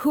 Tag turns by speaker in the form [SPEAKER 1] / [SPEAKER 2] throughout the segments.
[SPEAKER 1] Who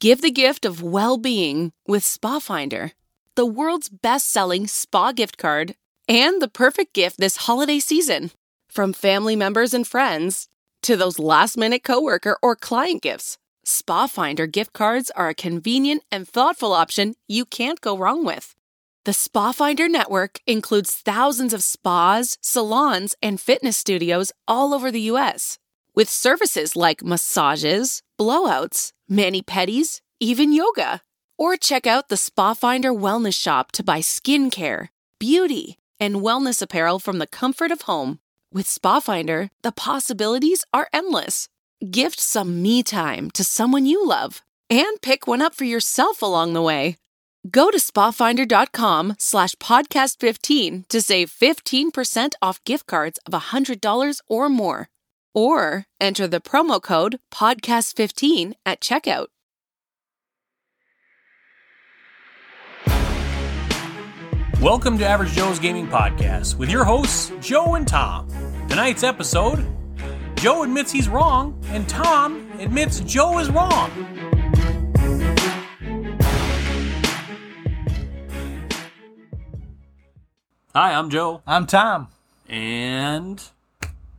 [SPEAKER 2] Give the gift of well-being with Spa Finder, the world's best-selling spa gift card and the perfect gift this holiday season. From family members and friends to those last-minute coworker or client gifts, Spa Finder gift cards are a convenient and thoughtful option you can't go wrong with. The Spa Finder network includes thousands of spas, salons, and fitness studios all over the US with services like massages, blowouts, mani pedis, even yoga. Or check out the Spa Finder Wellness Shop to buy skincare, beauty, and wellness apparel from the comfort of home. With Spa Finder, the possibilities are endless. Gift some me time to someone you love and pick one up for yourself along the way. Go to spafinder.com slash podcast 15 to save 15% off gift cards of $100 or more or enter the promo code podcast15 at checkout.
[SPEAKER 3] Welcome to Average Joe's Gaming Podcast with your hosts, Joe and Tom. Tonight's episode Joe admits he's wrong, and Tom admits Joe is wrong. Hi, I'm Joe,
[SPEAKER 4] I'm Tom.
[SPEAKER 3] and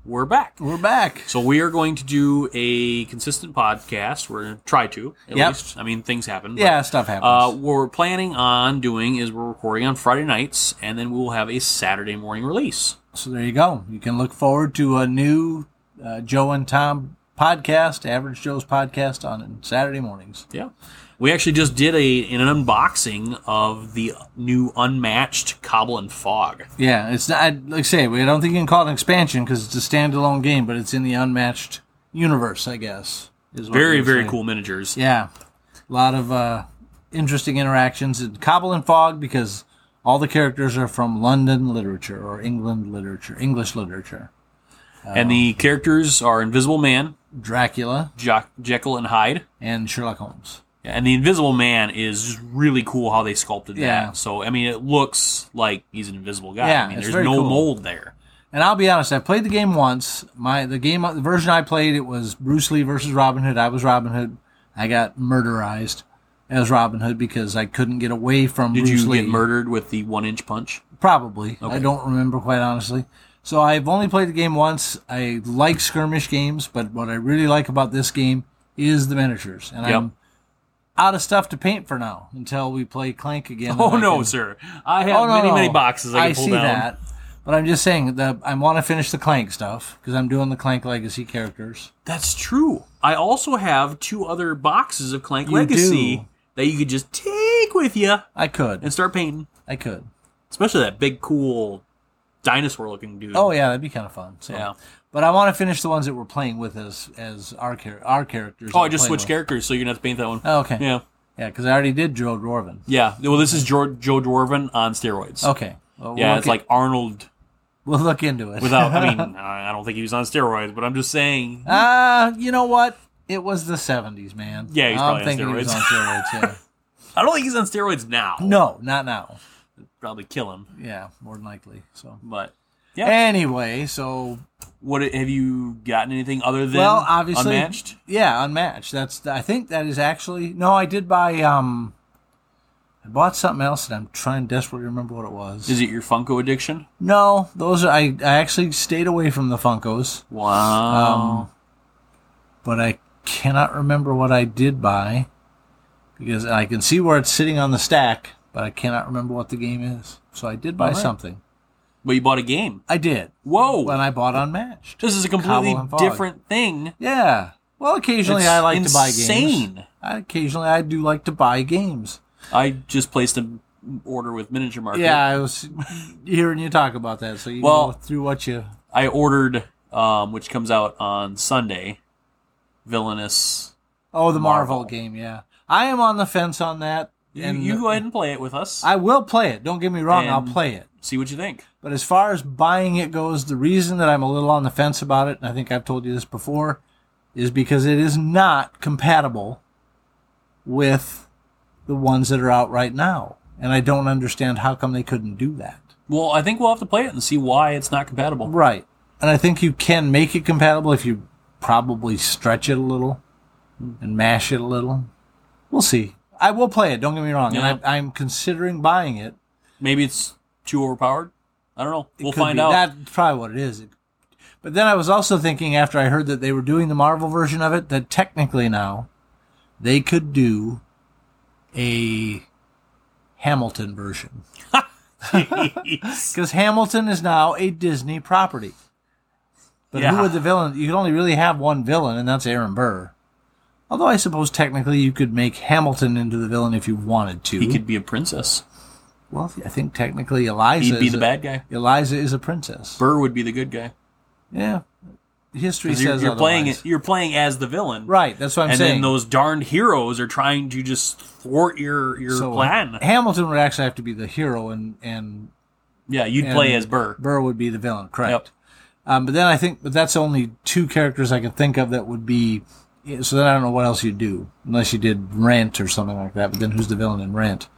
[SPEAKER 3] we're back.
[SPEAKER 4] We're back.
[SPEAKER 3] So we are going to do a consistent podcast. We're going to try to, at
[SPEAKER 4] Yep.
[SPEAKER 3] least. I mean, things happen. but,
[SPEAKER 4] Yeah, stuff
[SPEAKER 3] Uh,
[SPEAKER 4] happens.
[SPEAKER 3] what we're planning on doing is we're recording on Friday nights, and then we will have a Saturday morning release.
[SPEAKER 4] so there you go. You can look forward to a new uh, Joe and Tom podcast, Average Joe's podcast on Saturday mornings.
[SPEAKER 3] Yeah, we actually just did a an unboxing of the new unmatched Cobble and Fog.
[SPEAKER 4] Yeah, it's not I, like I say we I don't think you can call it an expansion because it's a standalone game, but it's in the unmatched universe, I guess. Is what
[SPEAKER 3] Very
[SPEAKER 4] we were
[SPEAKER 3] very
[SPEAKER 4] saying.
[SPEAKER 3] cool miniatures.
[SPEAKER 4] Yeah, a lot of uh, interesting interactions. And Cobble and Fog because all the characters are from London literature or England literature, English literature.
[SPEAKER 3] And the characters are Invisible Man,
[SPEAKER 4] Dracula
[SPEAKER 3] jo- Jekyll and Hyde.
[SPEAKER 4] and Sherlock Holmes.
[SPEAKER 3] And the Invisible Man is just really cool how they sculpted
[SPEAKER 4] Yeah.
[SPEAKER 3] that. So I mean, it looks like he's an invisible guy.
[SPEAKER 4] Yeah,
[SPEAKER 3] I mean,
[SPEAKER 4] it's
[SPEAKER 3] there's
[SPEAKER 4] very
[SPEAKER 3] no
[SPEAKER 4] cool.
[SPEAKER 3] mold there.
[SPEAKER 4] And I'll be honest, I played the game once. My the game the version I played it was Bruce Lee versus Robin Hood. I was Robin Hood. I got murderized as Robin Hood because I couldn't get away from
[SPEAKER 3] Did
[SPEAKER 4] Bruce
[SPEAKER 3] you
[SPEAKER 4] Lee.
[SPEAKER 3] get murdered with the one inch punch?
[SPEAKER 4] Probably.
[SPEAKER 3] Okay.
[SPEAKER 4] I don't remember quite honestly. So I've only played the game once. I like skirmish games, but what I really like about this game is the miniatures. And
[SPEAKER 3] Yep.
[SPEAKER 4] I'm out of stuff to paint for now until we play Clank again.
[SPEAKER 3] Oh
[SPEAKER 4] and I
[SPEAKER 3] no,
[SPEAKER 4] can-
[SPEAKER 3] sir! I have
[SPEAKER 4] Oh, no,
[SPEAKER 3] many,
[SPEAKER 4] no.
[SPEAKER 3] many boxes I can pull
[SPEAKER 4] see
[SPEAKER 3] down.
[SPEAKER 4] that, but I'm just saying that I want to finish the Clank stuff because I'm doing the Clank Legacy characters.
[SPEAKER 3] That's true. I also have two other boxes of Clank
[SPEAKER 4] You
[SPEAKER 3] Legacy
[SPEAKER 4] do.
[SPEAKER 3] that you could just take with you
[SPEAKER 4] I could,
[SPEAKER 3] and start painting.
[SPEAKER 4] I could.
[SPEAKER 3] Especially that big, cool dinosaur-looking dude.
[SPEAKER 4] Oh yeah, that'd be kind of fun. So.
[SPEAKER 3] Yeah.
[SPEAKER 4] But I want to finish the ones that we're playing with as as our char- our characters.
[SPEAKER 3] Oh,
[SPEAKER 4] that
[SPEAKER 3] I
[SPEAKER 4] we're
[SPEAKER 3] just
[SPEAKER 4] playing
[SPEAKER 3] switched
[SPEAKER 4] with.
[SPEAKER 3] characters, so you're gonna have to paint that one.
[SPEAKER 4] Oh, okay.
[SPEAKER 3] Yeah,
[SPEAKER 4] Yeah, because I already did Joe Dwarven.
[SPEAKER 3] yeah. Well, this is Joe, Joe Dwarven on steroids.
[SPEAKER 4] Okay. Well, we'll
[SPEAKER 3] Yeah,
[SPEAKER 4] look
[SPEAKER 3] it's
[SPEAKER 4] in-
[SPEAKER 3] like Arnold
[SPEAKER 4] we'll look into it.
[SPEAKER 3] without. I mean, I I don't think he was on steroids, but I'm just saying.
[SPEAKER 4] Ah, you know what? It was the '70s, man.
[SPEAKER 3] Yeah, he's
[SPEAKER 4] I'm
[SPEAKER 3] probably on
[SPEAKER 4] thinking he was
[SPEAKER 3] steroids.
[SPEAKER 4] on steroids. Yeah.
[SPEAKER 3] I don't think he's on steroids now.
[SPEAKER 4] no, not now.
[SPEAKER 3] probably kill him.
[SPEAKER 4] Yeah, more than likely. So
[SPEAKER 3] But
[SPEAKER 4] anyway, so
[SPEAKER 3] what have you gotten? Anything other than
[SPEAKER 4] well, obviously,
[SPEAKER 3] unmatched?
[SPEAKER 4] Yeah, unmatched. That's I think that is actually no. I did buy um, I bought something else, and I'm trying desperately to remember what it was.
[SPEAKER 3] Is it your Funko addiction?
[SPEAKER 4] no, those are, I I actually stayed away from the Funkos,
[SPEAKER 3] Wow.
[SPEAKER 4] Um, but I cannot remember what I did buy because I can see where it's sitting on the stack, but I cannot remember what the game is. So I did buy
[SPEAKER 3] All right.
[SPEAKER 4] something.
[SPEAKER 3] but you bought a game.
[SPEAKER 4] I did
[SPEAKER 3] Whoa.
[SPEAKER 4] when I bought unmatched.
[SPEAKER 3] this is a completely
[SPEAKER 4] Cobble and Fog.
[SPEAKER 3] different thing.
[SPEAKER 4] Yeah. Well, occasionally
[SPEAKER 3] It's
[SPEAKER 4] I like to buy games.
[SPEAKER 3] insane.
[SPEAKER 4] I- Occasionally I do like to buy games.
[SPEAKER 3] I just placed an order with Miniature Market.
[SPEAKER 4] Yeah, I was hearing you talk about that. So you
[SPEAKER 3] Well-
[SPEAKER 4] go through what you.
[SPEAKER 3] I ordered, um, which comes out on Sunday, Villainous.
[SPEAKER 4] Oh, the Marvel,
[SPEAKER 3] Marvel.
[SPEAKER 4] game. Yeah, I am on the fence on that.
[SPEAKER 3] You,
[SPEAKER 4] and
[SPEAKER 3] you go ahead and play it with us.
[SPEAKER 4] I will play it. Don't get me wrong. I'll
[SPEAKER 3] And-
[SPEAKER 4] play it.
[SPEAKER 3] See what you think.
[SPEAKER 4] But as far as buying it goes, the reason that I'm a little on the fence about it, and I think I've told you this before, is because it is not compatible with the ones that are out right now. And I don't understand how come they couldn't do that.
[SPEAKER 3] Well, I think we'll have to play it and see why it's not compatible.
[SPEAKER 4] Right. And I think you can make it compatible if you probably stretch it a little and mash it a little. We'll see. I will play it, don't get me wrong. And
[SPEAKER 3] Yeah.
[SPEAKER 4] I, I'm considering buying it.
[SPEAKER 3] Maybe it's too overpowered. I don't know.
[SPEAKER 4] It
[SPEAKER 3] We'll
[SPEAKER 4] could
[SPEAKER 3] find
[SPEAKER 4] be.
[SPEAKER 3] out.
[SPEAKER 4] That's probably what it is. It- But then I was also thinking after I heard that they were doing the Marvel version of it that technically now they could do a Hamilton version because Hamilton is now a Disney property. But
[SPEAKER 3] Yeah.
[SPEAKER 4] who would the villain? You could only really have one villain, and that's Aaron Burr. Although I suppose technically you could make Hamilton into the villain if you wanted to.
[SPEAKER 3] he could be a princess.
[SPEAKER 4] Well, I think technically Eliza.
[SPEAKER 3] He'd be
[SPEAKER 4] is
[SPEAKER 3] the
[SPEAKER 4] a-
[SPEAKER 3] bad guy.
[SPEAKER 4] Eliza is a princess.
[SPEAKER 3] Burr would be the good guy.
[SPEAKER 4] Yeah, history
[SPEAKER 3] 'Cause
[SPEAKER 4] says
[SPEAKER 3] You're, you're
[SPEAKER 4] otherwise.
[SPEAKER 3] playing it. You're playing as the villain,
[SPEAKER 4] Right, that's what I'm
[SPEAKER 3] and
[SPEAKER 4] saying.
[SPEAKER 3] then those darned heroes are trying to just thwart your your
[SPEAKER 4] So,
[SPEAKER 3] plan.
[SPEAKER 4] Hamilton would actually have to be the hero, and and
[SPEAKER 3] Yeah, you'd
[SPEAKER 4] and
[SPEAKER 3] play as Burr.
[SPEAKER 4] Burr would be the villain,
[SPEAKER 3] Yep.
[SPEAKER 4] correct? Um, but then I think, but that's only two characters I can think of that would be. yeah, So then I don't know what else you'd do unless you did Rent or something like that. But then who's the villain in Rent?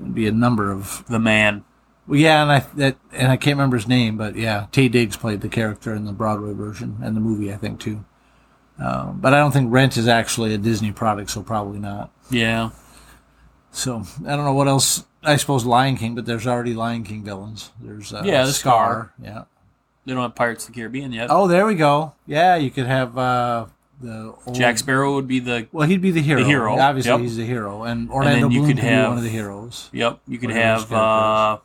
[SPEAKER 4] It'd be a number of
[SPEAKER 3] The man.
[SPEAKER 4] well, yeah, and I that and I can't remember his name, but yeah, Tay Diggs played the character in the Broadway version and the movie, I think too. Um, but I don't think Rent is actually a Disney product, so probably not.
[SPEAKER 3] Yeah.
[SPEAKER 4] So I don't know what else. I suppose Lion King, but there's already Lion King villains. There's uh,
[SPEAKER 3] Yeah, there's
[SPEAKER 4] Scar. Yeah.
[SPEAKER 3] They don't have Pirates of the Caribbean yet.
[SPEAKER 4] Oh, there we go. Yeah, you could have uh, the old,
[SPEAKER 3] Jack Sparrow would be the.
[SPEAKER 4] Well, he'd be the hero.
[SPEAKER 3] The hero,
[SPEAKER 4] Obviously,
[SPEAKER 3] yep.
[SPEAKER 4] he's the hero, and Orlando
[SPEAKER 3] then you
[SPEAKER 4] Bloom
[SPEAKER 3] could
[SPEAKER 4] could,
[SPEAKER 3] have-
[SPEAKER 4] be one of the heroes.
[SPEAKER 3] Yep. You could
[SPEAKER 4] Whatever
[SPEAKER 3] have.
[SPEAKER 4] his character
[SPEAKER 3] Uh,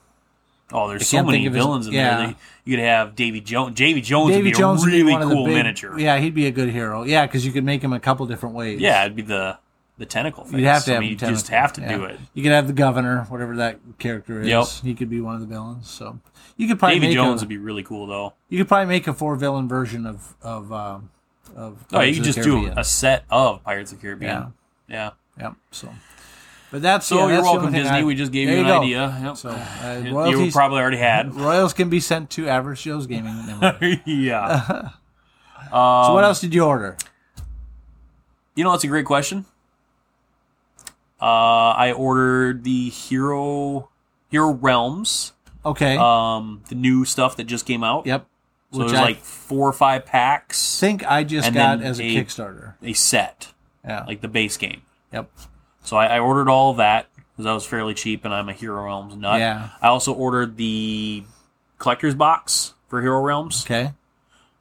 [SPEAKER 3] oh, there's
[SPEAKER 4] I
[SPEAKER 3] so
[SPEAKER 4] can't
[SPEAKER 3] many
[SPEAKER 4] think of his-
[SPEAKER 3] villains in
[SPEAKER 4] yeah.
[SPEAKER 3] there. They- You could have Davy Jones. Davy Jones would
[SPEAKER 4] Davy
[SPEAKER 3] be
[SPEAKER 4] Jones
[SPEAKER 3] a
[SPEAKER 4] would be
[SPEAKER 3] really
[SPEAKER 4] one of the
[SPEAKER 3] cool
[SPEAKER 4] big-
[SPEAKER 3] miniature.
[SPEAKER 4] Yeah, he'd be a good hero. Yeah, because you could make him a couple different ways.
[SPEAKER 3] Yeah, it'd be the the tentacle thing.
[SPEAKER 4] You'd have to
[SPEAKER 3] I
[SPEAKER 4] have
[SPEAKER 3] mean,
[SPEAKER 4] him
[SPEAKER 3] you just
[SPEAKER 4] tentacle.
[SPEAKER 3] have to
[SPEAKER 4] Yeah.
[SPEAKER 3] do it.
[SPEAKER 4] You could have the governor, whatever that character is.
[SPEAKER 3] Yep.
[SPEAKER 4] He could be one of the villains. So you could probably
[SPEAKER 3] Davy
[SPEAKER 4] make
[SPEAKER 3] Jones
[SPEAKER 4] a,
[SPEAKER 3] would be really cool though.
[SPEAKER 4] you could probably make a four villain version of of um, of.
[SPEAKER 3] Oh, you
[SPEAKER 4] Pirates
[SPEAKER 3] could
[SPEAKER 4] of the
[SPEAKER 3] just do
[SPEAKER 4] Caribbean.
[SPEAKER 3] a set of Pirates of the Caribbean. Yeah.
[SPEAKER 4] Yeah. Yep. So, but that's
[SPEAKER 3] So
[SPEAKER 4] yeah,
[SPEAKER 3] you're
[SPEAKER 4] that's the only
[SPEAKER 3] welcome,
[SPEAKER 4] thing
[SPEAKER 3] Disney.
[SPEAKER 4] I-
[SPEAKER 3] we just gave
[SPEAKER 4] There
[SPEAKER 3] you an
[SPEAKER 4] go.
[SPEAKER 3] idea. Yep.
[SPEAKER 4] So uh,
[SPEAKER 3] You- you
[SPEAKER 4] royalties,
[SPEAKER 3] probably already had.
[SPEAKER 4] royals can be sent to Average Joe's Gaming. so
[SPEAKER 3] Um, yeah.
[SPEAKER 4] Uh-huh. what else did you order?
[SPEAKER 3] You know, that's a great question. Uh, I ordered the Hero Hero Realms,
[SPEAKER 4] Okay.
[SPEAKER 3] um, the new stuff that just came out.
[SPEAKER 4] yep.
[SPEAKER 3] So
[SPEAKER 4] Which
[SPEAKER 3] there's
[SPEAKER 4] I
[SPEAKER 3] like four or five packs.
[SPEAKER 4] think I just
[SPEAKER 3] and
[SPEAKER 4] got
[SPEAKER 3] then
[SPEAKER 4] as a
[SPEAKER 3] a-
[SPEAKER 4] Kickstarter.
[SPEAKER 3] a set,
[SPEAKER 4] Yeah.
[SPEAKER 3] like the base game.
[SPEAKER 4] yep.
[SPEAKER 3] So I, I ordered all of that because that was fairly cheap, and I'm a Hero Realms nut.
[SPEAKER 4] Yeah.
[SPEAKER 3] I also ordered the collector's box for Hero Realms,
[SPEAKER 4] Okay.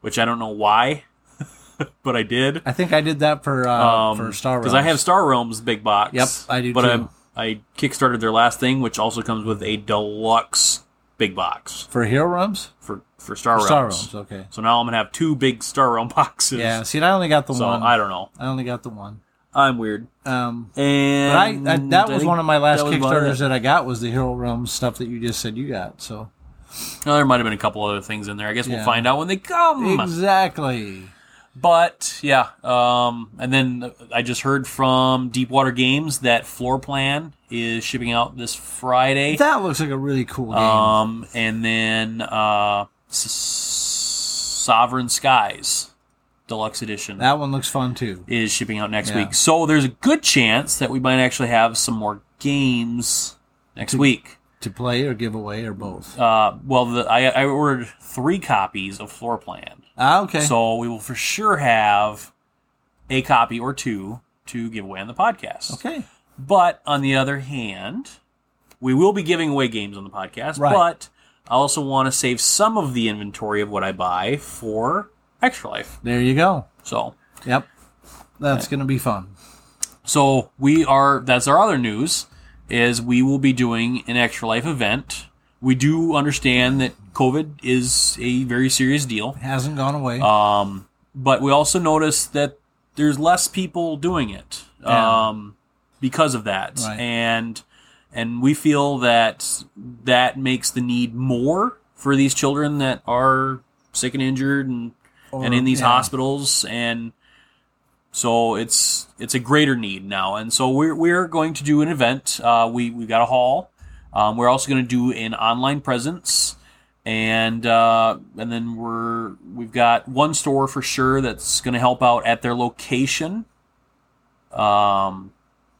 [SPEAKER 3] which I don't know why, but I did.
[SPEAKER 4] I think I did that for uh,
[SPEAKER 3] Um,
[SPEAKER 4] for Star Realms.
[SPEAKER 3] because I have Star Realms big box.
[SPEAKER 4] Yep, I do
[SPEAKER 3] But
[SPEAKER 4] too.
[SPEAKER 3] I'm- I kickstarted their last thing, which also comes with a deluxe big box
[SPEAKER 4] for Hero Realms.
[SPEAKER 3] for for Star Realms.
[SPEAKER 4] Star Realms. Okay.
[SPEAKER 3] So now I'm gonna have two big Star Realm boxes.
[SPEAKER 4] Yeah. See, and I only got the
[SPEAKER 3] So
[SPEAKER 4] one.
[SPEAKER 3] I don't know.
[SPEAKER 4] I only got the one.
[SPEAKER 3] I'm weird.
[SPEAKER 4] Um, but I,
[SPEAKER 3] And
[SPEAKER 4] I that was
[SPEAKER 3] think
[SPEAKER 4] one of my last
[SPEAKER 3] that was about
[SPEAKER 4] Kickstarters
[SPEAKER 3] it.
[SPEAKER 4] that I got was the Hero Realms stuff that you just said you got. So
[SPEAKER 3] Oh, there might have been a couple other things in there. I guess we'll
[SPEAKER 4] Yeah.
[SPEAKER 3] find out when they come.
[SPEAKER 4] exactly.
[SPEAKER 3] But yeah, um, and then I just heard from Deepwater Games that Floor Plan is shipping out this Friday.
[SPEAKER 4] That looks like a really cool game.
[SPEAKER 3] Um, and then uh, S- Sovereign Skies Deluxe Edition is
[SPEAKER 4] that one looks fun too.
[SPEAKER 3] shipping out next
[SPEAKER 4] Yeah.
[SPEAKER 3] week. So there's a good chance that we might actually have some more games next week.
[SPEAKER 4] To play or give away or both.
[SPEAKER 3] Uh, well, the, I, I ordered three copies of Floor Plan,
[SPEAKER 4] Ah, okay.
[SPEAKER 3] so we will for sure have a copy or two to give away on the podcast.
[SPEAKER 4] okay.
[SPEAKER 3] But on the other hand, we will be giving away games on the podcast.
[SPEAKER 4] Right.
[SPEAKER 3] But I also want to save some of the inventory of what I buy for Extra Life.
[SPEAKER 4] There you go.
[SPEAKER 3] So,
[SPEAKER 4] Yep. That's gonna be fun.
[SPEAKER 3] so we are. That's our other news. Is we will be doing an Extra Life event. We do understand that COVID is a very serious deal,
[SPEAKER 4] Hasn't gone away.
[SPEAKER 3] Uh, but we also notice that there's less people doing it.
[SPEAKER 4] Yeah.
[SPEAKER 3] Um, because of that
[SPEAKER 4] Right.
[SPEAKER 3] and and we feel that that makes the need more for these children that are sick and injured and
[SPEAKER 4] Or-
[SPEAKER 3] and in these
[SPEAKER 4] yeah.
[SPEAKER 3] hospitals and So it's it's a greater need now, and so we're we're going to do an event. Uh, we we got a hall. Um, we're also going to do an online presence, and uh, and then we're we've got one store for sure that's going to help out at their location. Um,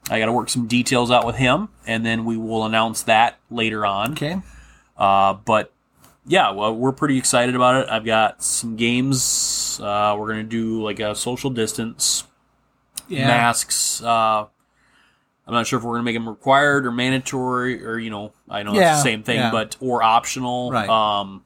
[SPEAKER 3] I got to work some details out with him, and then we will announce that later on.
[SPEAKER 4] Okay.
[SPEAKER 3] Uh, but yeah, well, we're pretty excited about it. I've got some games. Uh, we're gonna do like a social distance
[SPEAKER 4] Yeah.
[SPEAKER 3] masks. Uh, I'm not sure if we're gonna make them required or mandatory, or you know, I know it's
[SPEAKER 4] Yeah,
[SPEAKER 3] the same thing,
[SPEAKER 4] yeah.
[SPEAKER 3] but or optional.
[SPEAKER 4] Right.
[SPEAKER 3] Um,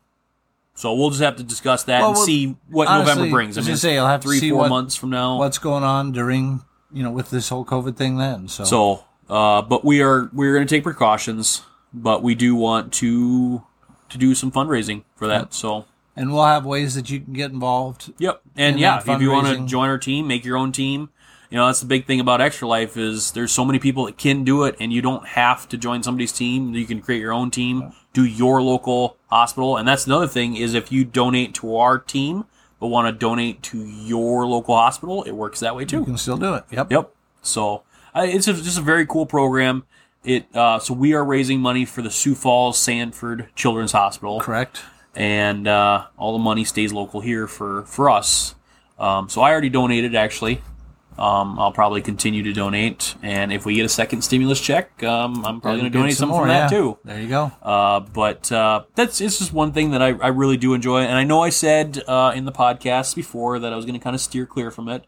[SPEAKER 3] so we'll just have to discuss that
[SPEAKER 4] Well,
[SPEAKER 3] and
[SPEAKER 4] we'll-
[SPEAKER 3] see what
[SPEAKER 4] honestly,
[SPEAKER 3] November brings. I
[SPEAKER 4] I was
[SPEAKER 3] mean,
[SPEAKER 4] gonna say, I'll have to
[SPEAKER 3] three,
[SPEAKER 4] see
[SPEAKER 3] four
[SPEAKER 4] what-
[SPEAKER 3] months from now.
[SPEAKER 4] What's going on during you know with this whole COVID thing then? So,
[SPEAKER 3] So, uh, but we are we're going to take precautions, but we do want to to do some fundraising for that. So,
[SPEAKER 4] and we'll have ways that you can get involved.
[SPEAKER 3] yep, and,
[SPEAKER 4] And
[SPEAKER 3] yeah,
[SPEAKER 4] then
[SPEAKER 3] if you want to
[SPEAKER 4] fundraising.
[SPEAKER 3] join our team, make your own team. You know, that's the big thing about Extra Life is there's so many people that can do it, and you don't have to join somebody's team. You can create your own team, do your local hospital, and that's another thing is if you donate to our team but want to donate to your local hospital, it works that way too.
[SPEAKER 4] You can still do it. Yep.
[SPEAKER 3] Yep. So uh, it's a, just a very cool program. It uh, so we are raising money for the Sioux Falls Sanford Children's Hospital,
[SPEAKER 4] Correct.
[SPEAKER 3] and uh, all the money stays local here for for us. Um, so I already donated actually. Um, I'll probably continue to donate, and if we get a second stimulus check, um, I'm probably going to
[SPEAKER 4] Get
[SPEAKER 3] donate some from
[SPEAKER 4] more,
[SPEAKER 3] that
[SPEAKER 4] yeah.
[SPEAKER 3] too.
[SPEAKER 4] There you go.
[SPEAKER 3] Uh, but uh, that's it's just one thing that I, I really do enjoy, and I know I said uh, in the podcast before that I was going to kind of steer clear from it,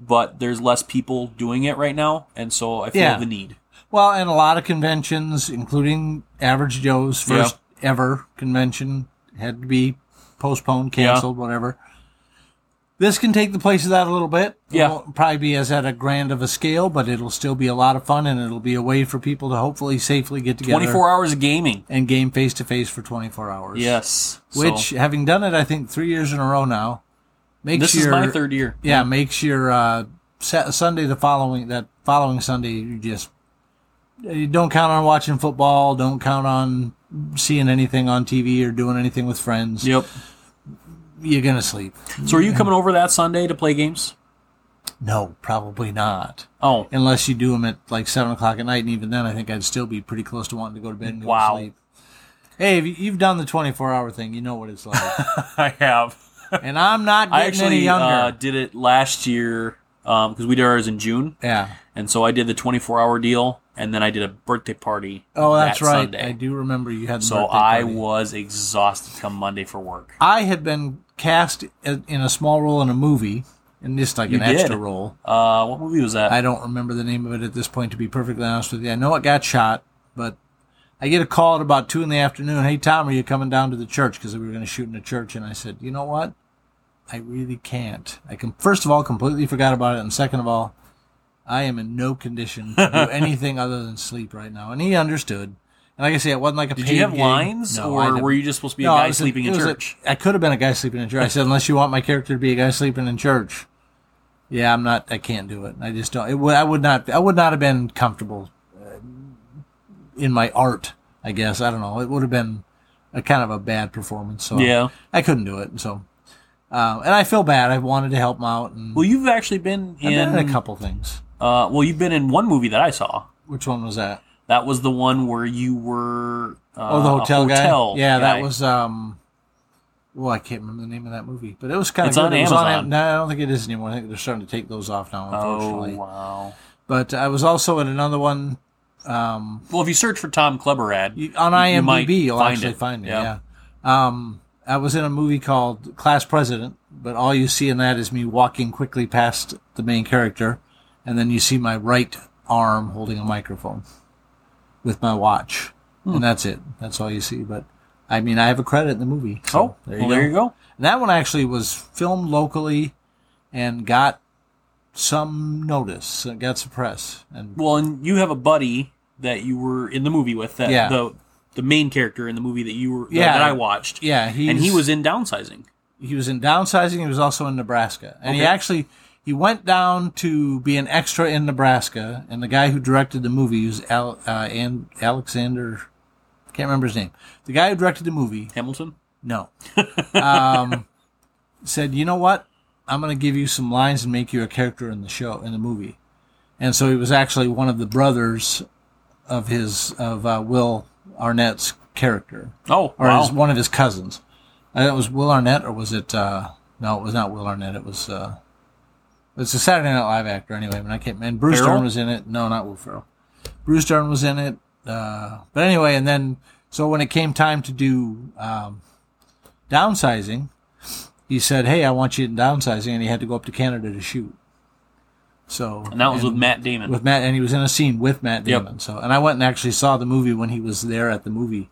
[SPEAKER 3] but there's less people doing it right now, and so I feel
[SPEAKER 4] Yeah.
[SPEAKER 3] the need.
[SPEAKER 4] Well, and a lot of conventions, including Average Joe's first ever convention, had to be postponed,
[SPEAKER 3] Yeah.
[SPEAKER 4] canceled, whatever. This can take the place of that a little bit.
[SPEAKER 3] Yeah.
[SPEAKER 4] It won't probably be as at a grand of a scale, but it'll still be a lot of fun, and it'll be a way for people to hopefully safely get together
[SPEAKER 3] 24 hours of gaming.
[SPEAKER 4] and game face to face for 24 hours.
[SPEAKER 3] Yes, So,
[SPEAKER 4] Which, having done it, I think three years in a row now, makes
[SPEAKER 3] this is
[SPEAKER 4] your
[SPEAKER 3] my third year.
[SPEAKER 4] yeah makes your uh, Sa- Sunday the following that following Sunday you just you don't count on watching football, don't count on seeing anything on TV or doing anything with friends.
[SPEAKER 3] Yep.
[SPEAKER 4] You're gonna sleep.
[SPEAKER 3] So are you coming over that Sunday to play games?
[SPEAKER 4] No, probably not.
[SPEAKER 3] Oh,
[SPEAKER 4] Unless you do them at like seven o'clock at night, and even then, I think I'd still be pretty close to wanting to go to bed and go
[SPEAKER 3] Wow.
[SPEAKER 4] to sleep. Hey, if you- you've done the 24 hour thing. You know what it's like.
[SPEAKER 3] I have.
[SPEAKER 4] and I'm not getting
[SPEAKER 3] I
[SPEAKER 4] any
[SPEAKER 3] actually
[SPEAKER 4] younger.
[SPEAKER 3] uh, did it last year because we did ours in June,
[SPEAKER 4] yeah.
[SPEAKER 3] and so I did the 24 hour deal, and then I did a birthday party.
[SPEAKER 4] Oh, that's
[SPEAKER 3] that
[SPEAKER 4] right.
[SPEAKER 3] Sunday.
[SPEAKER 4] I do remember you had. the
[SPEAKER 3] So
[SPEAKER 4] birthday
[SPEAKER 3] I
[SPEAKER 4] party.
[SPEAKER 3] was exhausted come Monday for work.
[SPEAKER 4] I had been cast in in a small role in a movie, and just like
[SPEAKER 3] You
[SPEAKER 4] an extra
[SPEAKER 3] did.
[SPEAKER 4] role.
[SPEAKER 3] Uh, what movie was that?
[SPEAKER 4] I don't remember the name of it at this point, to be perfectly honest with you. I know it got shot, but I get a call at about two in the afternoon. Hey, Tom, are you coming down to the church? Because we were going to shoot in a church, and I said, you know what? I really can't. I can first of all completely forgot about it, and second of all, I am in no condition to do anything other than sleep right now. And he understood. And like I say, it wasn't like a
[SPEAKER 3] Did
[SPEAKER 4] paid
[SPEAKER 3] you have
[SPEAKER 4] gig.
[SPEAKER 3] lines,
[SPEAKER 4] No, I
[SPEAKER 3] or
[SPEAKER 4] didn't.
[SPEAKER 3] were you just supposed to be
[SPEAKER 4] No,
[SPEAKER 3] a
[SPEAKER 4] it
[SPEAKER 3] guy
[SPEAKER 4] was
[SPEAKER 3] sleeping
[SPEAKER 4] it
[SPEAKER 3] in
[SPEAKER 4] was a-
[SPEAKER 3] church?
[SPEAKER 4] I could have been a guy sleeping in church. I said, unless you want my character to be a guy sleeping in church, yeah, I'm not. I can't do it. I just don't. It, would- I would not. I would not have been comfortable uh, in my art. I guess I don't know. It would have been a kind of a bad performance. So
[SPEAKER 3] Yeah.
[SPEAKER 4] I couldn't do it. So, um, and I feel bad. I wanted to help him out, and
[SPEAKER 3] well, you've actually been
[SPEAKER 4] I've
[SPEAKER 3] in
[SPEAKER 4] done a couple things.
[SPEAKER 3] Uh, well, you've been in one movie that I saw.
[SPEAKER 4] Which one was that?
[SPEAKER 3] That was the one where you were. Uh,
[SPEAKER 4] Oh, the
[SPEAKER 3] a
[SPEAKER 4] hotel,
[SPEAKER 3] hotel
[SPEAKER 4] guy. Yeah,
[SPEAKER 3] guy.
[SPEAKER 4] that was. um well, I can't remember the name of that movie, but it was kind
[SPEAKER 3] It's
[SPEAKER 4] of
[SPEAKER 3] on
[SPEAKER 4] good. It was
[SPEAKER 3] Amazon.
[SPEAKER 4] Am- no, I don't think it is anymore. I think they're starting to take those off now,
[SPEAKER 3] Oh
[SPEAKER 4] unfortunately.
[SPEAKER 3] wow!
[SPEAKER 4] But I was also in another one
[SPEAKER 3] Well, if you search for Tom Kleberad,
[SPEAKER 4] you, on
[SPEAKER 3] You- you might
[SPEAKER 4] IMDb. You will
[SPEAKER 3] find
[SPEAKER 4] actually
[SPEAKER 3] it.
[SPEAKER 4] find it.
[SPEAKER 3] Yeah.
[SPEAKER 4] Yeah. Um, I was in a movie called Class President, but all you see in that is me walking quickly past the main character, and then you see my right arm holding a microphone with my watch,
[SPEAKER 3] Hmm.
[SPEAKER 4] and that's it. That's all you see. But I mean, I have a credit in the movie. so
[SPEAKER 3] oh, there you, well, go. there you go.
[SPEAKER 4] and that one actually was filmed locally and got some notice, uh, got some press. And
[SPEAKER 3] Well, and you have a buddy that you were in the movie with. That
[SPEAKER 4] Yeah.
[SPEAKER 3] the the main character in the movie that you were
[SPEAKER 4] Yeah.
[SPEAKER 3] that I watched.
[SPEAKER 4] yeah, he
[SPEAKER 3] and he was in downsizing.
[SPEAKER 4] he was in downsizing. He was also in Nebraska, and he
[SPEAKER 3] Okay.
[SPEAKER 4] actually he went down to be an extra in Nebraska. And the guy who directed the movie was Al, uh, and Alexander. I can't remember his name. The guy who directed the movie,
[SPEAKER 3] Hamilton.
[SPEAKER 4] no, um, said, "You know what? I'm going to give you some lines and make you a character in the show in the movie." And so he was actually one of the brothers of his of uh, Will Arnett's character,
[SPEAKER 3] Oh,
[SPEAKER 4] or
[SPEAKER 3] wow.
[SPEAKER 4] his, one of his cousins. I think it was Will Arnett, or was it? Uh, no, it was not Will Arnett. It was. Uh, it's a Saturday Night Live actor anyway, but I can't. And Bruce
[SPEAKER 3] Ferrell?
[SPEAKER 4] Dern was in it. No, not Will Ferrell. Bruce Dern was in it. Uh, but anyway, and then so when it came time to do um, downsizing, he said, "Hey, I want you in downsizing," and he had to go up to Canada to shoot. So
[SPEAKER 3] And that was with Matt Damon.
[SPEAKER 4] with Matt, and he was in a scene with Matt
[SPEAKER 3] Yep.
[SPEAKER 4] Damon. So, and I went and actually saw the movie when he was there at the movie,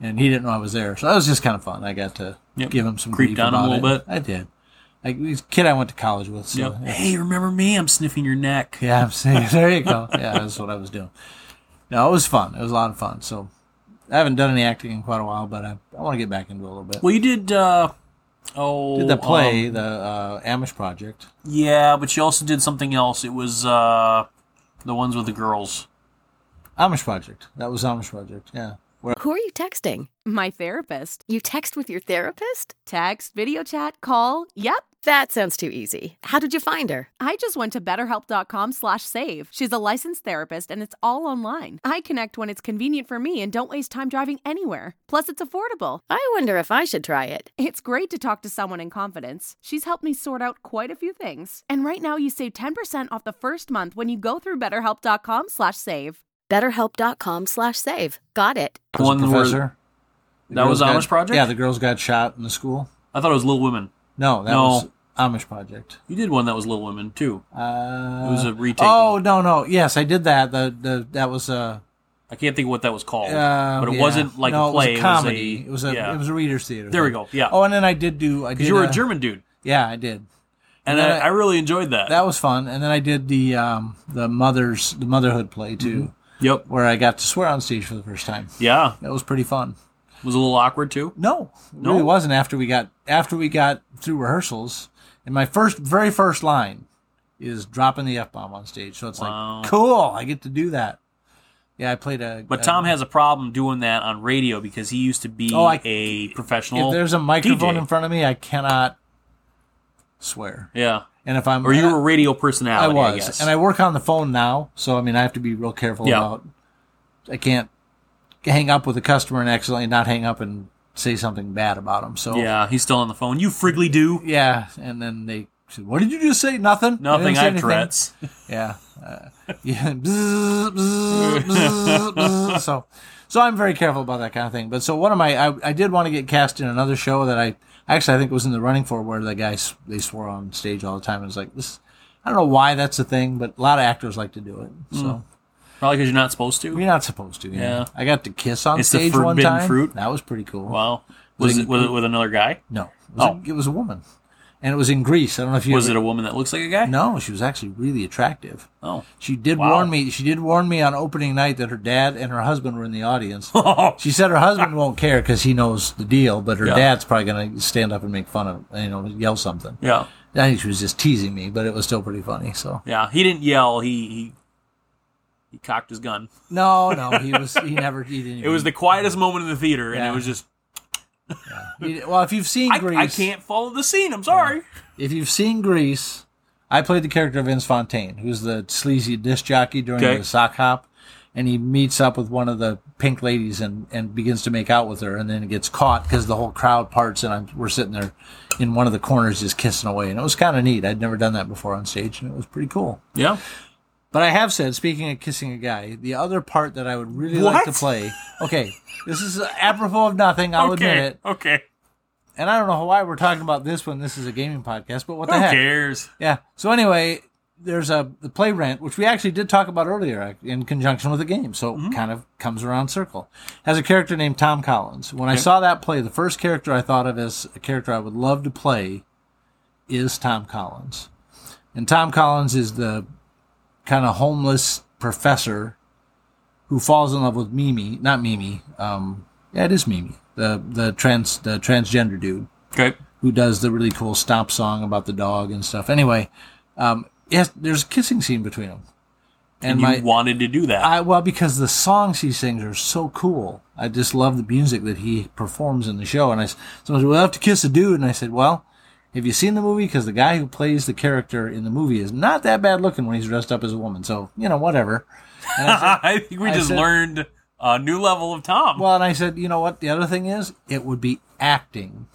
[SPEAKER 4] and he didn't know I was there. So that was just kind of fun. I got to
[SPEAKER 3] Yep.
[SPEAKER 4] give him some
[SPEAKER 3] Creeped
[SPEAKER 4] grief
[SPEAKER 3] on him a
[SPEAKER 4] about
[SPEAKER 3] little
[SPEAKER 4] it.
[SPEAKER 3] bit.
[SPEAKER 4] I did. Like he's a kid I went to college with. So
[SPEAKER 3] Yep. Hey, remember me? I'm sniffing your neck.
[SPEAKER 4] yeah, I'm saying there you go. Yeah, that's what I was doing. No, it was fun. It was a lot of fun. So I haven't done any acting in quite a while, but I, I want to get back into it a little bit.
[SPEAKER 3] Well, you did. Uh, oh,
[SPEAKER 4] did the play,
[SPEAKER 3] um,
[SPEAKER 4] the uh, Amish Project.
[SPEAKER 3] yeah, but you also did something else. It was uh, the ones with the girls.
[SPEAKER 4] Amish Project. That was Amish Project. Yeah. Where
[SPEAKER 1] Who are you texting?
[SPEAKER 5] My therapist.
[SPEAKER 1] You text with your therapist?
[SPEAKER 5] Text, video chat, call. Yep.
[SPEAKER 1] That sounds too easy. How did you find her?
[SPEAKER 5] I just went to betterhelp.com slash save. She's a licensed therapist and it's all online. I connect when it's convenient for me and don't waste time driving anywhere. Plus, it's affordable.
[SPEAKER 1] I wonder if I should try it.
[SPEAKER 5] It's great to talk to someone in confidence. She's helped me sort out quite a few things. And right now you save 10% off the first month when you go through betterhelp.com slash save.
[SPEAKER 1] BetterHelp.com slash save. Got it.
[SPEAKER 4] was
[SPEAKER 3] One
[SPEAKER 4] a
[SPEAKER 3] where-
[SPEAKER 4] professor. The
[SPEAKER 3] That was
[SPEAKER 4] girls got-
[SPEAKER 3] Amish Project?
[SPEAKER 4] Yeah, the girls got shot in the school.
[SPEAKER 3] I thought it was Little Women.
[SPEAKER 4] No, that
[SPEAKER 3] No.
[SPEAKER 4] was Amish Project.
[SPEAKER 3] You did one that was Little Women too.
[SPEAKER 4] Uh,
[SPEAKER 3] It was a retake.
[SPEAKER 4] Oh no, no, yes, I did that. The the that was uh,
[SPEAKER 3] I can't think of what that was called,
[SPEAKER 4] uh,
[SPEAKER 3] but it
[SPEAKER 4] yeah.
[SPEAKER 3] wasn't like
[SPEAKER 4] No,
[SPEAKER 3] a play.
[SPEAKER 4] It was a comedy. It was a it was a,
[SPEAKER 3] yeah.
[SPEAKER 4] readers theater.
[SPEAKER 3] There we
[SPEAKER 4] thing.
[SPEAKER 3] go, yeah.
[SPEAKER 4] Oh, and then I did do I did
[SPEAKER 3] because you were
[SPEAKER 4] uh,
[SPEAKER 3] a German dude,
[SPEAKER 4] Yeah, I did.
[SPEAKER 3] and
[SPEAKER 4] then
[SPEAKER 3] I, I really enjoyed that.
[SPEAKER 4] That was fun. And then I did the um the mothers the motherhood play too,
[SPEAKER 3] yep.
[SPEAKER 4] where I got to swear on stage for the first time.
[SPEAKER 3] Yeah,
[SPEAKER 4] That was pretty fun.
[SPEAKER 3] was a little awkward too.
[SPEAKER 4] No, it
[SPEAKER 3] No?
[SPEAKER 4] really wasn't. After we got after we got through rehearsals, and my first very first line is dropping the f bomb on stage. So it's
[SPEAKER 3] Wow.
[SPEAKER 4] like, cool, I get to do that. Yeah, I played a.
[SPEAKER 3] But
[SPEAKER 4] a-
[SPEAKER 3] Tom has a problem doing that on radio because he used to be
[SPEAKER 4] Oh, I-
[SPEAKER 3] a professional.
[SPEAKER 4] If there's a microphone
[SPEAKER 3] DJ.
[SPEAKER 4] in front of me, I cannot swear.
[SPEAKER 3] yeah,
[SPEAKER 4] And if I'm
[SPEAKER 3] or you
[SPEAKER 4] and
[SPEAKER 3] were a radio personality.
[SPEAKER 4] I
[SPEAKER 3] I
[SPEAKER 4] was,
[SPEAKER 3] guess.
[SPEAKER 4] and I work on the phone now, so I mean I have to be real careful
[SPEAKER 3] Yeah.
[SPEAKER 4] about. I can't hang up with a customer and accidentally not hang up and say something bad about them. So
[SPEAKER 3] Yeah, he's still on the phone. You friggly do
[SPEAKER 4] Yeah, and then they said, "What did you just say? Nothing.
[SPEAKER 3] nothing.
[SPEAKER 4] didn't say
[SPEAKER 3] I have
[SPEAKER 4] anything."
[SPEAKER 3] Tourette's.
[SPEAKER 4] Yeah, uh, yeah. bzz, bzz, bzz, bzz. So, so I'm very careful about that kind of thing. But so one of my, I, I did want to get cast in another show that I actually I think was in the running for where the guys they swore on stage all the time. And it's like this. I don't know why that's a thing, but a lot of actors like to do it. So
[SPEAKER 3] Probably because you're not supposed to.
[SPEAKER 4] you're not supposed to.
[SPEAKER 3] Hmm. Yeah.
[SPEAKER 4] I got to kiss on
[SPEAKER 3] It's the
[SPEAKER 4] stage one
[SPEAKER 3] forbidden
[SPEAKER 4] time.
[SPEAKER 3] fruit.
[SPEAKER 4] That was pretty cool.
[SPEAKER 3] Wow. Was
[SPEAKER 4] Zing.
[SPEAKER 3] it, was it with another guy?
[SPEAKER 4] No, it was,
[SPEAKER 3] Oh.
[SPEAKER 4] a, it was a woman, and it was in Greece. I don't know if you
[SPEAKER 3] Was
[SPEAKER 4] ever-
[SPEAKER 3] it a woman that looks like a guy?
[SPEAKER 4] No, she was actually really attractive.
[SPEAKER 3] Oh.
[SPEAKER 4] She did
[SPEAKER 3] Wow.
[SPEAKER 4] warn me. She did warn me on opening night that her dad and her husband were in the audience. she said her husband won't care because he knows the deal, but her
[SPEAKER 3] Oh. Yeah.
[SPEAKER 4] dad's probably going to stand up and make fun of, you know, yell something.
[SPEAKER 3] Yeah.
[SPEAKER 4] I think she was just teasing me, but it was still pretty funny. So
[SPEAKER 3] Yeah. He didn't yell. He he, he cocked his gun.
[SPEAKER 4] no, no, he was. He never. He didn't.
[SPEAKER 3] It was the
[SPEAKER 4] even-
[SPEAKER 3] quietest moment in the theater, and
[SPEAKER 4] Yeah.
[SPEAKER 3] it was just
[SPEAKER 4] he- well, if you've seen
[SPEAKER 3] I,
[SPEAKER 4] Grease,
[SPEAKER 3] I can't follow the scene. I'm sorry.
[SPEAKER 4] If you've seen Grease, I played the character of Vince Fontaine, who's the sleazy disc jockey during
[SPEAKER 3] Okay.
[SPEAKER 4] the sock hop, and he meets up with one of the pink ladies and, and begins to make out with her, and then gets caught because the whole crowd parts, and I'm, we're sitting there in one of the corners just kissing away, and it was kind of neat. I'd never done that before on stage, and it was pretty cool.
[SPEAKER 3] Yeah.
[SPEAKER 4] But I have said, speaking of kissing a guy, the other part that I would really like
[SPEAKER 3] What?
[SPEAKER 4] to play. Okay, this is apropos of nothing. I'll
[SPEAKER 3] okay.
[SPEAKER 4] admit it,
[SPEAKER 3] Okay.
[SPEAKER 4] and I don't know why we're talking about this when this is a gaming podcast, but what the
[SPEAKER 3] Who
[SPEAKER 4] heck?
[SPEAKER 3] cares?
[SPEAKER 4] Yeah. So anyway, there's a the play rent, which we actually did talk about earlier uh, in conjunction with the game. So it kind of comes around circle. Has a character named Tom Collins. When I saw that play, the first character I thought of as a character I would love to play is Tom Collins. And Tom Collins is the kind of homeless professor who falls in love with Mimi, not Mimi. Um, yeah, it is Mimi, the the trans the transgender dude
[SPEAKER 3] Okay.
[SPEAKER 4] who does the really cool stomp song about the dog and stuff. Anyway, um, yes, there's a kissing scene between them.
[SPEAKER 3] And,
[SPEAKER 4] And,
[SPEAKER 3] you
[SPEAKER 4] my,
[SPEAKER 3] wanted to do that.
[SPEAKER 4] I, well, because the songs he sings are so cool. I just love the music that he performs in the show. And I, s- someone said, well, I have to kiss a dude. And I said, well, Have you seen the movie? Because the guy who plays the character in the movie is not that bad looking when he's dressed up as a woman. So you know, whatever. And I said-
[SPEAKER 3] I think we
[SPEAKER 4] I
[SPEAKER 3] just
[SPEAKER 4] said-
[SPEAKER 3] learned a new level of Tom.
[SPEAKER 4] well, and I said, you know what? The other thing is, it would be acting.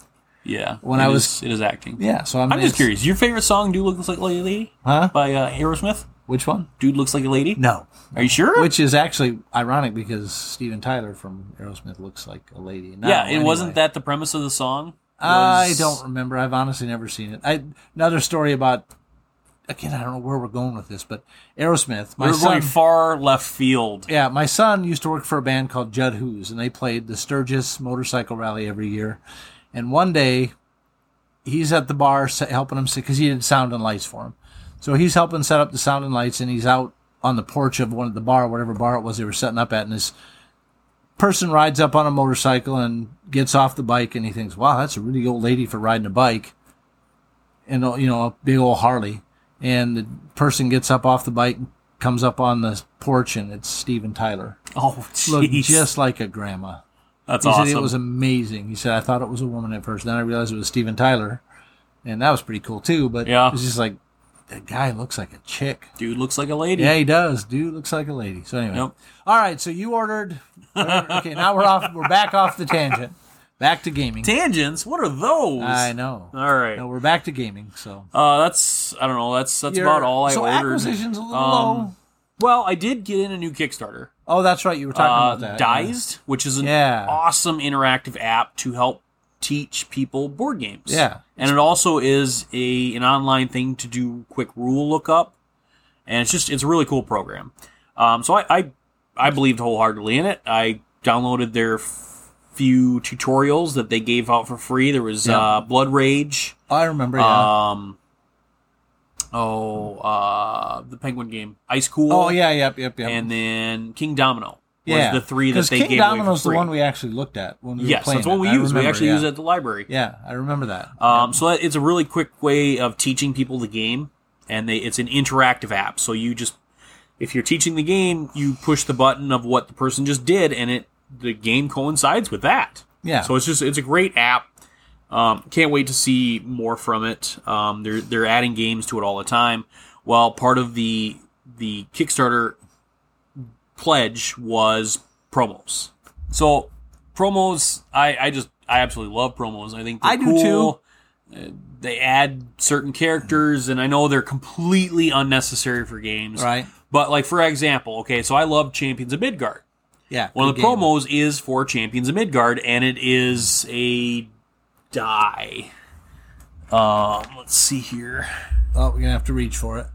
[SPEAKER 3] yeah.
[SPEAKER 4] when
[SPEAKER 3] it
[SPEAKER 4] I
[SPEAKER 3] is-
[SPEAKER 4] was-
[SPEAKER 3] it is acting.
[SPEAKER 4] Yeah. So I'm,
[SPEAKER 3] I'm just
[SPEAKER 4] it's-
[SPEAKER 3] curious. Your favorite song, "Dude Looks Like a Lady,"
[SPEAKER 4] Huh?
[SPEAKER 3] by uh, Aerosmith.
[SPEAKER 4] Which one?
[SPEAKER 3] Dude looks like a lady.
[SPEAKER 4] No.
[SPEAKER 3] Are you sure?
[SPEAKER 4] Which is actually ironic because Steven Tyler from Aerosmith looks like a lady. Now,
[SPEAKER 3] yeah, it
[SPEAKER 4] anyway.
[SPEAKER 3] wasn't that the premise of the song.
[SPEAKER 4] I
[SPEAKER 3] Was-
[SPEAKER 4] don't remember. I've honestly never seen it. I another story about again. I don't know where we're going with this, but Aerosmith. My
[SPEAKER 3] We're
[SPEAKER 4] son,
[SPEAKER 3] going far left field.
[SPEAKER 4] yeah, my son used to work for a band called Judd Who's, and they played the Sturgis Motorcycle Rally every year. And one day, he's at the bar se- helping him because he did sound and lights for him. So he's helping set up the sound and lights, and he's out on the porch of one of the bar, whatever bar it was they were setting up at, and this person rides up on a motorcycle and gets off the bike, and he thinks, "Wow, that's a really old lady for riding a bike," and uh, you know, a big old Harley. And the person gets up off the bike, and comes up on the porch, and it's Steven Tyler.
[SPEAKER 3] Oh,
[SPEAKER 4] Looked
[SPEAKER 3] jeez,
[SPEAKER 4] just like a grandma.
[SPEAKER 3] that's
[SPEAKER 4] He
[SPEAKER 3] awesome.
[SPEAKER 4] said it was amazing. He said I thought it was a woman at first, then I realized it was Steven Tyler, and that was pretty cool too. But
[SPEAKER 3] Yeah.
[SPEAKER 4] it was just like that guy looks like a chick.
[SPEAKER 3] Dude looks like a lady.
[SPEAKER 4] Yeah, he does. Dude looks like a lady. So anyway,
[SPEAKER 3] Yep.
[SPEAKER 4] all right. So you ordered. Okay, now we're off. We're back off the tangent. Back to gaming.
[SPEAKER 3] Tangents. What are those?
[SPEAKER 4] I know.
[SPEAKER 3] All right.
[SPEAKER 4] No, we're back to gaming. So
[SPEAKER 3] Uh, that's I don't know. That's that's
[SPEAKER 4] Your-
[SPEAKER 3] about all I
[SPEAKER 4] so
[SPEAKER 3] ordered. Um,
[SPEAKER 4] acquisition's a little low.
[SPEAKER 3] Well, I did get in a new Kickstarter,
[SPEAKER 4] oh, that's right. You were talking
[SPEAKER 3] uh,
[SPEAKER 4] about that.
[SPEAKER 3] Dized, which is an
[SPEAKER 4] Yeah.
[SPEAKER 3] awesome interactive app to help teach people board games.
[SPEAKER 4] Yeah.
[SPEAKER 3] and it also is a an online thing to do quick rule lookup, and it's just it's a really cool program. Um, so I, I I believed wholeheartedly in it. I downloaded their f- few tutorials that they gave out for free. There was
[SPEAKER 4] Yeah.
[SPEAKER 3] uh, Blood Rage.
[SPEAKER 4] I remember. Yeah.
[SPEAKER 3] Um. Oh, uh, the Penguin game, Ice Cool.
[SPEAKER 4] oh yeah. Yep. Yep. Yep.
[SPEAKER 3] And then King Domino was
[SPEAKER 4] yeah.
[SPEAKER 3] the three that
[SPEAKER 4] 'Cause
[SPEAKER 3] they
[SPEAKER 4] King
[SPEAKER 3] gave away for
[SPEAKER 4] Domino's the
[SPEAKER 3] free.
[SPEAKER 4] one we actually looked at when we were
[SPEAKER 3] yes,
[SPEAKER 4] playing.
[SPEAKER 3] that's what
[SPEAKER 4] it.
[SPEAKER 3] we
[SPEAKER 4] I
[SPEAKER 3] use. we
[SPEAKER 4] remember,
[SPEAKER 3] actually
[SPEAKER 4] yeah.
[SPEAKER 3] use it at the library.
[SPEAKER 4] Yeah, I remember that.
[SPEAKER 3] Um, so that, it's a really quick way of teaching people the game, and they it's an interactive app. So you just, if you're teaching the game, you push the button of what the person just did, and it the game coincides with that.
[SPEAKER 4] Yeah.
[SPEAKER 3] So it's just it's a great app. Um, can't wait to see more from it. Um, they're they're adding games to it all the time. Well, part of the the Kickstarter pledge was promos. So promos, I I just I absolutely love promos. I think they're
[SPEAKER 4] I do
[SPEAKER 3] cool.
[SPEAKER 4] too.
[SPEAKER 3] Uh, They add certain characters, and I know they're completely unnecessary for games.
[SPEAKER 4] Right.
[SPEAKER 3] But like for example, okay, so I love Champions of Midgard.
[SPEAKER 4] yeah.
[SPEAKER 3] One
[SPEAKER 4] good
[SPEAKER 3] of the
[SPEAKER 4] game.
[SPEAKER 3] promos is for Champions of Midgard, and it is a die. Um, let's see here.
[SPEAKER 4] Oh, we're gonna have to reach for it.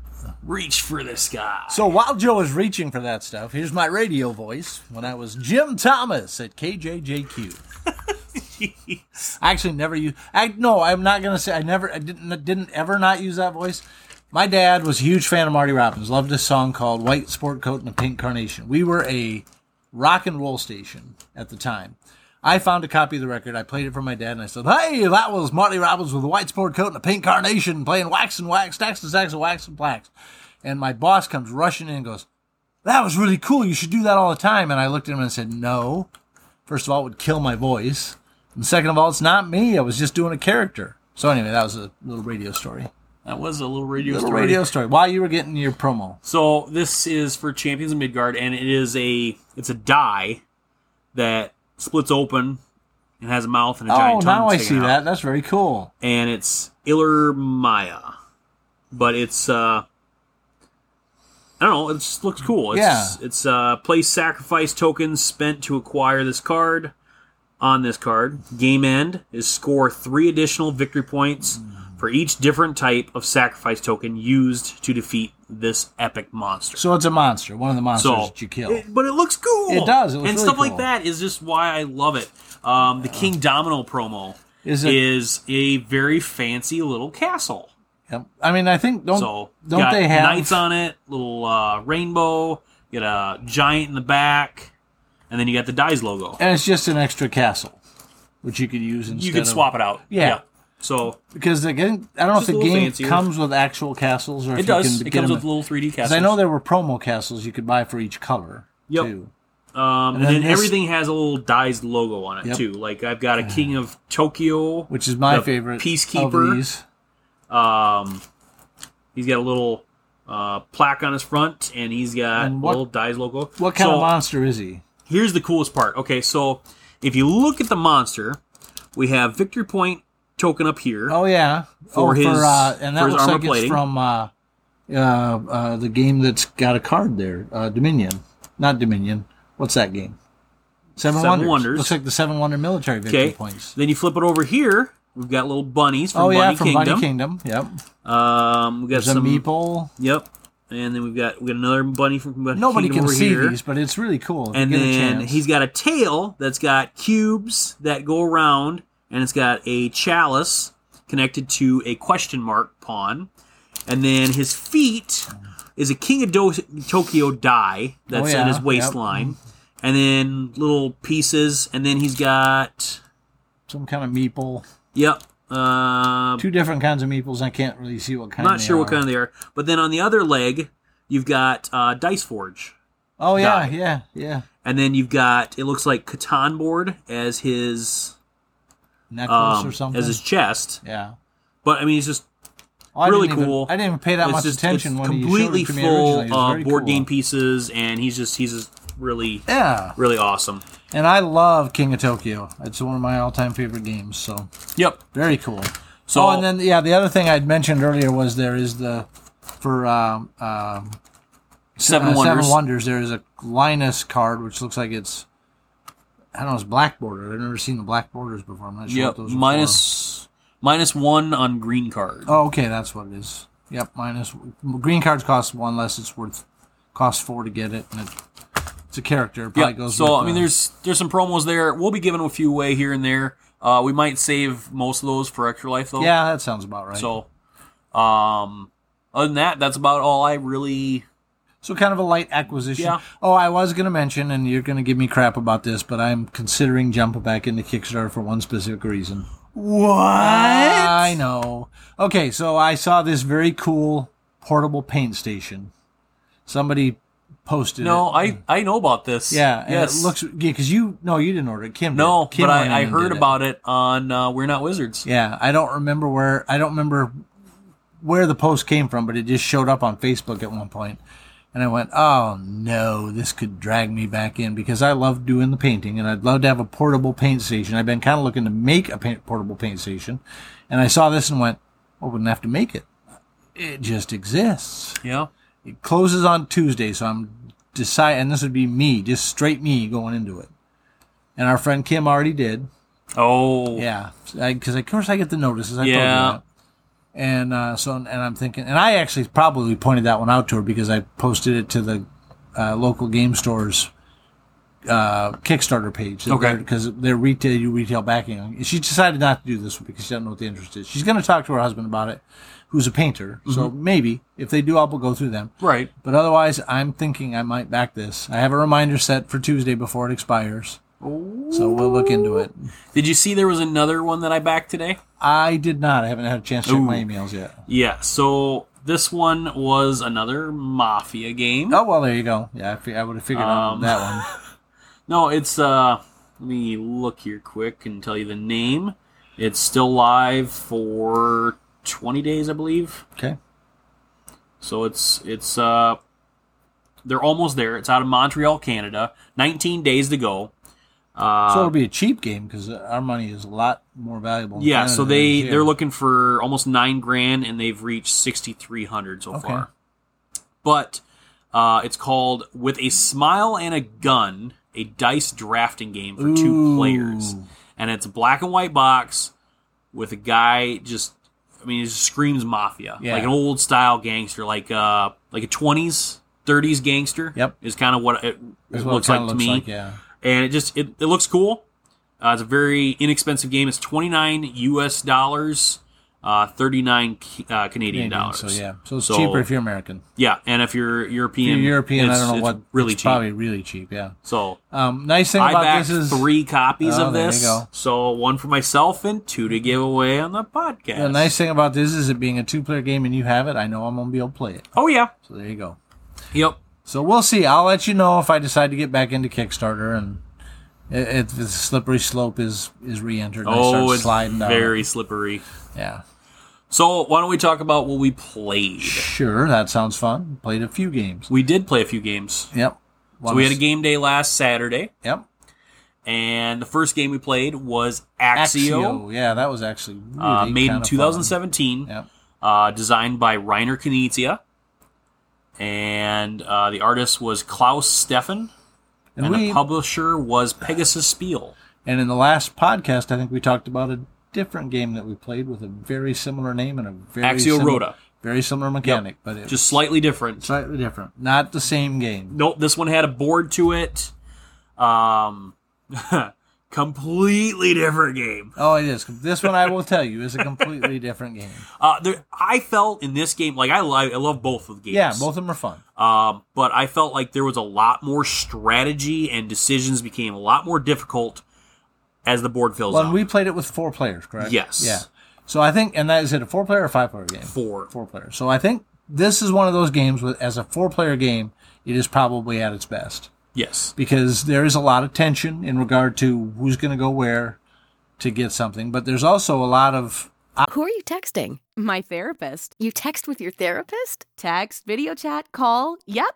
[SPEAKER 3] Reach for this guy.
[SPEAKER 4] So while Joe is reaching for that stuff, here's my radio voice when I was Jim Thomas at KJJQ. I actually never use. I no, I'm not gonna say I never. I didn't didn't ever not use that voice. My dad was a huge fan of Marty Robbins. Loved his song called "White Sport Coat and a Pink Carnation." We were a rock and roll station at the time. I found a copy of the record. I played it for my dad, and I said, "Hey, that was Marty Robbins with a white sport coat and a pink carnation, playing wax and wax, stacks and stacks and wax and blacks." And my boss comes rushing in and goes, "That was really cool. You should do that all the time." And I looked at him and said, "No. First of all, it would kill my voice, and second of all, it's not me. I was just doing a character." So anyway, that was a little radio story.
[SPEAKER 3] That was a little radio
[SPEAKER 4] Little
[SPEAKER 3] story.
[SPEAKER 4] radio story. While you were getting your promo,
[SPEAKER 3] So this is for Champions of Midgard, and it is a it's a die that splits open and has a mouth and a
[SPEAKER 4] oh,
[SPEAKER 3] giant tongue.
[SPEAKER 4] now I see
[SPEAKER 3] sticking out.
[SPEAKER 4] that. That's very cool.
[SPEAKER 3] and it's Iller Maya. But it's uh I don't know, it just looks cool. It's
[SPEAKER 4] Yeah.
[SPEAKER 3] it's uh place sacrifice tokens spent to acquire this card on this card. Game end is score three additional victory points for each different type of sacrifice token used to defeat this epic monster.
[SPEAKER 4] So it's a monster, one of the monsters
[SPEAKER 3] So,
[SPEAKER 4] that you kill.
[SPEAKER 3] It- but it looks cool.
[SPEAKER 4] It does, it looks
[SPEAKER 3] and
[SPEAKER 4] really
[SPEAKER 3] stuff like
[SPEAKER 4] cool.
[SPEAKER 3] that is just why I love it. Um, The King Domino promo
[SPEAKER 4] Is
[SPEAKER 3] is,
[SPEAKER 4] it-
[SPEAKER 3] a very fancy little castle.
[SPEAKER 4] Yep. I mean, I think don't
[SPEAKER 3] so
[SPEAKER 4] don't
[SPEAKER 3] got
[SPEAKER 4] they have
[SPEAKER 3] knights on it, little uh, rainbow, you got a giant in the back, and then you got the dice logo.
[SPEAKER 4] and it's just an extra castle, which you could use instead.
[SPEAKER 3] You could
[SPEAKER 4] of-
[SPEAKER 3] swap it out.
[SPEAKER 4] Yeah.
[SPEAKER 3] So
[SPEAKER 4] because the game. I don't know if
[SPEAKER 3] Just a
[SPEAKER 4] the
[SPEAKER 3] little
[SPEAKER 4] game
[SPEAKER 3] fancier.
[SPEAKER 4] comes with actual castles or if
[SPEAKER 3] it does.
[SPEAKER 4] You can
[SPEAKER 3] It
[SPEAKER 4] get
[SPEAKER 3] comes
[SPEAKER 4] them-
[SPEAKER 3] with little 3D
[SPEAKER 4] 'cause
[SPEAKER 3] castles.
[SPEAKER 4] I know there were promo castles you could buy for each color.
[SPEAKER 3] Yep.
[SPEAKER 4] Too.
[SPEAKER 3] Um, and,
[SPEAKER 4] then
[SPEAKER 3] then,
[SPEAKER 4] this-
[SPEAKER 3] everything has a little dies logo on it
[SPEAKER 4] Yep.
[SPEAKER 3] too. Like I've got a King of Tokyo,
[SPEAKER 4] Which is my
[SPEAKER 3] the
[SPEAKER 4] favorite.
[SPEAKER 3] peacekeeper.
[SPEAKER 4] Of these.
[SPEAKER 3] Um, he's got a little uh, plaque on his front, and he's got
[SPEAKER 4] And
[SPEAKER 3] a
[SPEAKER 4] what-
[SPEAKER 3] little dies logo.
[SPEAKER 4] What kind
[SPEAKER 3] So,
[SPEAKER 4] of monster is he?
[SPEAKER 3] here's the coolest part. Okay, so if you look at the monster, we have victory point token up here.
[SPEAKER 4] Oh yeah,
[SPEAKER 3] For
[SPEAKER 4] oh,
[SPEAKER 3] his-
[SPEAKER 4] uh, and that
[SPEAKER 3] for his
[SPEAKER 4] looks
[SPEAKER 3] armor
[SPEAKER 4] like
[SPEAKER 3] plating.
[SPEAKER 4] it's from uh, uh, uh, the game that's got a card there, uh, Dominion, not Dominion. What's that game? Seven,
[SPEAKER 3] Seven
[SPEAKER 4] Wonders.
[SPEAKER 3] Wonders.
[SPEAKER 4] Looks like the Seven Wonder Military Victory
[SPEAKER 3] okay,
[SPEAKER 4] Points.
[SPEAKER 3] then you flip it over here. We've got little bunnies from
[SPEAKER 4] oh
[SPEAKER 3] Bunny
[SPEAKER 4] yeah, from
[SPEAKER 3] Kingdom.
[SPEAKER 4] Bunny Kingdom. Yep.
[SPEAKER 3] Um, we got
[SPEAKER 4] There's a
[SPEAKER 3] some.
[SPEAKER 4] meeple.
[SPEAKER 3] Yep, and then we've got we got another bunny from Bunny
[SPEAKER 4] Nobody
[SPEAKER 3] Kingdom
[SPEAKER 4] can
[SPEAKER 3] over
[SPEAKER 4] see
[SPEAKER 3] here.
[SPEAKER 4] these, but it's really cool. if you
[SPEAKER 3] and
[SPEAKER 4] get a
[SPEAKER 3] then
[SPEAKER 4] chance.
[SPEAKER 3] he's got a tail that's got cubes that go around and it's got a chalice connected to a question mark pawn and then his feet is a king of Do- tokyo die that's
[SPEAKER 4] Oh,
[SPEAKER 3] in
[SPEAKER 4] yeah,
[SPEAKER 3] his
[SPEAKER 4] yep.
[SPEAKER 3] waistline and then little pieces and then he's got
[SPEAKER 4] some kind of meeple.
[SPEAKER 3] yep uh,
[SPEAKER 4] Two different kinds of meeples. I can't really see what kind.
[SPEAKER 3] not
[SPEAKER 4] they
[SPEAKER 3] sure what
[SPEAKER 4] are.
[SPEAKER 3] kind they are but then on the other leg you've got uh, dice forge
[SPEAKER 4] Oh yeah,
[SPEAKER 3] die.
[SPEAKER 4] yeah, yeah.
[SPEAKER 3] and then you've got it looks like Catan board as his
[SPEAKER 4] Necklace
[SPEAKER 3] um,
[SPEAKER 4] or something.
[SPEAKER 3] as his chest.
[SPEAKER 4] yeah.
[SPEAKER 3] But I mean, it's just
[SPEAKER 4] Oh, I
[SPEAKER 3] really
[SPEAKER 4] didn't even-
[SPEAKER 3] cool.
[SPEAKER 4] I didn't even pay that
[SPEAKER 3] it's
[SPEAKER 4] much
[SPEAKER 3] just-
[SPEAKER 4] attention
[SPEAKER 3] it's
[SPEAKER 4] when
[SPEAKER 3] completely
[SPEAKER 4] you showed it to me
[SPEAKER 3] full
[SPEAKER 4] originally. It was
[SPEAKER 3] of
[SPEAKER 4] very
[SPEAKER 3] board
[SPEAKER 4] cool.
[SPEAKER 3] game pieces, and he's just he's just really
[SPEAKER 4] Yeah,
[SPEAKER 3] really awesome.
[SPEAKER 4] and I love King of Tokyo. It's one of my all-time favorite games. So
[SPEAKER 3] Yep.
[SPEAKER 4] very cool.
[SPEAKER 3] So
[SPEAKER 4] oh, and then yeah, the other thing I'd mentioned earlier was there is the for um, um,
[SPEAKER 3] seven
[SPEAKER 4] uh,
[SPEAKER 3] wonders.
[SPEAKER 4] Seven Wonders. There is a Linus card which looks like it's I don't know, it's black border. I've never seen the black borders before. I'm not sure
[SPEAKER 3] yep.
[SPEAKER 4] what those are for.
[SPEAKER 3] Minus minus one on green card.
[SPEAKER 4] Oh, okay, that's what it is. Yep, minus green cards cost one less. It's worth costs four to get it, and it, it's a character. It probably
[SPEAKER 3] yeah.
[SPEAKER 4] goes.
[SPEAKER 3] So
[SPEAKER 4] with,
[SPEAKER 3] I mean,
[SPEAKER 4] uh,
[SPEAKER 3] there's there's some promos there. We'll be giving a few away here and there. Uh, we might save most of those for extra life though.
[SPEAKER 4] yeah, that sounds about right. So,
[SPEAKER 3] So, um, other than that, that's about all I really.
[SPEAKER 4] so kind of a light acquisition.
[SPEAKER 3] Yeah.
[SPEAKER 4] Oh, I was going to mention, and you're going to give me crap about this, but I'm considering jumping back into Kickstarter for one specific reason.
[SPEAKER 3] What?
[SPEAKER 4] I know. Okay, so I saw this very cool portable paint station. Somebody posted
[SPEAKER 3] No,
[SPEAKER 4] it.
[SPEAKER 3] I I know about this.
[SPEAKER 4] Yeah, and
[SPEAKER 3] Yes.
[SPEAKER 4] it looks yeah because you no you didn't order it. Kim did.
[SPEAKER 3] No,
[SPEAKER 4] Kim
[SPEAKER 3] but
[SPEAKER 4] went in
[SPEAKER 3] I, I
[SPEAKER 4] and
[SPEAKER 3] heard
[SPEAKER 4] did it.
[SPEAKER 3] about it on uh, We're Not Wizards.
[SPEAKER 4] Yeah, I don't remember where I don't remember where the post came from, but it just showed up on Facebook at one point. And I went, "Oh no, this could drag me back in because I love doing the painting and I'd love to have a portable paint station. I've been kind of looking to make a paint, portable paint station." And I saw this and went, "I wouldn't have to make it. It just exists."
[SPEAKER 3] Yeah.
[SPEAKER 4] It closes on Tuesday, so I'm decide and this would be me, just straight me going into it. And our friend Kim already did.
[SPEAKER 3] Oh.
[SPEAKER 4] Yeah, because of course I get the notices. I
[SPEAKER 3] Yeah.
[SPEAKER 4] told you that. And uh, so, and I'm thinking, and I actually probably pointed that one out to her because I posted it to the uh, local game stores uh, Kickstarter page.
[SPEAKER 3] Okay.
[SPEAKER 4] Because they're retail, you retail backing. And She decided not to do this one because she doesn't know what the interest is. She's going to talk to her husband about it, who's a painter. So
[SPEAKER 3] Mm-hmm.
[SPEAKER 4] maybe if they do, I'll go through them.
[SPEAKER 3] Right.
[SPEAKER 4] But otherwise, I'm thinking I might back this. I have a reminder set for Tuesday before it expires. So we'll look into it.
[SPEAKER 3] Did you see there was another one that I backed today?
[SPEAKER 4] I did not. I haven't had a chance to check my
[SPEAKER 3] Ooh.
[SPEAKER 4] emails yet.
[SPEAKER 3] Yeah. So this one was another mafia game.
[SPEAKER 4] Oh well, there you go. Yeah, I, fi- I would have figured out
[SPEAKER 3] Um,
[SPEAKER 4] that one.
[SPEAKER 3] No, it's uh. Let me look here quick and tell you the name. It's still live for 20 days, I believe.
[SPEAKER 4] Okay.
[SPEAKER 3] So it's it's uh they're almost there. It's out of Montreal, Canada. 19 days to go. Uh,
[SPEAKER 4] So it'll be a cheap game because our money is a lot more valuable. in
[SPEAKER 3] Yeah,
[SPEAKER 4] Canada
[SPEAKER 3] so
[SPEAKER 4] than it
[SPEAKER 3] they
[SPEAKER 4] is here.
[SPEAKER 3] they're looking for almost nine grand, and they've reached sixty three hundred so
[SPEAKER 4] Okay.
[SPEAKER 3] far. But uh, it's called "With a Smile and a Gun: A Dice Drafting Game for Two
[SPEAKER 4] Ooh.
[SPEAKER 3] Players," and it's a black and white box with a guy just. I mean, it just screams mafia,
[SPEAKER 4] Yeah.
[SPEAKER 3] like an old style gangster, like uh, like a twenties, thirties gangster.
[SPEAKER 4] Yep.
[SPEAKER 3] is kind of what it, it
[SPEAKER 4] That's what
[SPEAKER 3] looks
[SPEAKER 4] it
[SPEAKER 3] like
[SPEAKER 4] kinda
[SPEAKER 3] to me
[SPEAKER 4] Yeah.
[SPEAKER 3] and it just it, it looks cool. Uh, it's a very inexpensive game. It's twenty nine U.S. dollars, uh, thirty nine uh, Canadian, dollars.
[SPEAKER 4] So yeah, so it's cheaper if you're American.
[SPEAKER 3] yeah, and if you're European,
[SPEAKER 4] If you're European, I
[SPEAKER 3] it's-
[SPEAKER 4] don't know
[SPEAKER 3] it's
[SPEAKER 4] what.
[SPEAKER 3] really
[SPEAKER 4] it's
[SPEAKER 3] cheap.
[SPEAKER 4] Probably really cheap. Yeah.
[SPEAKER 3] So
[SPEAKER 4] Um, nice thing
[SPEAKER 3] I
[SPEAKER 4] about
[SPEAKER 3] backed
[SPEAKER 4] this is
[SPEAKER 3] three copies
[SPEAKER 4] Oh,
[SPEAKER 3] of
[SPEAKER 4] there you
[SPEAKER 3] this.
[SPEAKER 4] go.
[SPEAKER 3] So one for myself and two to give away on the podcast.
[SPEAKER 4] the nice thing about this is it being a two-player game and you have it. I know I'm gonna be able to play it.
[SPEAKER 3] Oh yeah.
[SPEAKER 4] So there you go.
[SPEAKER 3] Yep.
[SPEAKER 4] So we'll see. I'll let you know if I decide to get back into Kickstarter and i- if the slippery slope is is re-entered. and I
[SPEAKER 3] Oh,
[SPEAKER 4] start
[SPEAKER 3] it's
[SPEAKER 4] sliding down.
[SPEAKER 3] very slippery.
[SPEAKER 4] Yeah.
[SPEAKER 3] So why don't we talk about what we played?
[SPEAKER 4] Sure, that sounds fun. Played a few games.
[SPEAKER 3] We did play a few games.
[SPEAKER 4] Yep.
[SPEAKER 3] So we had a game day last Saturday,
[SPEAKER 4] Yep.
[SPEAKER 3] and the first game we played was Axio,
[SPEAKER 4] Yeah, that was actually really
[SPEAKER 3] uh, made in
[SPEAKER 4] kinda fun.
[SPEAKER 3] 2017,
[SPEAKER 4] Yep.
[SPEAKER 3] uh, designed by Reiner Knizia, and uh, the artist was Klaus Steffen,
[SPEAKER 4] And,
[SPEAKER 3] and,
[SPEAKER 4] we,
[SPEAKER 3] the publisher was Pegasus Spiel.
[SPEAKER 4] and in the last podcast, I think we talked about a different game that we played with a very similar name and a very
[SPEAKER 3] Axio
[SPEAKER 4] simi-
[SPEAKER 3] Rhoda.
[SPEAKER 4] very similar mechanic, but it
[SPEAKER 3] Just slightly different.
[SPEAKER 4] slightly different. Not the same game.
[SPEAKER 3] Nope, this one had a board to it. Um, completely different game.
[SPEAKER 4] Oh, it is. This one I will tell you is a completely different game.
[SPEAKER 3] Uh, there, I felt in this game, like I, li- I love both of the games.
[SPEAKER 4] Yeah, both of them are fun.
[SPEAKER 3] Um, but I felt like there was a lot more strategy and decisions became a lot more difficult as the board fills
[SPEAKER 4] Well, and
[SPEAKER 3] out.
[SPEAKER 4] we played it with four players, correct?
[SPEAKER 3] Yes.
[SPEAKER 4] Yeah. So I think, and that is it a four player or five player game?
[SPEAKER 3] Four.
[SPEAKER 4] Four player. So I think this is one of those games with, as a four player game, it is probably at its best
[SPEAKER 3] Yes.
[SPEAKER 4] because there is a lot of tension in regard to who's going to go where to get something, but there's also a lot of
[SPEAKER 1] Who are you texting?
[SPEAKER 5] My therapist.
[SPEAKER 1] You text with your therapist?
[SPEAKER 5] Text, video chat, call. Yep.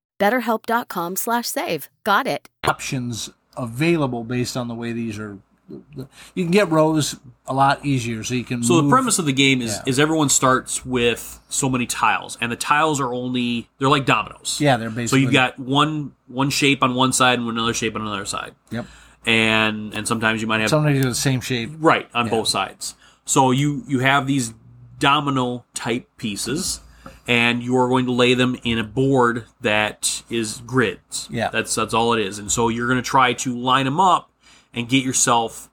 [SPEAKER 1] BetterHelp.com slash save. Got it.
[SPEAKER 4] options available based on the way these are. You can get rows a lot easier, so you can.
[SPEAKER 3] So the
[SPEAKER 4] move-
[SPEAKER 3] premise of the game is
[SPEAKER 4] Yeah.
[SPEAKER 3] is everyone starts with so many tiles, and the tiles are only they're like dominoes.
[SPEAKER 4] Yeah, they're
[SPEAKER 3] So
[SPEAKER 4] basically.
[SPEAKER 3] you've got one one shape on one side and another shape on another side,
[SPEAKER 4] Yep.
[SPEAKER 3] and and sometimes you might have
[SPEAKER 4] Somebody's the same shape.
[SPEAKER 3] right on both sides so you you have these domino type pieces and you are going to lay them in a board that is grids
[SPEAKER 4] Yeah.
[SPEAKER 3] that's that's all it is and so you're going to try to line them up and get yourself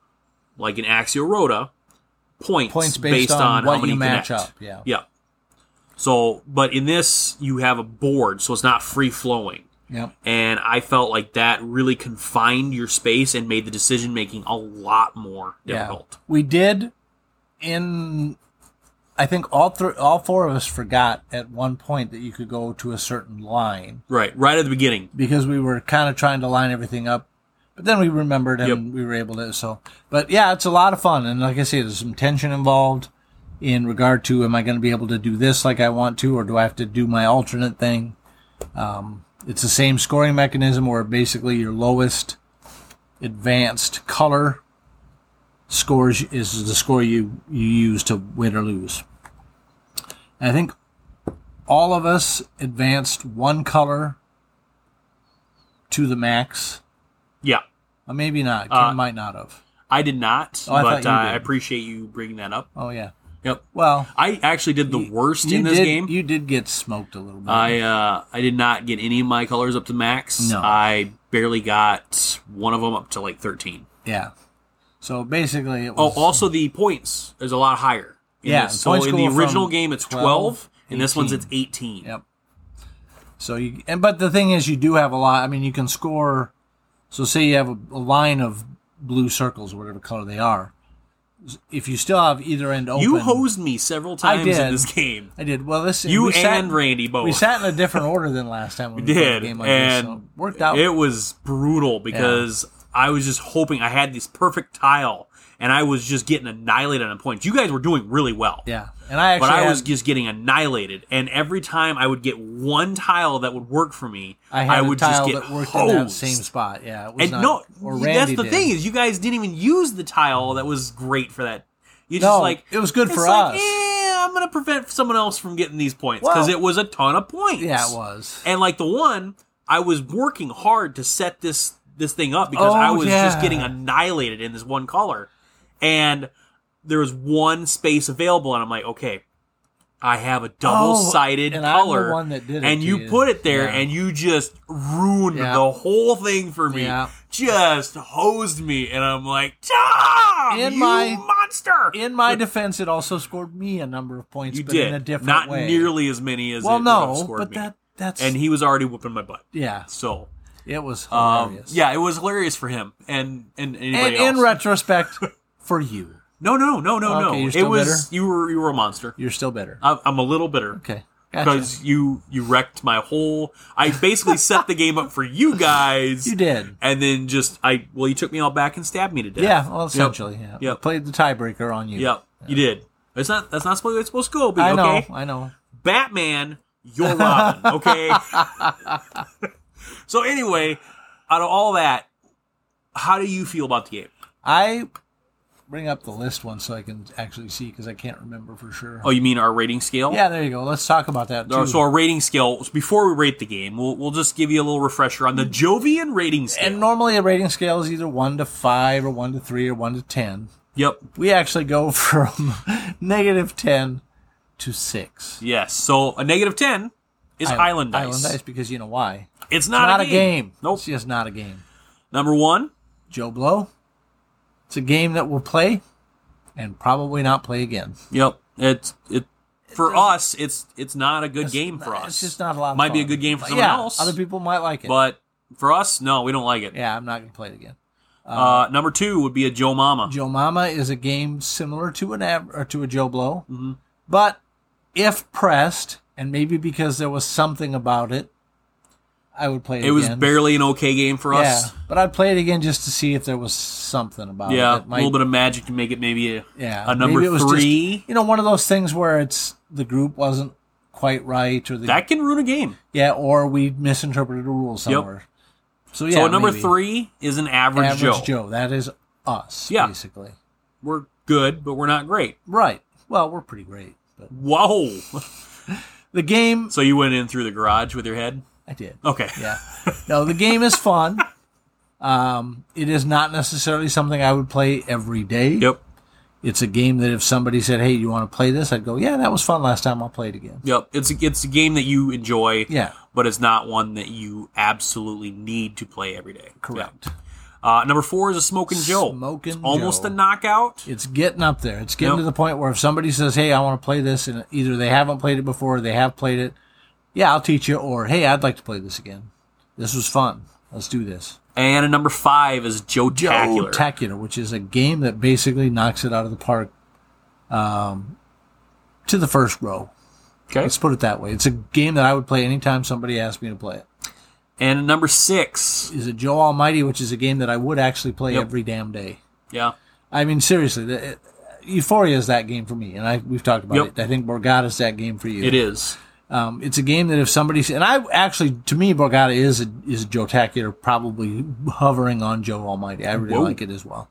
[SPEAKER 3] like an axial rota points,
[SPEAKER 4] Points based on
[SPEAKER 3] on,
[SPEAKER 4] what
[SPEAKER 3] how many
[SPEAKER 4] you match
[SPEAKER 3] connect.
[SPEAKER 4] up, yeah.
[SPEAKER 3] yeah so but in this you have a board so it's not free flowing
[SPEAKER 4] Yep.
[SPEAKER 3] and i felt like that really confined your space and made the decision making a lot more difficult
[SPEAKER 4] We did in I think all three all four of us forgot at one point that you could go to a certain line
[SPEAKER 3] Right, right at the beginning.
[SPEAKER 4] because we were kind of trying to line everything up. But then we remembered and
[SPEAKER 3] Yep.
[SPEAKER 4] we were able to so but yeah, it's a lot of fun and like I say there's some tension involved in regard to am I going to be able to do this like I want to or do I have to do my alternate thing? Um, it's the same scoring mechanism where basically your lowest advanced color scores is the score you, you use to win or lose. I think all of us advanced one color to the max.
[SPEAKER 3] Yeah,
[SPEAKER 4] Or maybe not. Kim
[SPEAKER 3] Uh,
[SPEAKER 4] might not have.
[SPEAKER 3] I did not,
[SPEAKER 4] Oh, I
[SPEAKER 3] but uh,
[SPEAKER 4] thought you
[SPEAKER 3] I
[SPEAKER 4] did.
[SPEAKER 3] appreciate you bringing that up.
[SPEAKER 4] Oh yeah.
[SPEAKER 3] Yep.
[SPEAKER 4] Well,
[SPEAKER 3] I actually did the worst
[SPEAKER 4] you
[SPEAKER 3] in this
[SPEAKER 4] did,
[SPEAKER 3] game.
[SPEAKER 4] You did get smoked a little bit.
[SPEAKER 3] I uh, I did not get any of my colors up to max.
[SPEAKER 4] No.
[SPEAKER 3] I barely got one of them up to like thirteen.
[SPEAKER 4] yeah. So basically, it
[SPEAKER 3] Oh,
[SPEAKER 4] was
[SPEAKER 3] also the points is a lot higher. in
[SPEAKER 4] Yeah,
[SPEAKER 3] this. so
[SPEAKER 4] points
[SPEAKER 3] in the
[SPEAKER 4] go
[SPEAKER 3] original
[SPEAKER 4] from
[SPEAKER 3] game it's
[SPEAKER 4] 12,
[SPEAKER 3] twelve, in this one's
[SPEAKER 4] 18.
[SPEAKER 3] it's eighteen.
[SPEAKER 4] Yep. So you and but the thing is, you do have a lot. I mean, you can score. So say you have a, a line of blue circles, whatever color they are. If you still have either end open,
[SPEAKER 3] You hosed me several times in
[SPEAKER 4] did.
[SPEAKER 3] this game.
[SPEAKER 4] I did well. This
[SPEAKER 3] You
[SPEAKER 4] we sat-
[SPEAKER 3] and Randy both.
[SPEAKER 4] We sat in a different order than last time. When we, played
[SPEAKER 3] did
[SPEAKER 4] a game like
[SPEAKER 3] and
[SPEAKER 4] this, so it worked out.
[SPEAKER 3] It was brutal because I was just hoping I had this perfect tile, and I was just getting annihilated on points. You guys were doing really well,
[SPEAKER 4] yeah, and I actually
[SPEAKER 3] but I
[SPEAKER 4] had-
[SPEAKER 3] was just getting annihilated. And every time I would get one tile that would work for me,
[SPEAKER 4] I had
[SPEAKER 3] would
[SPEAKER 4] a tile
[SPEAKER 3] just get
[SPEAKER 4] that worked
[SPEAKER 3] hosed.
[SPEAKER 4] in that same spot. Yeah, it was
[SPEAKER 3] and
[SPEAKER 4] not,
[SPEAKER 3] no,
[SPEAKER 4] or
[SPEAKER 3] y-
[SPEAKER 4] Randy
[SPEAKER 3] that's the
[SPEAKER 4] did.
[SPEAKER 3] thing is you guys didn't even use the tile that was great for that. You
[SPEAKER 4] No,
[SPEAKER 3] just like
[SPEAKER 4] it was good
[SPEAKER 3] it's
[SPEAKER 4] for
[SPEAKER 3] like,
[SPEAKER 4] us.
[SPEAKER 3] eh, I'm gonna prevent someone else from getting these points because
[SPEAKER 4] Well-
[SPEAKER 3] it was a ton of points.
[SPEAKER 4] Yeah, it was.
[SPEAKER 3] And like the one, I was working hard to set this this thing up because
[SPEAKER 4] Oh,
[SPEAKER 3] I was just
[SPEAKER 4] yeah.
[SPEAKER 3] getting annihilated in this one color, and there was one space available, and I'm like, okay, I have a double sided
[SPEAKER 4] Oh, and I'm the
[SPEAKER 3] color,
[SPEAKER 4] one that did it
[SPEAKER 3] and
[SPEAKER 4] to
[SPEAKER 3] you
[SPEAKER 4] you.
[SPEAKER 3] put it there,
[SPEAKER 4] Yeah.
[SPEAKER 3] and you just ruined
[SPEAKER 4] Yeah.
[SPEAKER 3] the whole thing for me.
[SPEAKER 4] Yeah.
[SPEAKER 3] Just hosed me, and I'm like, Tom,
[SPEAKER 4] In
[SPEAKER 3] you
[SPEAKER 4] my-
[SPEAKER 3] monster.
[SPEAKER 4] In my defense, it also scored me a number of points,
[SPEAKER 3] you
[SPEAKER 4] but
[SPEAKER 3] did
[SPEAKER 4] in a different
[SPEAKER 3] not
[SPEAKER 4] way.
[SPEAKER 3] nearly as many as
[SPEAKER 4] Well,
[SPEAKER 3] it would have
[SPEAKER 4] no,
[SPEAKER 3] scored
[SPEAKER 4] but
[SPEAKER 3] me.
[SPEAKER 4] that that's
[SPEAKER 3] and he was already whooping my butt.
[SPEAKER 4] yeah,
[SPEAKER 3] So,
[SPEAKER 4] it was
[SPEAKER 3] um,
[SPEAKER 4] hilarious.
[SPEAKER 3] yeah, it was hilarious for him and and
[SPEAKER 4] and
[SPEAKER 3] anybody
[SPEAKER 4] in
[SPEAKER 3] else.
[SPEAKER 4] retrospect, for you,
[SPEAKER 3] no, no, no, no,
[SPEAKER 4] Okay,
[SPEAKER 3] no.
[SPEAKER 4] you're
[SPEAKER 3] it
[SPEAKER 4] still
[SPEAKER 3] was
[SPEAKER 4] bitter?
[SPEAKER 3] you were you were a monster.
[SPEAKER 4] you're still bitter.
[SPEAKER 3] I, I'm a little bitter
[SPEAKER 4] Okay, gotcha.
[SPEAKER 3] because you you wrecked my whole. I basically set the game up for you guys.
[SPEAKER 4] you did.
[SPEAKER 3] and then just I well, you took me all back and stabbed me to death.
[SPEAKER 4] Yeah, well, essentially, yeah.
[SPEAKER 3] Yep.
[SPEAKER 4] Played the tiebreaker on you.
[SPEAKER 3] Yep, you did. It's not that's not supposed it's supposed to go. Be
[SPEAKER 4] I know,
[SPEAKER 3] okay.
[SPEAKER 4] I know.
[SPEAKER 3] Batman, you're Robin, okay? so anyway, out of all that, how do you feel about the game?
[SPEAKER 4] I bring up the list one so I can actually see because I can't remember for sure.
[SPEAKER 3] Oh, you mean our rating scale?
[SPEAKER 4] yeah, there you go. Let's talk about that.
[SPEAKER 3] Uh,
[SPEAKER 4] Too.
[SPEAKER 3] So our rating scale. Before we rate the game, we'll we'll just give you a little refresher on the Jovian rating scale.
[SPEAKER 4] Mm. and normally a rating scale is either one to five or one to three or one to ten.
[SPEAKER 3] yep.
[SPEAKER 4] We actually go from negative ten to six.
[SPEAKER 3] Yes. So a negative ten is Island, Dice.
[SPEAKER 4] Island Dice because you know why.
[SPEAKER 3] It's
[SPEAKER 4] It's
[SPEAKER 3] not,
[SPEAKER 4] not a game.
[SPEAKER 3] Nope.
[SPEAKER 4] It's just not a game.
[SPEAKER 3] Number one.
[SPEAKER 4] Joe Blow. It's a game that we'll play and probably not play again.
[SPEAKER 3] Yep. It's it. For us, it's it's not a good game for us.
[SPEAKER 4] It's just not a lot. Of
[SPEAKER 3] Might be a
[SPEAKER 4] fun.
[SPEAKER 3] good game for someone
[SPEAKER 4] yeah,
[SPEAKER 3] else.
[SPEAKER 4] Other people might like it,
[SPEAKER 3] But for us, no, we don't like it.
[SPEAKER 4] yeah, I'm not gonna play it again.
[SPEAKER 3] Uh, number two would be a Joe Mama.
[SPEAKER 4] Joe Mama is a game similar to an av- or to a Joe Blow,
[SPEAKER 3] Mm-hmm.
[SPEAKER 4] but if pressed, and maybe because there was something about it, I would play it.
[SPEAKER 3] it was
[SPEAKER 4] again.
[SPEAKER 3] barely an okay game for us.
[SPEAKER 4] Yeah, but I'd play it again just to see if there was something about
[SPEAKER 3] Yeah,
[SPEAKER 4] it. that
[SPEAKER 3] a little bit of magic to make it maybe a,
[SPEAKER 4] yeah,
[SPEAKER 3] a number
[SPEAKER 4] maybe it was just,
[SPEAKER 3] three.
[SPEAKER 4] you know, one of those things where it's the group wasn't quite right, or the
[SPEAKER 3] that can ruin a game.
[SPEAKER 4] yeah, or we misinterpreted a rule somewhere. So yeah,
[SPEAKER 3] so a number
[SPEAKER 4] maybe.
[SPEAKER 3] three is an average,
[SPEAKER 4] average
[SPEAKER 3] Joe.
[SPEAKER 4] That is us,
[SPEAKER 3] Yeah.
[SPEAKER 4] basically.
[SPEAKER 3] We're good, but we're not great.
[SPEAKER 4] Right. Well, we're pretty great. But
[SPEAKER 3] Whoa!
[SPEAKER 4] the game,
[SPEAKER 3] so you went in through the garage with your head.
[SPEAKER 4] I did.
[SPEAKER 3] Okay.
[SPEAKER 4] Yeah. No, the game is fun. Um, it is not necessarily something I would play every day.
[SPEAKER 3] Yep.
[SPEAKER 4] It's a game that if somebody said, "Hey, you want to play this?" I'd go, "Yeah, that was fun last time. I'll play it again."
[SPEAKER 3] Yep. It's a, it's a game that you enjoy.
[SPEAKER 4] Yeah.
[SPEAKER 3] But it's not one that you absolutely need to play every day.
[SPEAKER 4] Correct.
[SPEAKER 3] Yeah. Uh, number four is a Smokin' Joe.
[SPEAKER 4] Smokin'
[SPEAKER 3] It's almost
[SPEAKER 4] Joe.
[SPEAKER 3] a knockout.
[SPEAKER 4] It's getting up there. It's getting
[SPEAKER 3] Yep.
[SPEAKER 4] to the point where if somebody says, "Hey, I want to play this," and either they haven't played it before, or they have played it, yeah, I'll teach you. Or, "Hey, I'd like to play this again. This was fun. Let's do this."
[SPEAKER 3] And a number five is Joe Tacular.
[SPEAKER 4] Tacular, which is a game that basically knocks it out of the park um, to the first row.
[SPEAKER 3] okay.
[SPEAKER 4] Let's put it that way. It's a game that I would play anytime somebody asked me to play it.
[SPEAKER 3] And a number six.
[SPEAKER 4] Is it Joe Almighty, which is a game that I would actually play
[SPEAKER 3] Yep.
[SPEAKER 4] every damn day.
[SPEAKER 3] Yeah.
[SPEAKER 4] I mean, seriously, the, it, Euphoria is that game for me, and I we've talked about
[SPEAKER 3] Yep.
[SPEAKER 4] it. I think Borgata is that game for you.
[SPEAKER 3] It is.
[SPEAKER 4] Um, it's a game that if somebody and I actually to me Borgata is a, is Joe Tacular probably hovering on Joe Almighty. I really
[SPEAKER 3] Whoa.
[SPEAKER 4] like it as well.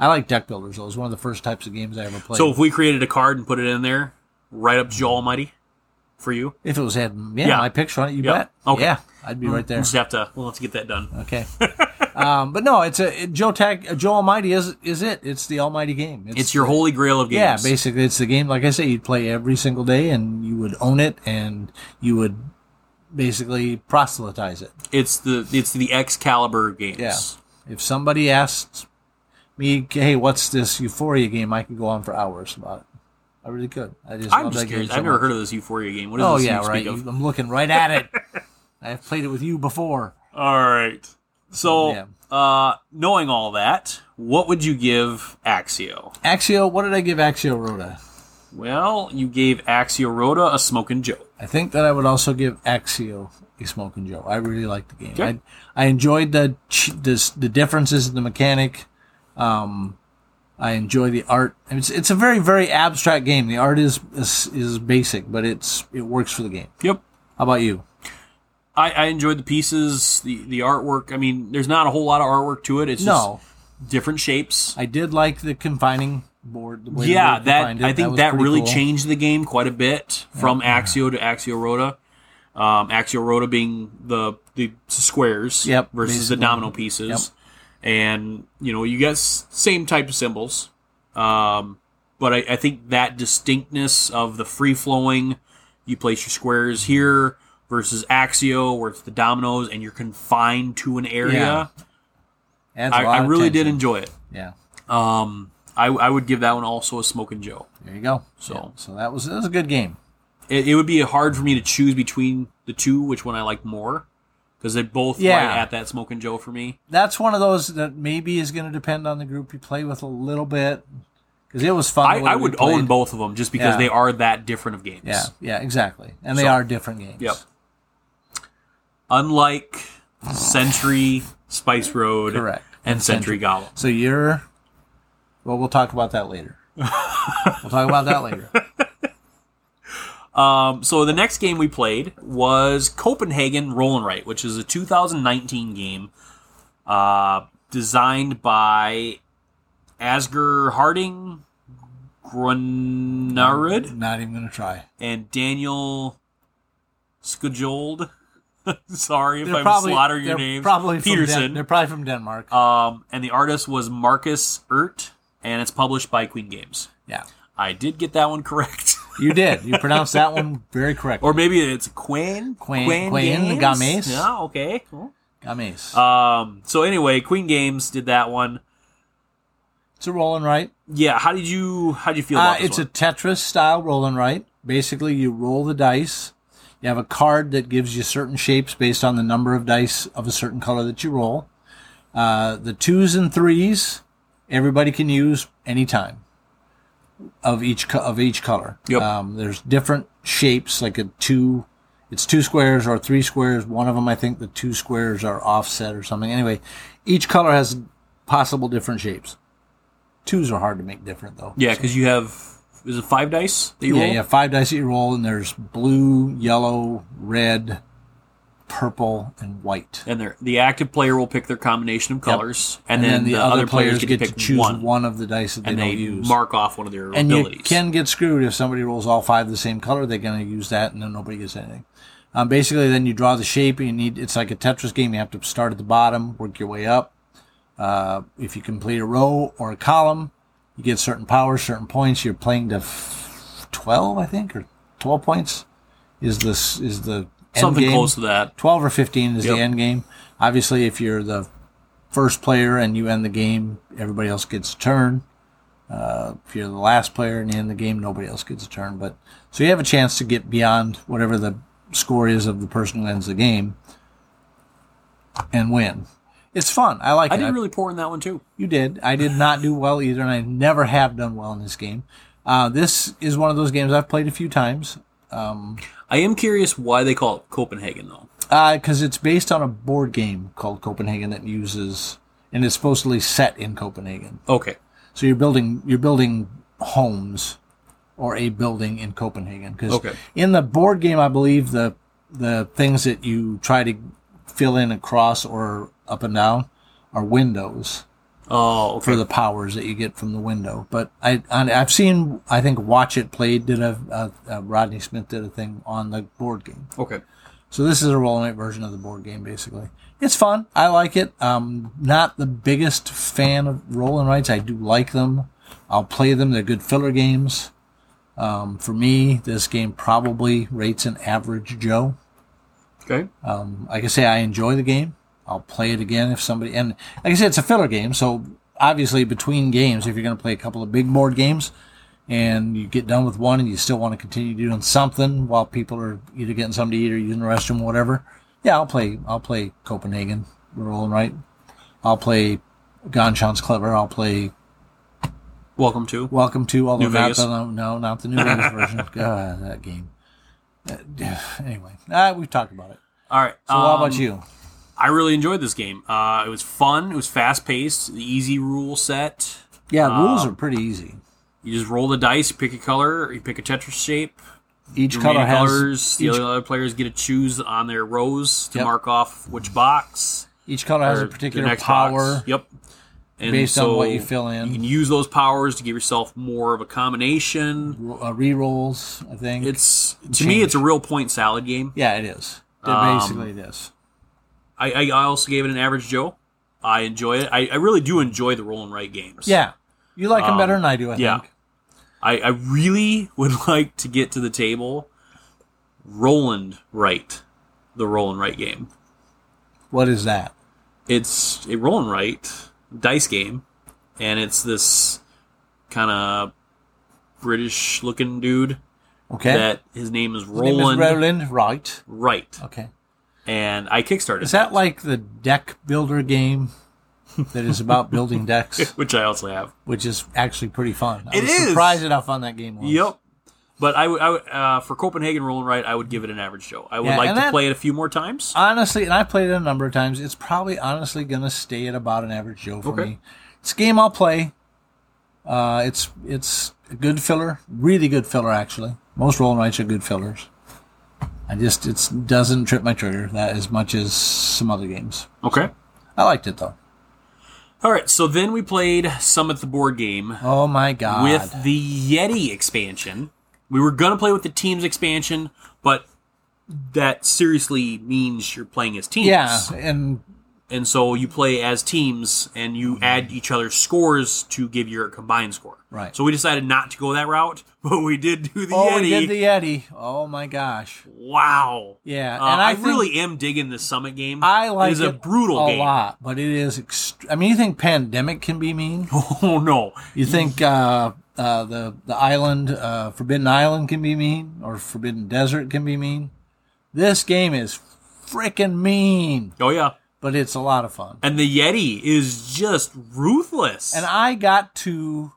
[SPEAKER 4] I like deck builders though. It's one of the first types of games I ever played.
[SPEAKER 3] So if we created a card and put it in there, right up to Joe Almighty for you,
[SPEAKER 4] If it was had yeah,
[SPEAKER 3] Yeah.
[SPEAKER 4] my picture on it, you
[SPEAKER 3] Yeah.
[SPEAKER 4] bet.
[SPEAKER 3] Okay.
[SPEAKER 4] Yeah, I'd be right
[SPEAKER 3] we'll
[SPEAKER 4] there.
[SPEAKER 3] just have to we'll have to get that done.
[SPEAKER 4] Okay. um, but no, it's a it- Joe Tag Joe Almighty is is it. It's the Almighty game.
[SPEAKER 3] It's your holy grail of games.
[SPEAKER 4] Yeah, basically it's the game like I say you'd play every single day and you would own it and you would basically proselytize it.
[SPEAKER 3] It's the it's the Excalibur games.
[SPEAKER 4] Yeah. If somebody asked me, "Hey, what's this Euphoria game?" I could go on for hours about it. I really could. I just
[SPEAKER 3] I'm
[SPEAKER 4] love
[SPEAKER 3] just
[SPEAKER 4] that
[SPEAKER 3] curious.
[SPEAKER 4] game so
[SPEAKER 3] I've never
[SPEAKER 4] much.
[SPEAKER 3] heard of this Euphoria game. What is
[SPEAKER 4] Oh
[SPEAKER 3] this
[SPEAKER 4] yeah,
[SPEAKER 3] you
[SPEAKER 4] right.
[SPEAKER 3] speak of?
[SPEAKER 4] I'm looking right at it. I've played it with you before.
[SPEAKER 3] All right. So,
[SPEAKER 4] Yeah.
[SPEAKER 3] uh, knowing all that, what would you give Axio?
[SPEAKER 4] Axio, what did I give Axio Rhoda?
[SPEAKER 3] Well, you gave Axio Rhoda a smoking Joe.
[SPEAKER 4] I think that I would also give Axio a Smoking Joe. I really liked the game.
[SPEAKER 3] Okay.
[SPEAKER 4] I I enjoyed the ch- this, the differences in the mechanic. Um, I enjoy the art. And It's it's a very very abstract game. The art is is, is basic, but it's it works for the game.
[SPEAKER 3] Yep.
[SPEAKER 4] How about you?
[SPEAKER 3] I, I enjoyed the pieces, the the artwork. I mean, there's not a whole lot of artwork to it. It's
[SPEAKER 4] No,
[SPEAKER 3] just different shapes.
[SPEAKER 4] I did like the confining board. The way the
[SPEAKER 3] yeah,
[SPEAKER 4] board
[SPEAKER 3] that
[SPEAKER 4] confined it.
[SPEAKER 3] I think
[SPEAKER 4] was
[SPEAKER 3] that,
[SPEAKER 4] pretty
[SPEAKER 3] really
[SPEAKER 4] cool.
[SPEAKER 3] changed the game quite a bit from Axio to Axio Rhoda. Um, Axio Rhoda being the the squares
[SPEAKER 4] Yep,
[SPEAKER 3] versus the
[SPEAKER 4] basically.
[SPEAKER 3] domino pieces, and you know you get s- same type of symbols, um, but I, I think that distinctness of the free flowing, you place your squares here versus Axio, where it's the dominoes and you're confined to an area.
[SPEAKER 4] Adds a
[SPEAKER 3] I,
[SPEAKER 4] lot
[SPEAKER 3] I
[SPEAKER 4] of
[SPEAKER 3] really did
[SPEAKER 4] tension.
[SPEAKER 3] enjoy it.
[SPEAKER 4] Yeah,
[SPEAKER 3] Um, I, I would give that one also a Smoke and Joe.
[SPEAKER 4] there you go.
[SPEAKER 3] So-
[SPEAKER 4] Yeah, so that was that was a good game.
[SPEAKER 3] It, it would be hard for me to choose between the two, which one I like more, because they both
[SPEAKER 4] Yeah.
[SPEAKER 3] right at that Smoke and Joe for me.
[SPEAKER 4] That's one of those that maybe is going to depend on the group you play with a little bit, because it was fun.
[SPEAKER 3] I,
[SPEAKER 4] the way
[SPEAKER 3] I
[SPEAKER 4] we
[SPEAKER 3] would
[SPEAKER 4] played.
[SPEAKER 3] own both of them just because
[SPEAKER 4] Yeah.
[SPEAKER 3] they are that different of games.
[SPEAKER 4] Yeah, yeah, exactly. And they
[SPEAKER 3] So-
[SPEAKER 4] are different games.
[SPEAKER 3] Yep. Unlike Sentry, Spice Road,
[SPEAKER 4] Correct.
[SPEAKER 3] and Sentry Golem.
[SPEAKER 4] So you're. Well, we'll talk about that later. we'll talk about that later.
[SPEAKER 3] Um, so the next game we played was Copenhagen Roll and Right, which is a 2019 game uh, designed by Asger Harding Grunarud
[SPEAKER 4] Not even going to try.
[SPEAKER 3] and Daniel Skajold. Sorry if
[SPEAKER 4] They're
[SPEAKER 3] I'm slaughtering your
[SPEAKER 4] they're
[SPEAKER 3] names.
[SPEAKER 4] Probably from Den-
[SPEAKER 3] Peterson.
[SPEAKER 4] they're probably from Denmark.
[SPEAKER 3] um, and the artist was Marcus Ert, and it's published by Queen Games.
[SPEAKER 4] yeah,
[SPEAKER 3] I did get that one correct,
[SPEAKER 4] you did. You pronounced that one very correctly.
[SPEAKER 3] or maybe it's Queen
[SPEAKER 4] Queen- Queen Games?
[SPEAKER 3] Yeah, okay. Cool.
[SPEAKER 4] Gamis.
[SPEAKER 3] Um, so anyway, Queen Games did that one.
[SPEAKER 4] it's a rolling right.
[SPEAKER 3] Yeah, how did you how did you feel
[SPEAKER 4] Uh,
[SPEAKER 3] about this
[SPEAKER 4] it's
[SPEAKER 3] one?
[SPEAKER 4] a Tetris style rolling right. Basically, you roll the dice. You have a card that gives you certain shapes based on the number of dice of a certain color that you roll. Uh, the twos and threes, everybody can use anytime of each co- of each color.
[SPEAKER 3] Yep.
[SPEAKER 4] Um, there's different shapes, like a two. It's two squares or three squares. One of them, I think, the two squares are offset or something. Anyway, each color has possible different shapes. Twos are hard to make different though.
[SPEAKER 3] yeah, because you have is it five dice that you
[SPEAKER 4] yeah,
[SPEAKER 3] roll?
[SPEAKER 4] you have five dice that you roll, and there's blue, yellow, red, purple, and white.
[SPEAKER 3] And they're- the active player will pick their combination of colors, and,
[SPEAKER 4] And,
[SPEAKER 3] then, the, other
[SPEAKER 4] players,
[SPEAKER 3] get,
[SPEAKER 4] get to
[SPEAKER 3] pick
[SPEAKER 4] choose
[SPEAKER 3] one,
[SPEAKER 4] one. of the dice that they,
[SPEAKER 3] and they
[SPEAKER 4] don't use.
[SPEAKER 3] mark off one of their
[SPEAKER 4] and you
[SPEAKER 3] abilities.
[SPEAKER 4] can get screwed if somebody rolls all five the same color. They're going to use that, and then nobody gets anything. Um, basically, then you draw the shape. And you need it's like a Tetris game. You have to start at the bottom, work your way up. Uh, if you complete a row or a column, you get certain powers, certain points. You're playing to f- twelve, I think, or twelve points is this is the end
[SPEAKER 3] something
[SPEAKER 4] game.
[SPEAKER 3] close to that.
[SPEAKER 4] 12 or 15 is
[SPEAKER 3] Yep.
[SPEAKER 4] the end game. Obviously, if you're the first player and you end the game, everybody else gets a turn. Uh, if you're the last player and you end the game, nobody else gets a turn. But so you have a chance to get beyond whatever the score is of the person who ends the game and win. It's fun. I like
[SPEAKER 3] I
[SPEAKER 4] it.
[SPEAKER 3] did really poor in that one too.
[SPEAKER 4] You did. I did not do well either, and I never have done well in this game. Uh, this is one of those games I've played a few times
[SPEAKER 3] I am curious why they call it Copenhagen though.
[SPEAKER 4] because Uh, it's based on a board game called Copenhagen that uses and is supposedly set in Copenhagen.
[SPEAKER 3] Okay,
[SPEAKER 4] So you're building you're building homes or a building in Copenhagen because
[SPEAKER 3] Okay.
[SPEAKER 4] in the board game, I believe the the things that you try to fill in across or up and down are windows
[SPEAKER 3] oh okay.
[SPEAKER 4] for the powers that you get from the window. But I, and I've seen, I think Watch It Played did a, a, a Rodney Smith did a thing on the board game.
[SPEAKER 3] Okay.
[SPEAKER 4] So this is a roll and write version of the board game, basically. It's fun. I like it. Um, not the biggest fan of roll and writes. I do like them. I'll play them. They're good filler games. Um, for me, this game probably rates an average Joe.
[SPEAKER 3] Okay.
[SPEAKER 4] Like I say, I enjoy the game. I'll play it again if somebody and like I said, it's a filler game. So obviously, between games, if you're going to play a couple of big board games and you get done with one and you still want to continue doing something while people are either getting something to eat or using the restroom, whatever, yeah, I'll play. I'll play Copenhagen. We're rolling right. I'll play Gonchan's Clever. I'll play
[SPEAKER 3] Welcome to.
[SPEAKER 4] Welcome to although
[SPEAKER 3] New
[SPEAKER 4] not
[SPEAKER 3] Vegas.
[SPEAKER 4] the no, no, not the New Vegas version. God, that game. Uh, anyway, uh, we've talked about it.
[SPEAKER 3] All right.
[SPEAKER 4] So, how
[SPEAKER 3] um,
[SPEAKER 4] about you?
[SPEAKER 3] I really enjoyed this game. Uh, it was fun. It was fast paced. The easy rule set.
[SPEAKER 4] Yeah, rules
[SPEAKER 3] Um,
[SPEAKER 4] are pretty easy.
[SPEAKER 3] You just roll the dice. You pick a color. You pick a Tetris shape.
[SPEAKER 4] Each
[SPEAKER 3] Your
[SPEAKER 4] color
[SPEAKER 3] color
[SPEAKER 4] has
[SPEAKER 3] colors. The
[SPEAKER 4] each,
[SPEAKER 3] other- other players get to choose on their rows to
[SPEAKER 4] Yep.
[SPEAKER 3] mark off which box
[SPEAKER 4] each color has
[SPEAKER 3] or
[SPEAKER 4] a
[SPEAKER 3] the
[SPEAKER 4] particular
[SPEAKER 3] next box.
[SPEAKER 4] power.
[SPEAKER 3] Yep. And
[SPEAKER 4] based on
[SPEAKER 3] so
[SPEAKER 4] what you fill in.
[SPEAKER 3] you can use those powers to give yourself more of a combination.
[SPEAKER 4] ro- Uh, re-rolls, I think.
[SPEAKER 3] It's to me, it's a real point salad game. um,
[SPEAKER 4] yeah, it is. It basically it is.
[SPEAKER 3] I, I I also gave it an average Joe. I enjoy it. I, I really do enjoy the roll and write games.
[SPEAKER 4] Yeah. You like them better than I do, I
[SPEAKER 3] um, yeah.
[SPEAKER 4] think.
[SPEAKER 3] I, I really would like to get to the table Roland Wright, the Roland Wright game.
[SPEAKER 4] What is that?
[SPEAKER 3] It's a Roland Wright dice game, and it's this kind of British looking dude
[SPEAKER 4] Okay.
[SPEAKER 3] that his name is
[SPEAKER 4] His name is
[SPEAKER 3] Roland
[SPEAKER 4] Roland Wright.
[SPEAKER 3] Wright.
[SPEAKER 4] Okay.
[SPEAKER 3] And I kickstarted
[SPEAKER 4] Is that like the deck builder game that is about building
[SPEAKER 3] it,
[SPEAKER 4] decks,
[SPEAKER 3] which I also have.
[SPEAKER 4] which is actually pretty fun? I
[SPEAKER 3] It
[SPEAKER 4] was
[SPEAKER 3] is!
[SPEAKER 4] surprised at how fun that game was.
[SPEAKER 3] Yep. But I would, I would uh, for Copenhagen Roland Wright, I would give it an average Joe. I would
[SPEAKER 4] Yeah,
[SPEAKER 3] like to
[SPEAKER 4] and that-
[SPEAKER 3] play it a few more times.
[SPEAKER 4] honestly, and I played it a number of times. It's probably honestly going to stay at about an average Joe for
[SPEAKER 3] Okay.
[SPEAKER 4] me. It's a game I'll play. Uh, it's it's a good filler, really good filler actually. Most roll and rights are good fillers. I just it doesn't trip my trigger that as much as some other games.
[SPEAKER 3] Okay.
[SPEAKER 4] I liked it though.
[SPEAKER 3] All right. So then we played Summit the board game.
[SPEAKER 4] Oh my god!
[SPEAKER 3] with the Yeti expansion. We were gonna play with the teams expansion, but that seriously means you're playing as teams.
[SPEAKER 4] yeah, and
[SPEAKER 3] And so you play as teams and
[SPEAKER 4] Mm-hmm.
[SPEAKER 3] you add each other's scores to give your combined score.
[SPEAKER 4] Right.
[SPEAKER 3] So we decided not to go that route, but we did do the
[SPEAKER 4] oh,
[SPEAKER 3] Yeti.
[SPEAKER 4] we did the Yeti. Oh my gosh!
[SPEAKER 3] wow.
[SPEAKER 4] Yeah,
[SPEAKER 3] Uh,
[SPEAKER 4] and
[SPEAKER 3] I,
[SPEAKER 4] I think-
[SPEAKER 3] really am digging this summit game.
[SPEAKER 4] I
[SPEAKER 3] it.
[SPEAKER 4] like
[SPEAKER 3] It's a brutal
[SPEAKER 4] a
[SPEAKER 3] game.
[SPEAKER 4] lot, but it is. Ext- I mean, you think pandemic can be mean?
[SPEAKER 3] Oh no.
[SPEAKER 4] You think uh, uh, the the island, uh, Forbidden Island, can be mean, or Forbidden Desert can be mean? This game is freaking mean,
[SPEAKER 3] Oh yeah.
[SPEAKER 4] but it's a lot of fun.
[SPEAKER 3] And the Yeti is just ruthless.
[SPEAKER 4] And I got to.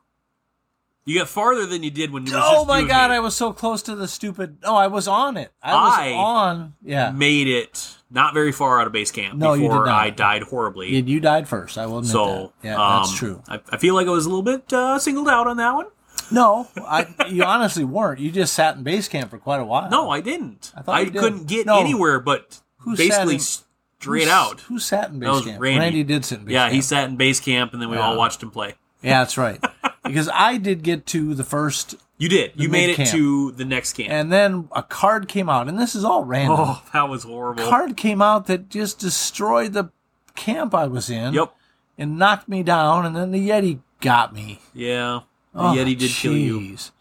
[SPEAKER 3] you got farther than you did when you. was
[SPEAKER 4] Oh
[SPEAKER 3] just you
[SPEAKER 4] my
[SPEAKER 3] and
[SPEAKER 4] god,
[SPEAKER 3] me.
[SPEAKER 4] I was so close to the stupid. Oh, I was on it. I
[SPEAKER 3] I
[SPEAKER 4] was on. Yeah.
[SPEAKER 3] made it not very far out of base camp
[SPEAKER 4] No, you
[SPEAKER 3] before
[SPEAKER 4] did not.
[SPEAKER 3] I died horribly.
[SPEAKER 4] You, you died first. I will admit
[SPEAKER 3] so
[SPEAKER 4] that. Yeah,
[SPEAKER 3] um,
[SPEAKER 4] that's true.
[SPEAKER 3] I, I feel like I was a little bit uh, singled out on that one.
[SPEAKER 4] No, I, you honestly weren't. You just sat in base camp for quite a while.
[SPEAKER 3] No, I didn't.
[SPEAKER 4] I
[SPEAKER 3] I,
[SPEAKER 4] thought you did.
[SPEAKER 3] couldn't get
[SPEAKER 4] No.
[SPEAKER 3] anywhere but
[SPEAKER 4] Who sat
[SPEAKER 3] basically
[SPEAKER 4] in-
[SPEAKER 3] straight
[SPEAKER 4] Who s-
[SPEAKER 3] out.
[SPEAKER 4] Who sat in base
[SPEAKER 3] That was
[SPEAKER 4] camp?
[SPEAKER 3] Randy.
[SPEAKER 4] did sit in base
[SPEAKER 3] yeah,
[SPEAKER 4] camp.
[SPEAKER 3] he sat in base camp, and then we all watched him play.
[SPEAKER 4] Yeah, that's right. because I did get to the first,
[SPEAKER 3] You did.
[SPEAKER 4] The
[SPEAKER 3] You made it
[SPEAKER 4] mid-camp.
[SPEAKER 3] to the next camp.
[SPEAKER 4] and then a card came out, and this is all random.
[SPEAKER 3] oh, that was horrible.
[SPEAKER 4] Card came out that just destroyed the camp I was in.
[SPEAKER 3] Yep.
[SPEAKER 4] And knocked me down, and then the Yeti got me.
[SPEAKER 3] Yeah. The
[SPEAKER 4] Oh,
[SPEAKER 3] Yeti did kill you.
[SPEAKER 4] jeez.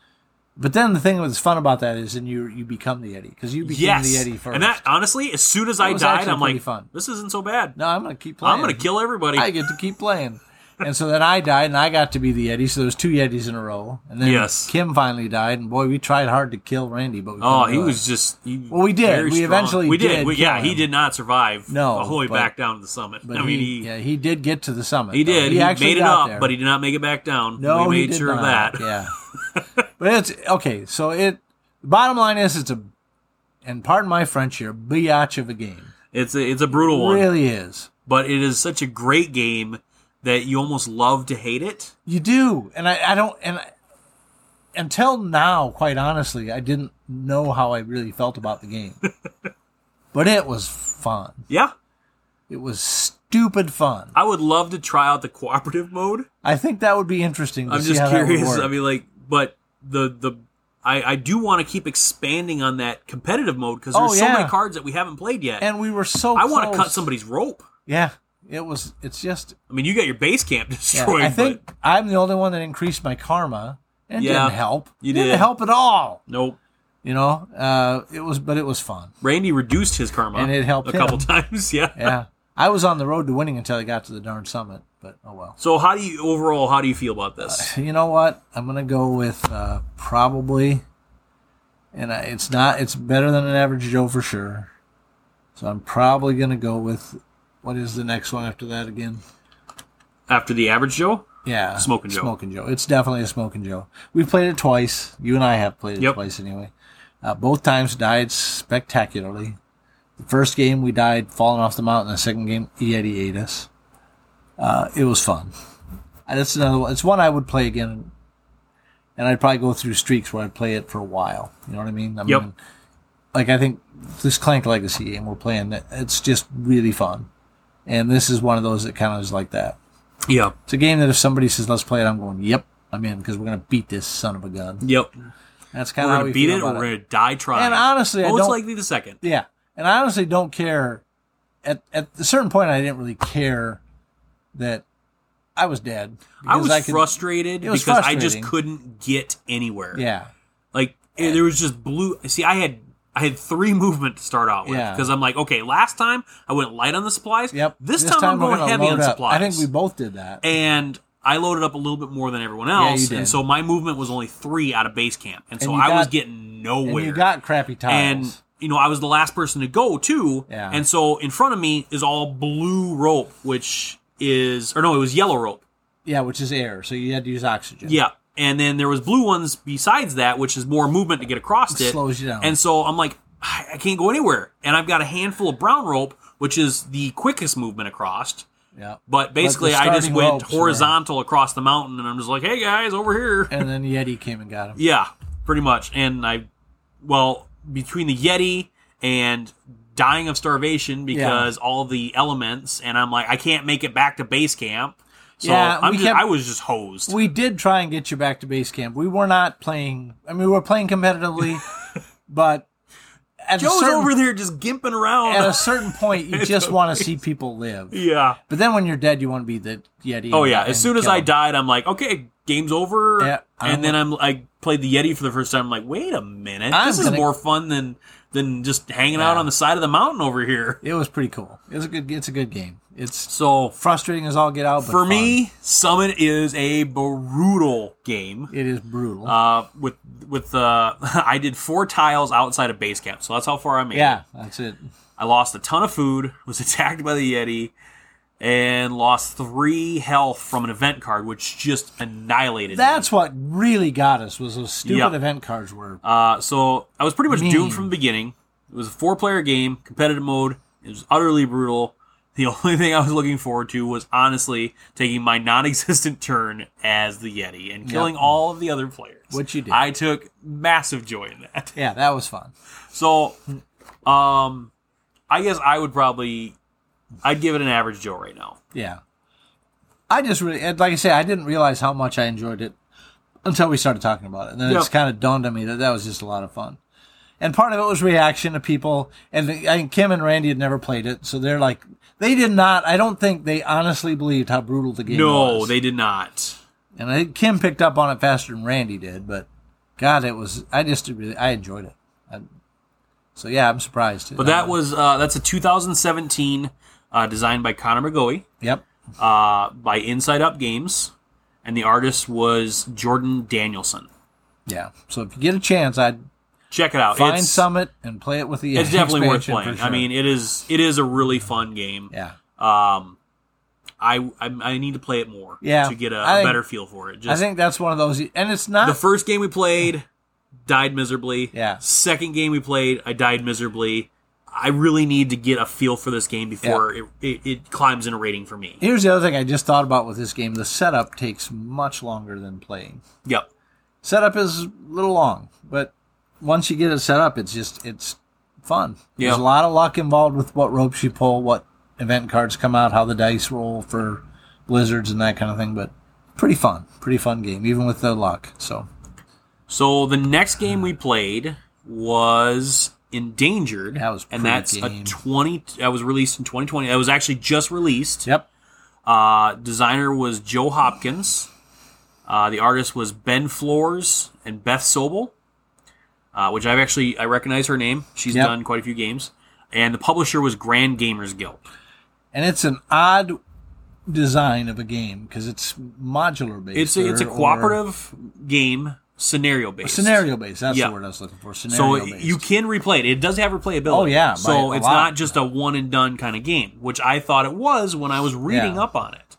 [SPEAKER 4] But then the thing that was fun about that is, and you you become the Yeti because you became
[SPEAKER 3] Yes.
[SPEAKER 4] the Yeti first.
[SPEAKER 3] And that honestly, as soon as I
[SPEAKER 4] was
[SPEAKER 3] died,
[SPEAKER 4] actually
[SPEAKER 3] I'm
[SPEAKER 4] pretty
[SPEAKER 3] like,
[SPEAKER 4] fun.
[SPEAKER 3] this isn't so bad.
[SPEAKER 4] no, I'm gonna keep playing.
[SPEAKER 3] I'm gonna kill everybody.
[SPEAKER 4] I get to keep playing. And so then I died, and I got to be the Yeti. So there was two Yetis in a row, and then
[SPEAKER 3] Yes.
[SPEAKER 4] Kim finally died. And boy, we tried hard to kill Randy, but we
[SPEAKER 3] Oh,
[SPEAKER 4] couldn't
[SPEAKER 3] he
[SPEAKER 4] do it.
[SPEAKER 3] was just. He,
[SPEAKER 4] Well, we did.
[SPEAKER 3] very
[SPEAKER 4] We
[SPEAKER 3] strong.
[SPEAKER 4] eventually
[SPEAKER 3] We did.
[SPEAKER 4] did
[SPEAKER 3] We-
[SPEAKER 4] kill
[SPEAKER 3] yeah, he
[SPEAKER 4] him.
[SPEAKER 3] did not survive.
[SPEAKER 4] No,
[SPEAKER 3] the whole way
[SPEAKER 4] but-
[SPEAKER 3] back down to the summit.
[SPEAKER 4] But
[SPEAKER 3] I mean,
[SPEAKER 4] he,
[SPEAKER 3] he
[SPEAKER 4] yeah, he did get to the summit.
[SPEAKER 3] he
[SPEAKER 4] though.
[SPEAKER 3] did. He,
[SPEAKER 4] actually
[SPEAKER 3] made it
[SPEAKER 4] got
[SPEAKER 3] up,
[SPEAKER 4] there.
[SPEAKER 3] but he did not make it back down.
[SPEAKER 4] no,
[SPEAKER 3] we
[SPEAKER 4] he
[SPEAKER 3] made
[SPEAKER 4] did
[SPEAKER 3] sure of
[SPEAKER 4] not.
[SPEAKER 3] that.
[SPEAKER 4] Yeah, but it's okay. So it. The bottom line is, it's a, and pardon my French here, biatch of a game.
[SPEAKER 3] It's a, it's a brutal one,
[SPEAKER 4] Really is.
[SPEAKER 3] but it is such a great game that you almost love to hate it.
[SPEAKER 4] You do, and I, I don't, and I, until now, quite honestly, I didn't know how I really felt about the game. but it was fun.
[SPEAKER 3] Yeah,
[SPEAKER 4] It was stupid fun.
[SPEAKER 3] I would love to try out the cooperative mode.
[SPEAKER 4] I think that would be interesting. To
[SPEAKER 3] I'm
[SPEAKER 4] see
[SPEAKER 3] just
[SPEAKER 4] how that would
[SPEAKER 3] curious.
[SPEAKER 4] work.
[SPEAKER 3] I mean, like, but the the. I, I do want to keep expanding on that competitive mode because
[SPEAKER 4] Oh,
[SPEAKER 3] there's so many
[SPEAKER 4] yeah.
[SPEAKER 3] cards that we haven't played yet.
[SPEAKER 4] and we were so.
[SPEAKER 3] I want to
[SPEAKER 4] close.
[SPEAKER 3] cut somebody's rope.
[SPEAKER 4] Yeah, it was. It's just.
[SPEAKER 3] I mean, you got your base camp
[SPEAKER 4] yeah,
[SPEAKER 3] destroyed.
[SPEAKER 4] I think
[SPEAKER 3] but
[SPEAKER 4] I'm the only one that increased my karma, and it
[SPEAKER 3] Yeah,
[SPEAKER 4] didn't help.
[SPEAKER 3] you
[SPEAKER 4] It didn't
[SPEAKER 3] did.
[SPEAKER 4] help at all.
[SPEAKER 3] nope.
[SPEAKER 4] You know, uh, it was, but it was fun.
[SPEAKER 3] Randy reduced his karma,
[SPEAKER 4] And it helped
[SPEAKER 3] a
[SPEAKER 4] him.
[SPEAKER 3] couple times. Yeah.
[SPEAKER 4] Yeah, I was on the road to winning until I got to the darn summit. But oh well.
[SPEAKER 3] So how do you overall? How do you feel about this?
[SPEAKER 4] You know what? I'm gonna go with uh, probably, and I, it's not. It's better than an average Joe for sure. So I'm probably gonna go with what is the next one after that again?
[SPEAKER 3] After the average Joe,
[SPEAKER 4] Yeah,
[SPEAKER 3] Smokin' Joe.
[SPEAKER 4] Smoking Joe. It's definitely a Smoking Joe. We've played it twice. You and I have played it
[SPEAKER 3] Yep.
[SPEAKER 4] twice anyway. Uh, both times died spectacularly. The first game we died falling off the mountain. The second game Yeti ate us. Uh, it was fun. And it's another one. It's one I would play again, and I'd probably go through streaks where I'd play it for a while. You know what I mean? I
[SPEAKER 3] Yep.
[SPEAKER 4] mean, like I think this Clank Legacy game we're playing, it's just really fun. And this is one of those that kind of is like that.
[SPEAKER 3] yeah,
[SPEAKER 4] It's a game that if somebody says let's play it, I'm going, yep, I'm in because we're gonna beat this son of a gun.
[SPEAKER 3] yep.
[SPEAKER 4] That's
[SPEAKER 3] We're
[SPEAKER 4] kind of how
[SPEAKER 3] gonna
[SPEAKER 4] we
[SPEAKER 3] beat
[SPEAKER 4] feel
[SPEAKER 3] it, or
[SPEAKER 4] about
[SPEAKER 3] we're gonna die trying.
[SPEAKER 4] And honestly, I
[SPEAKER 3] most
[SPEAKER 4] don't-
[SPEAKER 3] likely the second.
[SPEAKER 4] Yeah, and I honestly don't care at at a certain point, I didn't really care that I was dead.
[SPEAKER 3] I was
[SPEAKER 4] because could-
[SPEAKER 3] frustrated
[SPEAKER 4] it was
[SPEAKER 3] because I just
[SPEAKER 4] frustrating.
[SPEAKER 3] couldn't get anywhere.
[SPEAKER 4] Yeah,
[SPEAKER 3] Like it- there was just blue. See, I had I had three movement to start out with
[SPEAKER 4] Yeah.
[SPEAKER 3] because I'm like, okay, last time I went light on the supplies.
[SPEAKER 4] yep.
[SPEAKER 3] This, time, I'm
[SPEAKER 4] we're
[SPEAKER 3] going
[SPEAKER 4] gonna
[SPEAKER 3] heavy
[SPEAKER 4] load
[SPEAKER 3] on
[SPEAKER 4] up.
[SPEAKER 3] supplies.
[SPEAKER 4] I think we both did that.
[SPEAKER 3] and I loaded up a little bit more than everyone
[SPEAKER 4] Yeah, you
[SPEAKER 3] else,
[SPEAKER 4] did.
[SPEAKER 3] and so my movement was only three out of base camp, and so
[SPEAKER 4] And you
[SPEAKER 3] I was
[SPEAKER 4] got-
[SPEAKER 3] getting
[SPEAKER 4] And
[SPEAKER 3] nowhere.
[SPEAKER 4] you got crappy tiles.
[SPEAKER 3] and you know I was the last person to go too,
[SPEAKER 4] Yeah.
[SPEAKER 3] and so in front of me is all blue rope, which is or no, it was yellow rope.
[SPEAKER 4] yeah, which is air, so you had to use oxygen.
[SPEAKER 3] Yeah. And then there was blue ones besides that, which is more movement to get across it.
[SPEAKER 4] Slows you down.
[SPEAKER 3] And so I'm like, I I can't go anywhere. And I've got a handful of brown rope, which is the quickest movement across.
[SPEAKER 4] yeah.
[SPEAKER 3] But basically, I just
[SPEAKER 4] starting
[SPEAKER 3] went
[SPEAKER 4] ropes were-
[SPEAKER 3] horizontal across the mountain, and I'm just like, hey guys, over here.
[SPEAKER 4] And then Yeti came and got him.
[SPEAKER 3] yeah, pretty much. And I, well, between the Yeti and dying of starvation because all the elements, and I'm like, I can't make it back to base camp. So
[SPEAKER 4] Yeah,
[SPEAKER 3] I'm
[SPEAKER 4] we
[SPEAKER 3] just,
[SPEAKER 4] kept-
[SPEAKER 3] I was just hosed.
[SPEAKER 4] We did try and get you back to base camp. We were not playing. I mean, we were playing competitively, but at a
[SPEAKER 3] Joe's
[SPEAKER 4] certain,
[SPEAKER 3] over there just gimping around.
[SPEAKER 4] at a certain point, you just want to see people live.
[SPEAKER 3] yeah.
[SPEAKER 4] But then when you're dead, you want to be the Yeti.
[SPEAKER 3] Oh
[SPEAKER 4] and-
[SPEAKER 3] yeah. As
[SPEAKER 4] and
[SPEAKER 3] soon as
[SPEAKER 4] kill
[SPEAKER 3] I
[SPEAKER 4] 'em.
[SPEAKER 3] died, I'm like, okay, game's over.
[SPEAKER 4] Yeah, I
[SPEAKER 3] and
[SPEAKER 4] don't
[SPEAKER 3] then I'm I played the Yeti for the first time. I'm like, wait a minute,
[SPEAKER 4] I'm
[SPEAKER 3] this is
[SPEAKER 4] gonna-
[SPEAKER 3] more fun than than just hanging out
[SPEAKER 4] Yeah.
[SPEAKER 3] on the side of the mountain over here.
[SPEAKER 4] it was pretty cool. It was a good. It's a good game. It's
[SPEAKER 3] So
[SPEAKER 4] frustrating as all get out. But
[SPEAKER 3] for
[SPEAKER 4] fun.
[SPEAKER 3] me, Summit is a brutal game.
[SPEAKER 4] it is brutal.
[SPEAKER 3] Uh, with with uh, I did four tiles outside of base camp, so that's how far I made. it.
[SPEAKER 4] yeah, that's it.
[SPEAKER 3] I lost a ton of food, was attacked by the Yeti, and lost three health from an event card, which just annihilated. me.
[SPEAKER 4] That's what really got us was those stupid
[SPEAKER 3] Yeah.
[SPEAKER 4] event cards were.
[SPEAKER 3] Uh, so I was pretty much
[SPEAKER 4] Mean.
[SPEAKER 3] doomed from the beginning. It was a four player game, competitive mode. It was utterly brutal. The only thing I was looking forward to was honestly taking my non existent turn as the Yeti and killing all of the other players.
[SPEAKER 4] Which you did.
[SPEAKER 3] I took massive joy in that.
[SPEAKER 4] Yeah, that was fun.
[SPEAKER 3] So, um, I guess I would probably. I'd give it an average Joe right now.
[SPEAKER 4] Yeah. I just really, and like I say, I didn't realize how much I enjoyed it until we started talking about it. And then
[SPEAKER 3] Yep.
[SPEAKER 4] it's kind of dawned on me that that was just a lot of fun. And part of it was reaction to people. And the, I think Kim and Randy had never played it. So they're like, they did not, I don't think they honestly believed how brutal the game was.
[SPEAKER 3] no, they did not.
[SPEAKER 4] And I think Kim picked up on it faster than Randy did. But God, it was, I just really, I enjoyed it. I, so yeah, I'm surprised.
[SPEAKER 3] But that was uh, that's a 2017 uh, designed by Connor McGoey.
[SPEAKER 4] Yep.
[SPEAKER 3] uh, by Inside Up Games, and the artist was Jordan Danielson.
[SPEAKER 4] Yeah. So if you get a chance, I'd
[SPEAKER 3] Check it out.
[SPEAKER 4] find
[SPEAKER 3] it's,
[SPEAKER 4] Summit and play it with the
[SPEAKER 3] It's definitely worth
[SPEAKER 4] expansion
[SPEAKER 3] playing.
[SPEAKER 4] for
[SPEAKER 3] I
[SPEAKER 4] sure.
[SPEAKER 3] mean, it is it is a really fun game.
[SPEAKER 4] Yeah.
[SPEAKER 3] Um, I, I I need to play it more.
[SPEAKER 4] Yeah.
[SPEAKER 3] to get a,
[SPEAKER 4] I
[SPEAKER 3] a
[SPEAKER 4] think-
[SPEAKER 3] better feel for it.
[SPEAKER 4] I
[SPEAKER 3] Just
[SPEAKER 4] think that's one of those, and it's not.
[SPEAKER 3] the first game we played died miserably.
[SPEAKER 4] Yeah.
[SPEAKER 3] Second game we played, I died miserably. I really need to get a feel for this game before it, it, it climbs in a rating for me.
[SPEAKER 4] here's the other thing I just thought about with this game: the setup takes much longer than playing.
[SPEAKER 3] Yep.
[SPEAKER 4] Setup is a little long, but once you get it set up, it's just it's fun. There's
[SPEAKER 3] Yeah.
[SPEAKER 4] a lot of luck involved with what ropes you pull, what event cards come out, how the dice roll for blizzards and that kind of thing. But pretty fun, pretty fun game, even with the luck. So
[SPEAKER 3] So the next game we played was Endangered.
[SPEAKER 4] That was
[SPEAKER 3] and
[SPEAKER 4] pretty
[SPEAKER 3] that's a
[SPEAKER 4] game.
[SPEAKER 3] twenty. That was released in 2020. That was actually just released.
[SPEAKER 4] yep,
[SPEAKER 3] Uh, designer was Joe Hopkins. Uh, the artist was Ben Floors and Beth Sobel, uh, which I've actually I recognize her name. She's
[SPEAKER 4] Yep.
[SPEAKER 3] done quite a few games. And the publisher was Grand Gamers Guild.
[SPEAKER 4] and it's an odd design of a game because it's modular based.
[SPEAKER 3] It's a, it's a
[SPEAKER 4] or- or-
[SPEAKER 3] cooperative game, scenario based.
[SPEAKER 4] Scenario based. That's
[SPEAKER 3] Yeah.
[SPEAKER 4] the word I was looking for.
[SPEAKER 3] So
[SPEAKER 4] Scenario based.
[SPEAKER 3] you can replay it. It does have replayability.
[SPEAKER 4] Oh, yeah,
[SPEAKER 3] So
[SPEAKER 4] by a
[SPEAKER 3] it's
[SPEAKER 4] lot.
[SPEAKER 3] not just a one and done kind of game, which I thought it was when I was reading
[SPEAKER 4] Yeah.
[SPEAKER 3] up on it.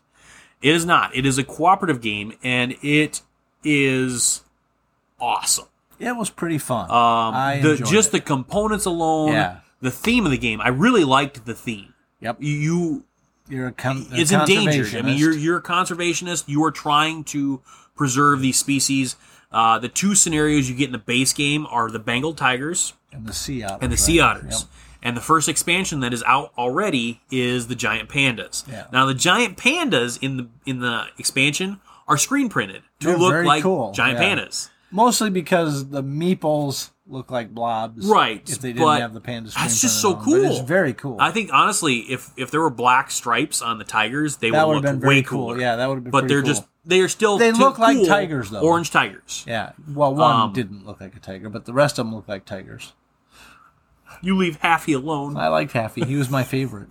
[SPEAKER 3] It is not. It is a cooperative game, and it is awesome.
[SPEAKER 4] It was pretty fun.
[SPEAKER 3] Um,
[SPEAKER 4] I
[SPEAKER 3] the,
[SPEAKER 4] enjoyed
[SPEAKER 3] just
[SPEAKER 4] it.
[SPEAKER 3] the components alone.
[SPEAKER 4] Yeah.
[SPEAKER 3] The theme of the game. I really liked the theme.
[SPEAKER 4] Yep.
[SPEAKER 3] You. you
[SPEAKER 4] You're a con- a
[SPEAKER 3] it's endangered. I mean,
[SPEAKER 4] conservationist.
[SPEAKER 3] you're you're a conservationist. You are trying to preserve these species. Uh, the two scenarios you get in the base game are the Bengal tigers,
[SPEAKER 4] and the sea otters.
[SPEAKER 3] and the
[SPEAKER 4] right?
[SPEAKER 3] sea otters.
[SPEAKER 4] Yep.
[SPEAKER 3] And the first expansion that is out already is the giant pandas.
[SPEAKER 4] Yeah.
[SPEAKER 3] Now the giant pandas in the in the expansion are screen printed to
[SPEAKER 4] They're
[SPEAKER 3] look
[SPEAKER 4] very
[SPEAKER 3] like
[SPEAKER 4] cool,
[SPEAKER 3] giant
[SPEAKER 4] yeah.
[SPEAKER 3] pandas.
[SPEAKER 4] Mostly because the meeples look like blobs,
[SPEAKER 3] Right,
[SPEAKER 4] If they
[SPEAKER 3] but
[SPEAKER 4] didn't have the panda screen,
[SPEAKER 3] That's just so
[SPEAKER 4] printed on
[SPEAKER 3] cool.
[SPEAKER 4] them. But it's very cool.
[SPEAKER 3] I think honestly, if if there were black stripes on the tigers, they
[SPEAKER 4] That
[SPEAKER 3] would
[SPEAKER 4] would've
[SPEAKER 3] look
[SPEAKER 4] been very
[SPEAKER 3] way
[SPEAKER 4] cool.
[SPEAKER 3] cooler.
[SPEAKER 4] Yeah, that would've been
[SPEAKER 3] But
[SPEAKER 4] pretty
[SPEAKER 3] they're
[SPEAKER 4] cool.
[SPEAKER 3] just they are still
[SPEAKER 4] They
[SPEAKER 3] too
[SPEAKER 4] look like
[SPEAKER 3] cool
[SPEAKER 4] tigers, though.
[SPEAKER 3] Orange tigers.
[SPEAKER 4] yeah. Well, one
[SPEAKER 3] Um,
[SPEAKER 4] didn't look like a tiger, but the rest of them look like tigers.
[SPEAKER 3] You leave Haffy alone.
[SPEAKER 4] I liked Happy. He was my favorite.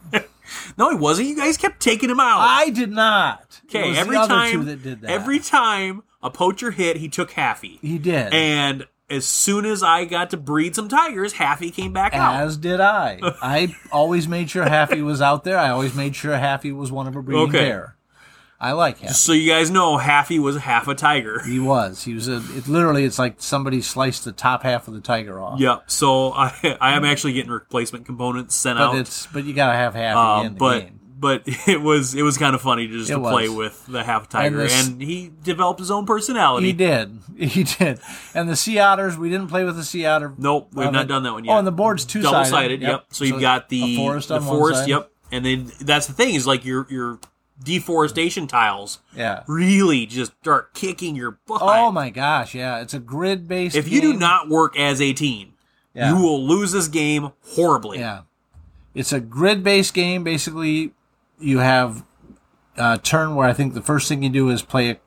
[SPEAKER 3] No, he wasn't. You guys kept taking him out.
[SPEAKER 4] I did not. It
[SPEAKER 3] okay,
[SPEAKER 4] was
[SPEAKER 3] every
[SPEAKER 4] the other
[SPEAKER 3] time
[SPEAKER 4] two that did that.
[SPEAKER 3] every time a poacher hit, he took Haffy.
[SPEAKER 4] he did,
[SPEAKER 3] And as soon as I got to breed some tigers, Haffy came back out.
[SPEAKER 4] as did I. I always made sure Happy was out there. I always made sure Happy was one of a breeding
[SPEAKER 3] Okay.
[SPEAKER 4] pair. I like Happy.
[SPEAKER 3] So you guys know Haffy was half a tiger.
[SPEAKER 4] He was. He was a. It literally, it's like somebody sliced the top half of the tiger off.
[SPEAKER 3] Yep. So I I am actually getting replacement components sent
[SPEAKER 4] But
[SPEAKER 3] out.
[SPEAKER 4] it's. But you gotta have happy
[SPEAKER 3] Um,
[SPEAKER 4] in the
[SPEAKER 3] but
[SPEAKER 4] game.
[SPEAKER 3] but it was it was kind of funny to just
[SPEAKER 4] It
[SPEAKER 3] to play
[SPEAKER 4] was.
[SPEAKER 3] with the half tiger, and,
[SPEAKER 4] And this-
[SPEAKER 3] he developed his own personality.
[SPEAKER 4] He did. He did. And the sea otters. We didn't play with the sea otter.
[SPEAKER 3] Nope, we've
[SPEAKER 4] of
[SPEAKER 3] not
[SPEAKER 4] it.
[SPEAKER 3] done that one
[SPEAKER 4] Oh,
[SPEAKER 3] yet.
[SPEAKER 4] and the board's two
[SPEAKER 3] Double sided. Yep. So you've got the
[SPEAKER 4] a forest
[SPEAKER 3] the
[SPEAKER 4] on one
[SPEAKER 3] forest.
[SPEAKER 4] side.
[SPEAKER 3] Yep. And then that's the thing is like your your deforestation tiles
[SPEAKER 4] Yeah.
[SPEAKER 3] really just start kicking your butt.
[SPEAKER 4] Oh my gosh! Yeah, it's a grid based.
[SPEAKER 3] If you do not work as a team,
[SPEAKER 4] Yeah.
[SPEAKER 3] you will lose this game horribly.
[SPEAKER 4] Yeah. It's a grid based game. Basically, you have a turn where I think the first thing you do is play a.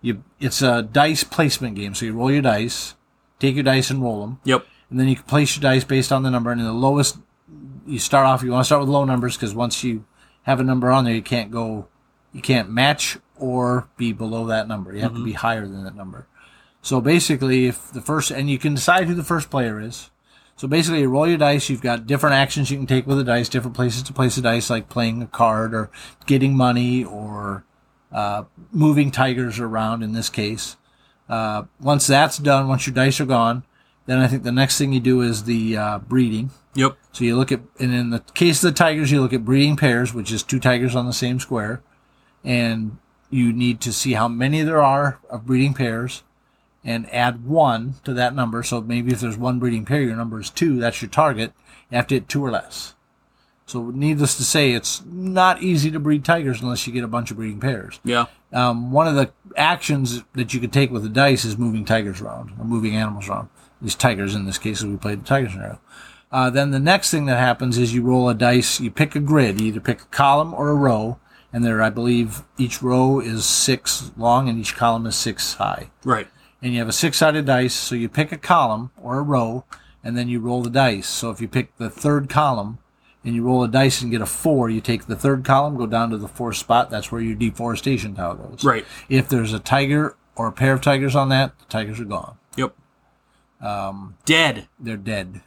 [SPEAKER 4] You, it's a dice placement game. So you roll your dice, take your dice and roll them.
[SPEAKER 3] Yep.
[SPEAKER 4] And then you can place your dice based on the number. And the lowest, you start off, you want to start with low numbers because once you have a number on there, you can't go, you can't match or be below that number. You have to be higher than that number. So basically, if the first, and you can decide who the first player is. So basically, you roll your dice. You've got different actions you can take with the dice, different places to place the dice, like playing a card or getting money or uh, moving tigers around in this case. Uh, once that's done, once your dice are gone, then I think the next thing you do is the uh, breeding.
[SPEAKER 3] Yep.
[SPEAKER 4] So you look at, and in the case of the tigers, you look at breeding pairs, which is two tigers on the same square, and you need to see how many there are of breeding pairs, and add one to that number. So maybe if there's one breeding pair, your number is two. That's your target. You have to hit two or less. So needless to say, it's not easy to breed tigers unless you get a bunch of breeding pairs.
[SPEAKER 3] Yeah.
[SPEAKER 4] Um, one of the actions that you could take with the dice is moving tigers around or moving animals around. These tigers, in this case, as we played the tiger scenario. Uh, then the next thing that happens is you roll a dice. You pick a grid. You either pick a column or a row, and there, I believe, each row is six long and each column is six high.
[SPEAKER 3] Right.
[SPEAKER 4] And you have a six-sided dice, so you pick a column or a row, and then you roll the dice. So if you pick the third column and you roll a dice and get a four, you take the third column, go down to the fourth spot. That's where your deforestation tile goes.
[SPEAKER 3] Right.
[SPEAKER 4] If there's a tiger or a pair of tigers on that, the tigers are gone.
[SPEAKER 3] Yep. Um, Dead.
[SPEAKER 4] They're dead.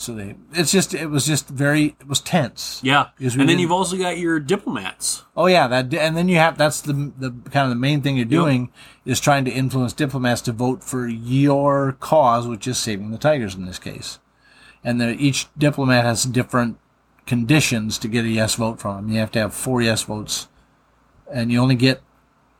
[SPEAKER 4] So they. It's just. It was just very. It was tense.
[SPEAKER 3] Yeah.
[SPEAKER 4] Because
[SPEAKER 3] And then
[SPEAKER 4] we didn't-
[SPEAKER 3] you've also got your diplomats.
[SPEAKER 4] Oh yeah, that and then you have that's the the kind of the main thing you're doing is trying to influence diplomats to vote for your cause, which is saving the tigers in this case. And the, each diplomat has different conditions to get a yes vote from them. You have to have four yes votes, and you only get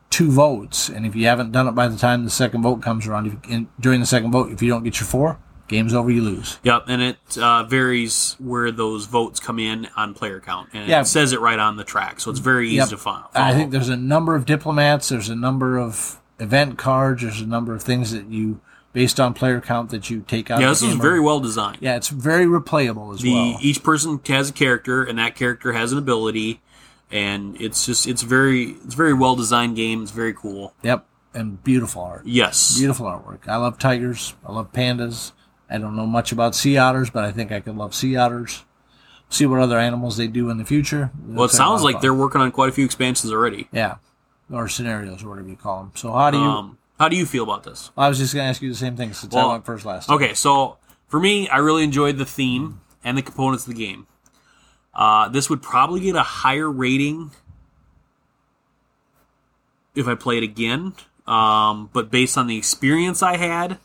[SPEAKER 4] two votes. And if you haven't done it by the time the second vote comes around, if, in, during the second vote, if you don't get your four, game's over. You lose.
[SPEAKER 3] Yep, and it uh, varies where those votes come in on player count, and
[SPEAKER 4] Yeah.
[SPEAKER 3] it says it right on the track, so it's very easy
[SPEAKER 4] Yep.
[SPEAKER 3] to find.
[SPEAKER 4] I think there's a number of diplomats. There's a number of event cards. There's a number of things that you, based on player count, that you take out.
[SPEAKER 3] yeah,
[SPEAKER 4] of
[SPEAKER 3] this
[SPEAKER 4] the
[SPEAKER 3] is
[SPEAKER 4] game.
[SPEAKER 3] very well designed.
[SPEAKER 4] Yeah, it's very replayable as
[SPEAKER 3] the
[SPEAKER 4] well.
[SPEAKER 3] each person has a character, and that character has an ability, and it's just it's very it's very well designed game. It's very cool.
[SPEAKER 4] Yep, and beautiful art.
[SPEAKER 3] Yes,
[SPEAKER 4] Beautiful artwork. I love tigers. I love pandas. I don't know much about sea otters, but I think I could love sea otters. See what other animals they do in the future.
[SPEAKER 3] well, it
[SPEAKER 4] Looks a lot
[SPEAKER 3] sounds
[SPEAKER 4] of
[SPEAKER 3] like
[SPEAKER 4] fun.
[SPEAKER 3] they're working on quite a few expansions already.
[SPEAKER 4] yeah, or scenarios or whatever you call them. So how do you?
[SPEAKER 3] Um, how do you feel about this?
[SPEAKER 4] I was just going to ask you the same thing since
[SPEAKER 3] well,
[SPEAKER 4] I went first last. Time.
[SPEAKER 3] Okay, so for me, I really enjoyed the theme and the components of the game. Uh, this would probably get a higher rating if I play it again, um, but based on the experience I had,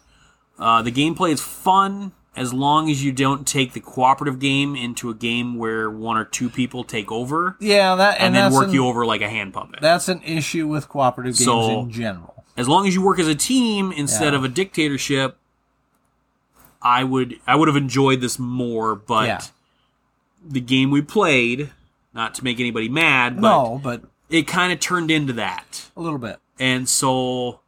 [SPEAKER 3] uh, the gameplay is fun as long as you don't take the cooperative game into a game where one or two people take over
[SPEAKER 4] Yeah, that
[SPEAKER 3] and,
[SPEAKER 4] and,
[SPEAKER 3] then
[SPEAKER 4] that's
[SPEAKER 3] work
[SPEAKER 4] an-
[SPEAKER 3] you over like a hand puppet.
[SPEAKER 4] That's an issue with cooperative games
[SPEAKER 3] So-
[SPEAKER 4] in general.
[SPEAKER 3] as long as you work as a team instead
[SPEAKER 4] Yeah.
[SPEAKER 3] of a dictatorship i would i would have enjoyed this more but
[SPEAKER 4] Yeah.
[SPEAKER 3] the game we played not to make anybody mad but
[SPEAKER 4] no, but
[SPEAKER 3] it kind of turned into that
[SPEAKER 4] a little bit.
[SPEAKER 3] and so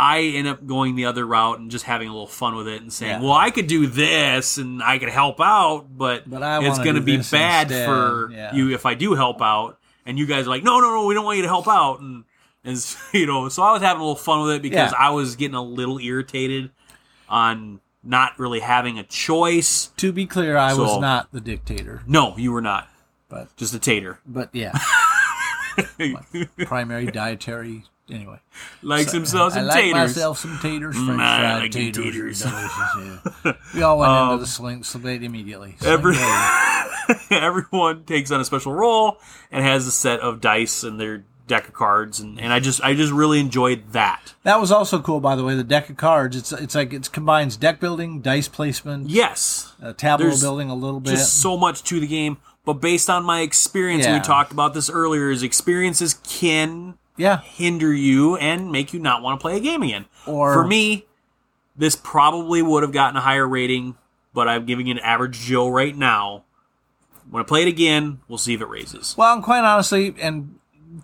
[SPEAKER 3] I end up going the other route and just having a little fun with it and saying,
[SPEAKER 4] Yeah.
[SPEAKER 3] "Well, I could do this and I could help out, but,
[SPEAKER 4] But I
[SPEAKER 3] it's
[SPEAKER 4] wanna
[SPEAKER 3] going to
[SPEAKER 4] do
[SPEAKER 3] be
[SPEAKER 4] this
[SPEAKER 3] bad
[SPEAKER 4] instead."
[SPEAKER 3] for
[SPEAKER 4] Yeah.
[SPEAKER 3] you if I do help out." And you guys are like, "No, no, no, we don't want you to help out." And and you know, so I was having a little fun with it because
[SPEAKER 4] Yeah.
[SPEAKER 3] I was getting a little irritated on not really having a choice.
[SPEAKER 4] To be clear, I
[SPEAKER 3] So-
[SPEAKER 4] was not the dictator,
[SPEAKER 3] No, you were not.
[SPEAKER 4] But-
[SPEAKER 3] just a tater.
[SPEAKER 4] but yeah, primary dietary. Anyway,
[SPEAKER 3] Likes himself
[SPEAKER 4] I
[SPEAKER 3] some
[SPEAKER 4] like
[SPEAKER 3] taters.
[SPEAKER 4] myself some taters,
[SPEAKER 3] Mm,
[SPEAKER 4] French
[SPEAKER 3] I
[SPEAKER 4] fried
[SPEAKER 3] like them
[SPEAKER 4] taters. and
[SPEAKER 3] taters.
[SPEAKER 4] delicious, yeah. We all went
[SPEAKER 3] Um,
[SPEAKER 4] into the sling slate immediately. Sling
[SPEAKER 3] Every
[SPEAKER 4] blade.
[SPEAKER 3] everyone takes on a special role and has a set of dice and their deck of cards, and, and I just I just really enjoyed that.
[SPEAKER 4] that was also cool, by the way. The deck of cards. It's it's like it combines deck building, dice placement,
[SPEAKER 3] Yes,
[SPEAKER 4] uh, tableau
[SPEAKER 3] There's
[SPEAKER 4] building a little bit.
[SPEAKER 3] just so much to the game, but based on my experience, and
[SPEAKER 4] Yeah.
[SPEAKER 3] we talked about this earlier, is experiences can
[SPEAKER 4] yeah,
[SPEAKER 3] hinder you and make you not want to play a game again.
[SPEAKER 4] Or-
[SPEAKER 3] for me, this probably would have gotten a higher rating, but I'm giving it an average Joe right now. When I play it again, we'll see if it raises.
[SPEAKER 4] Well, and quite honestly, and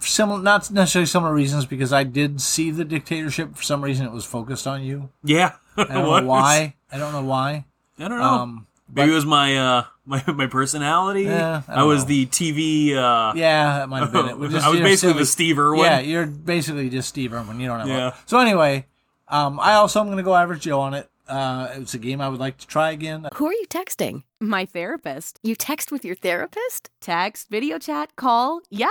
[SPEAKER 4] similar, not necessarily similar reasons, because I did see the dictatorship. For some reason, it was focused on you.
[SPEAKER 3] Yeah,
[SPEAKER 4] I don't know why. I don't know why.
[SPEAKER 3] I don't know.
[SPEAKER 4] Um,
[SPEAKER 3] Maybe it was my uh my my personality.
[SPEAKER 4] Yeah, I
[SPEAKER 3] I,
[SPEAKER 4] don't
[SPEAKER 3] was
[SPEAKER 4] know.
[SPEAKER 3] the TV. Uh,
[SPEAKER 4] yeah, that might have been it. We're
[SPEAKER 3] I was
[SPEAKER 4] you're
[SPEAKER 3] basically
[SPEAKER 4] silly-
[SPEAKER 3] the Steve Irwin.
[SPEAKER 4] Yeah, you're basically just Steve Irwin. You don't have.
[SPEAKER 3] Yeah.
[SPEAKER 4] Yeah. So anyway, um, I also am going to go average Joe on it. Uh, it's a game I would like to try again.
[SPEAKER 1] Who are you texting?
[SPEAKER 5] My therapist.
[SPEAKER 1] You text with your therapist?
[SPEAKER 5] Text, video chat, call. Yep.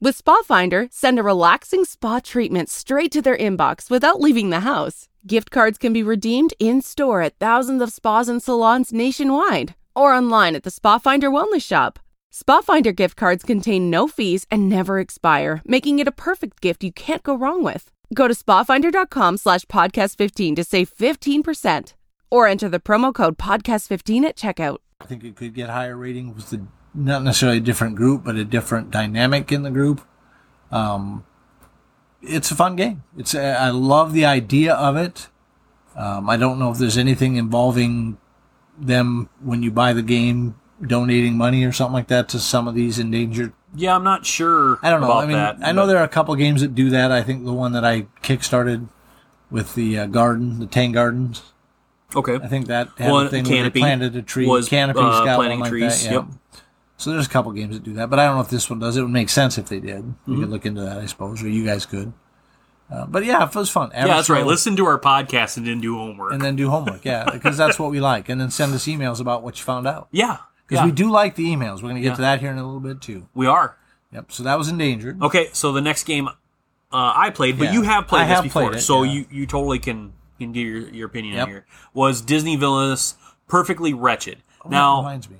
[SPEAKER 2] With Spa Finder, send a relaxing spa treatment straight to their inbox without leaving the house. Gift cards can be redeemed in store at thousands of spas and salons nationwide or online at the Spa Finder Wellness Shop. Spa Finder gift cards contain no fees and never expire, making it a perfect gift you can't go wrong with. Go to spafinder.com slash podcast15 to save 15% or enter the promo code podcast15 at checkout.
[SPEAKER 4] I think it could get higher rating with the not necessarily a different group, but a different dynamic in the group. Um, it's a fun game. It's uh, I love the idea of it. Um, I don't know if there's anything involving them when you buy the game donating money or something like that to some of these endangered.
[SPEAKER 3] yeah, I'm not sure.
[SPEAKER 4] I don't know.
[SPEAKER 3] About
[SPEAKER 4] I mean,
[SPEAKER 3] that,
[SPEAKER 4] I know
[SPEAKER 3] but-
[SPEAKER 4] there are a couple games that do that. I think the one that I kickstarted with the uh, garden, the Tang Gardens.
[SPEAKER 3] Okay.
[SPEAKER 4] I think that had
[SPEAKER 3] Well,
[SPEAKER 4] a thing
[SPEAKER 3] Canopy
[SPEAKER 4] where they planted a tree.
[SPEAKER 3] was,
[SPEAKER 4] Canopy
[SPEAKER 3] uh,
[SPEAKER 4] got
[SPEAKER 3] planting
[SPEAKER 4] one like
[SPEAKER 3] trees,
[SPEAKER 4] that. Yeah.
[SPEAKER 3] yep.
[SPEAKER 4] So there's a couple games that do that, but I don't know if this one does. It would make sense if they did.
[SPEAKER 3] Mm-hmm.
[SPEAKER 4] We could look into that, I suppose, or you guys could. Uh, but yeah, it was fun. Average
[SPEAKER 3] yeah, that's right.
[SPEAKER 4] show,
[SPEAKER 3] Listen to our podcast and then do homework.
[SPEAKER 4] and then do homework. Yeah, because that's what we like, and then send us emails about what you found out.
[SPEAKER 3] yeah,
[SPEAKER 4] Because
[SPEAKER 3] yeah,
[SPEAKER 4] we do like the emails. We're going to get
[SPEAKER 3] Yeah.
[SPEAKER 4] to that here in a little bit too.
[SPEAKER 3] we are.
[SPEAKER 4] Yep. So that was endangered.
[SPEAKER 3] Okay, so the next game uh, I played, but
[SPEAKER 4] Yeah.
[SPEAKER 3] you have played
[SPEAKER 4] I
[SPEAKER 3] this
[SPEAKER 4] have
[SPEAKER 3] before,
[SPEAKER 4] played it,
[SPEAKER 3] so
[SPEAKER 4] yeah.
[SPEAKER 3] you you totally can can give your your opinion
[SPEAKER 4] Yep.
[SPEAKER 3] here. Was Disney Villainous perfectly wretched?
[SPEAKER 4] Oh, that
[SPEAKER 3] now
[SPEAKER 4] reminds me.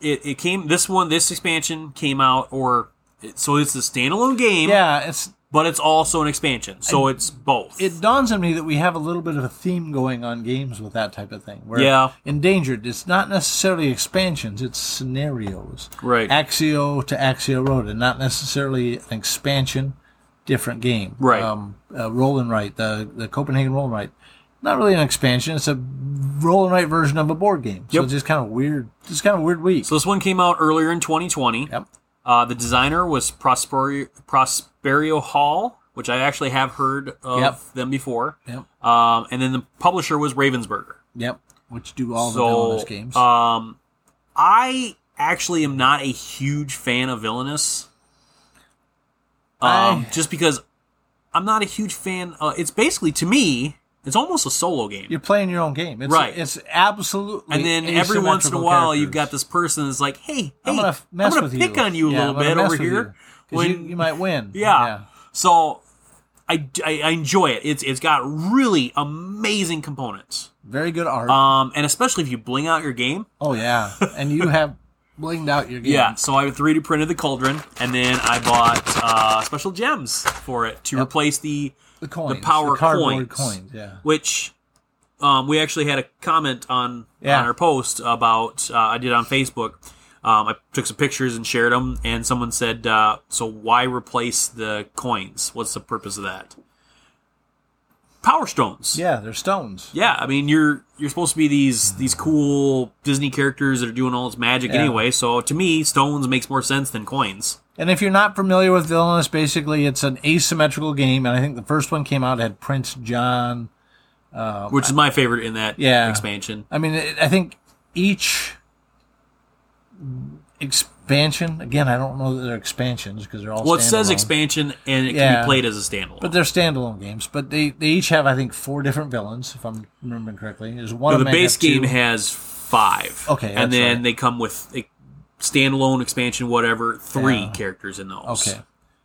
[SPEAKER 3] it, it came this one this expansion came out or it, so it's a standalone game.
[SPEAKER 4] Yeah, it's
[SPEAKER 3] but it's also an expansion, so it's both.
[SPEAKER 4] it dawns on me that we have a little bit of a theme going on games with that type of thing. Where
[SPEAKER 3] Yeah.
[SPEAKER 4] endangered, it's not necessarily expansions; it's scenarios.
[SPEAKER 3] Right.
[SPEAKER 4] Axio to Axio Road, and not necessarily an expansion, different game.
[SPEAKER 3] Right.
[SPEAKER 4] Um, uh, Roll and Write, the the Copenhagen Roll and Write, not really an expansion; it's a roll and write version of a board game. So
[SPEAKER 3] Yep.
[SPEAKER 4] it's just kind of weird. It's kind of weird week.
[SPEAKER 3] so this one came out earlier in 2020.
[SPEAKER 4] yep.
[SPEAKER 3] Uh, the designer was Prosperio, Prosperio Hall, which I actually have heard of
[SPEAKER 4] Yep.
[SPEAKER 3] them before.
[SPEAKER 4] Yep.
[SPEAKER 3] Um, and then the publisher was Ravensburger.
[SPEAKER 4] Yep. Which do all the
[SPEAKER 3] so,
[SPEAKER 4] villainous games.
[SPEAKER 3] um, I actually am not a huge fan of Villainous. Um,
[SPEAKER 4] I-
[SPEAKER 3] just because I'm not a huge fan. Uh, it's basically to me, it's almost a solo game.
[SPEAKER 4] You're playing your own game. It's,
[SPEAKER 3] Right.
[SPEAKER 4] It's absolutely.
[SPEAKER 3] and then every once in a
[SPEAKER 4] asymmetrical
[SPEAKER 3] while you've
[SPEAKER 4] characters.
[SPEAKER 3] got this person that's like, "Hey, hey,
[SPEAKER 4] I'm gonna f- mess with
[SPEAKER 3] pick
[SPEAKER 4] you.
[SPEAKER 3] on you a
[SPEAKER 4] Yeah,
[SPEAKER 3] little
[SPEAKER 4] I'm
[SPEAKER 3] bit
[SPEAKER 4] gonna mess
[SPEAKER 3] over
[SPEAKER 4] with you.
[SPEAKER 3] here."
[SPEAKER 4] 'Cause you, you might win.
[SPEAKER 3] yeah. So I, I, I enjoy it. It's it's got really amazing components.
[SPEAKER 4] Very good art.
[SPEAKER 3] Um, and especially if you bling out your game.
[SPEAKER 4] oh yeah, and you have blinged out your game.
[SPEAKER 3] Yeah. So I 3D printed the cauldron, and then I bought uh, special gems for it to
[SPEAKER 4] Yep.
[SPEAKER 3] replace the
[SPEAKER 4] the coins,
[SPEAKER 3] the power
[SPEAKER 4] cardboard
[SPEAKER 3] coins.
[SPEAKER 4] coins. Yeah,
[SPEAKER 3] which um, we actually had a comment on
[SPEAKER 4] Yeah.
[SPEAKER 3] on our post about uh, I did on Facebook. Um, I took some pictures and shared them, and someone said, uh, "So why replace the coins? What's the purpose of that?" Power stones.
[SPEAKER 4] Yeah, they're stones.
[SPEAKER 3] Yeah, I mean you're you're supposed to be these these cool Disney characters that are doing all this magic
[SPEAKER 4] Yeah.
[SPEAKER 3] anyway. So to me, stones makes more sense than coins.
[SPEAKER 4] And if you're not familiar with Villainous, basically it's an asymmetrical game, and I think the first one came out had Prince John.
[SPEAKER 3] which is my favorite in that
[SPEAKER 4] Yeah.
[SPEAKER 3] expansion.
[SPEAKER 4] I mean, it, I think each expansion. Again, I don't know that they're expansions because they're all.
[SPEAKER 3] Well, it says
[SPEAKER 4] standalone.
[SPEAKER 3] expansion, and it can
[SPEAKER 4] Yeah.
[SPEAKER 3] be played as a standalone.
[SPEAKER 4] But they're standalone games. But they, they each have, I think, four different villains, if I'm remembering correctly. There's one.
[SPEAKER 3] No,
[SPEAKER 4] of
[SPEAKER 3] the
[SPEAKER 4] them may
[SPEAKER 3] base
[SPEAKER 4] have two.
[SPEAKER 3] game has five.
[SPEAKER 4] Okay,
[SPEAKER 3] and
[SPEAKER 4] that's
[SPEAKER 3] then
[SPEAKER 4] right.
[SPEAKER 3] they come with a standalone expansion, whatever, three
[SPEAKER 4] Yeah.
[SPEAKER 3] characters in those.
[SPEAKER 4] Okay.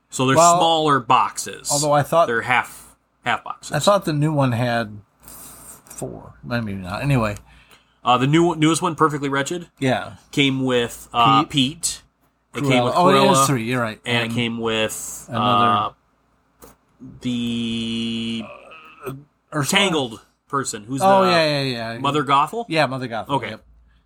[SPEAKER 3] so they're
[SPEAKER 4] Well,
[SPEAKER 3] smaller boxes.
[SPEAKER 4] although I thought-
[SPEAKER 3] they're half half boxes.
[SPEAKER 4] I thought the new one had four. Maybe not. Anyway,
[SPEAKER 3] uh, the new newest one, Perfectly Wretched,
[SPEAKER 4] yeah.
[SPEAKER 3] came with uh, Pete. It came with
[SPEAKER 4] oh, it
[SPEAKER 3] Cruella,
[SPEAKER 4] is three. You're right.
[SPEAKER 3] and it came with uh,
[SPEAKER 4] another-
[SPEAKER 3] the
[SPEAKER 4] Ursula?
[SPEAKER 3] Tangled person, who's
[SPEAKER 4] Oh
[SPEAKER 3] the
[SPEAKER 4] yeah, yeah, yeah.
[SPEAKER 3] Mother Gothel.
[SPEAKER 4] Yeah, Mother Gothel.
[SPEAKER 3] Okay.
[SPEAKER 4] Yep.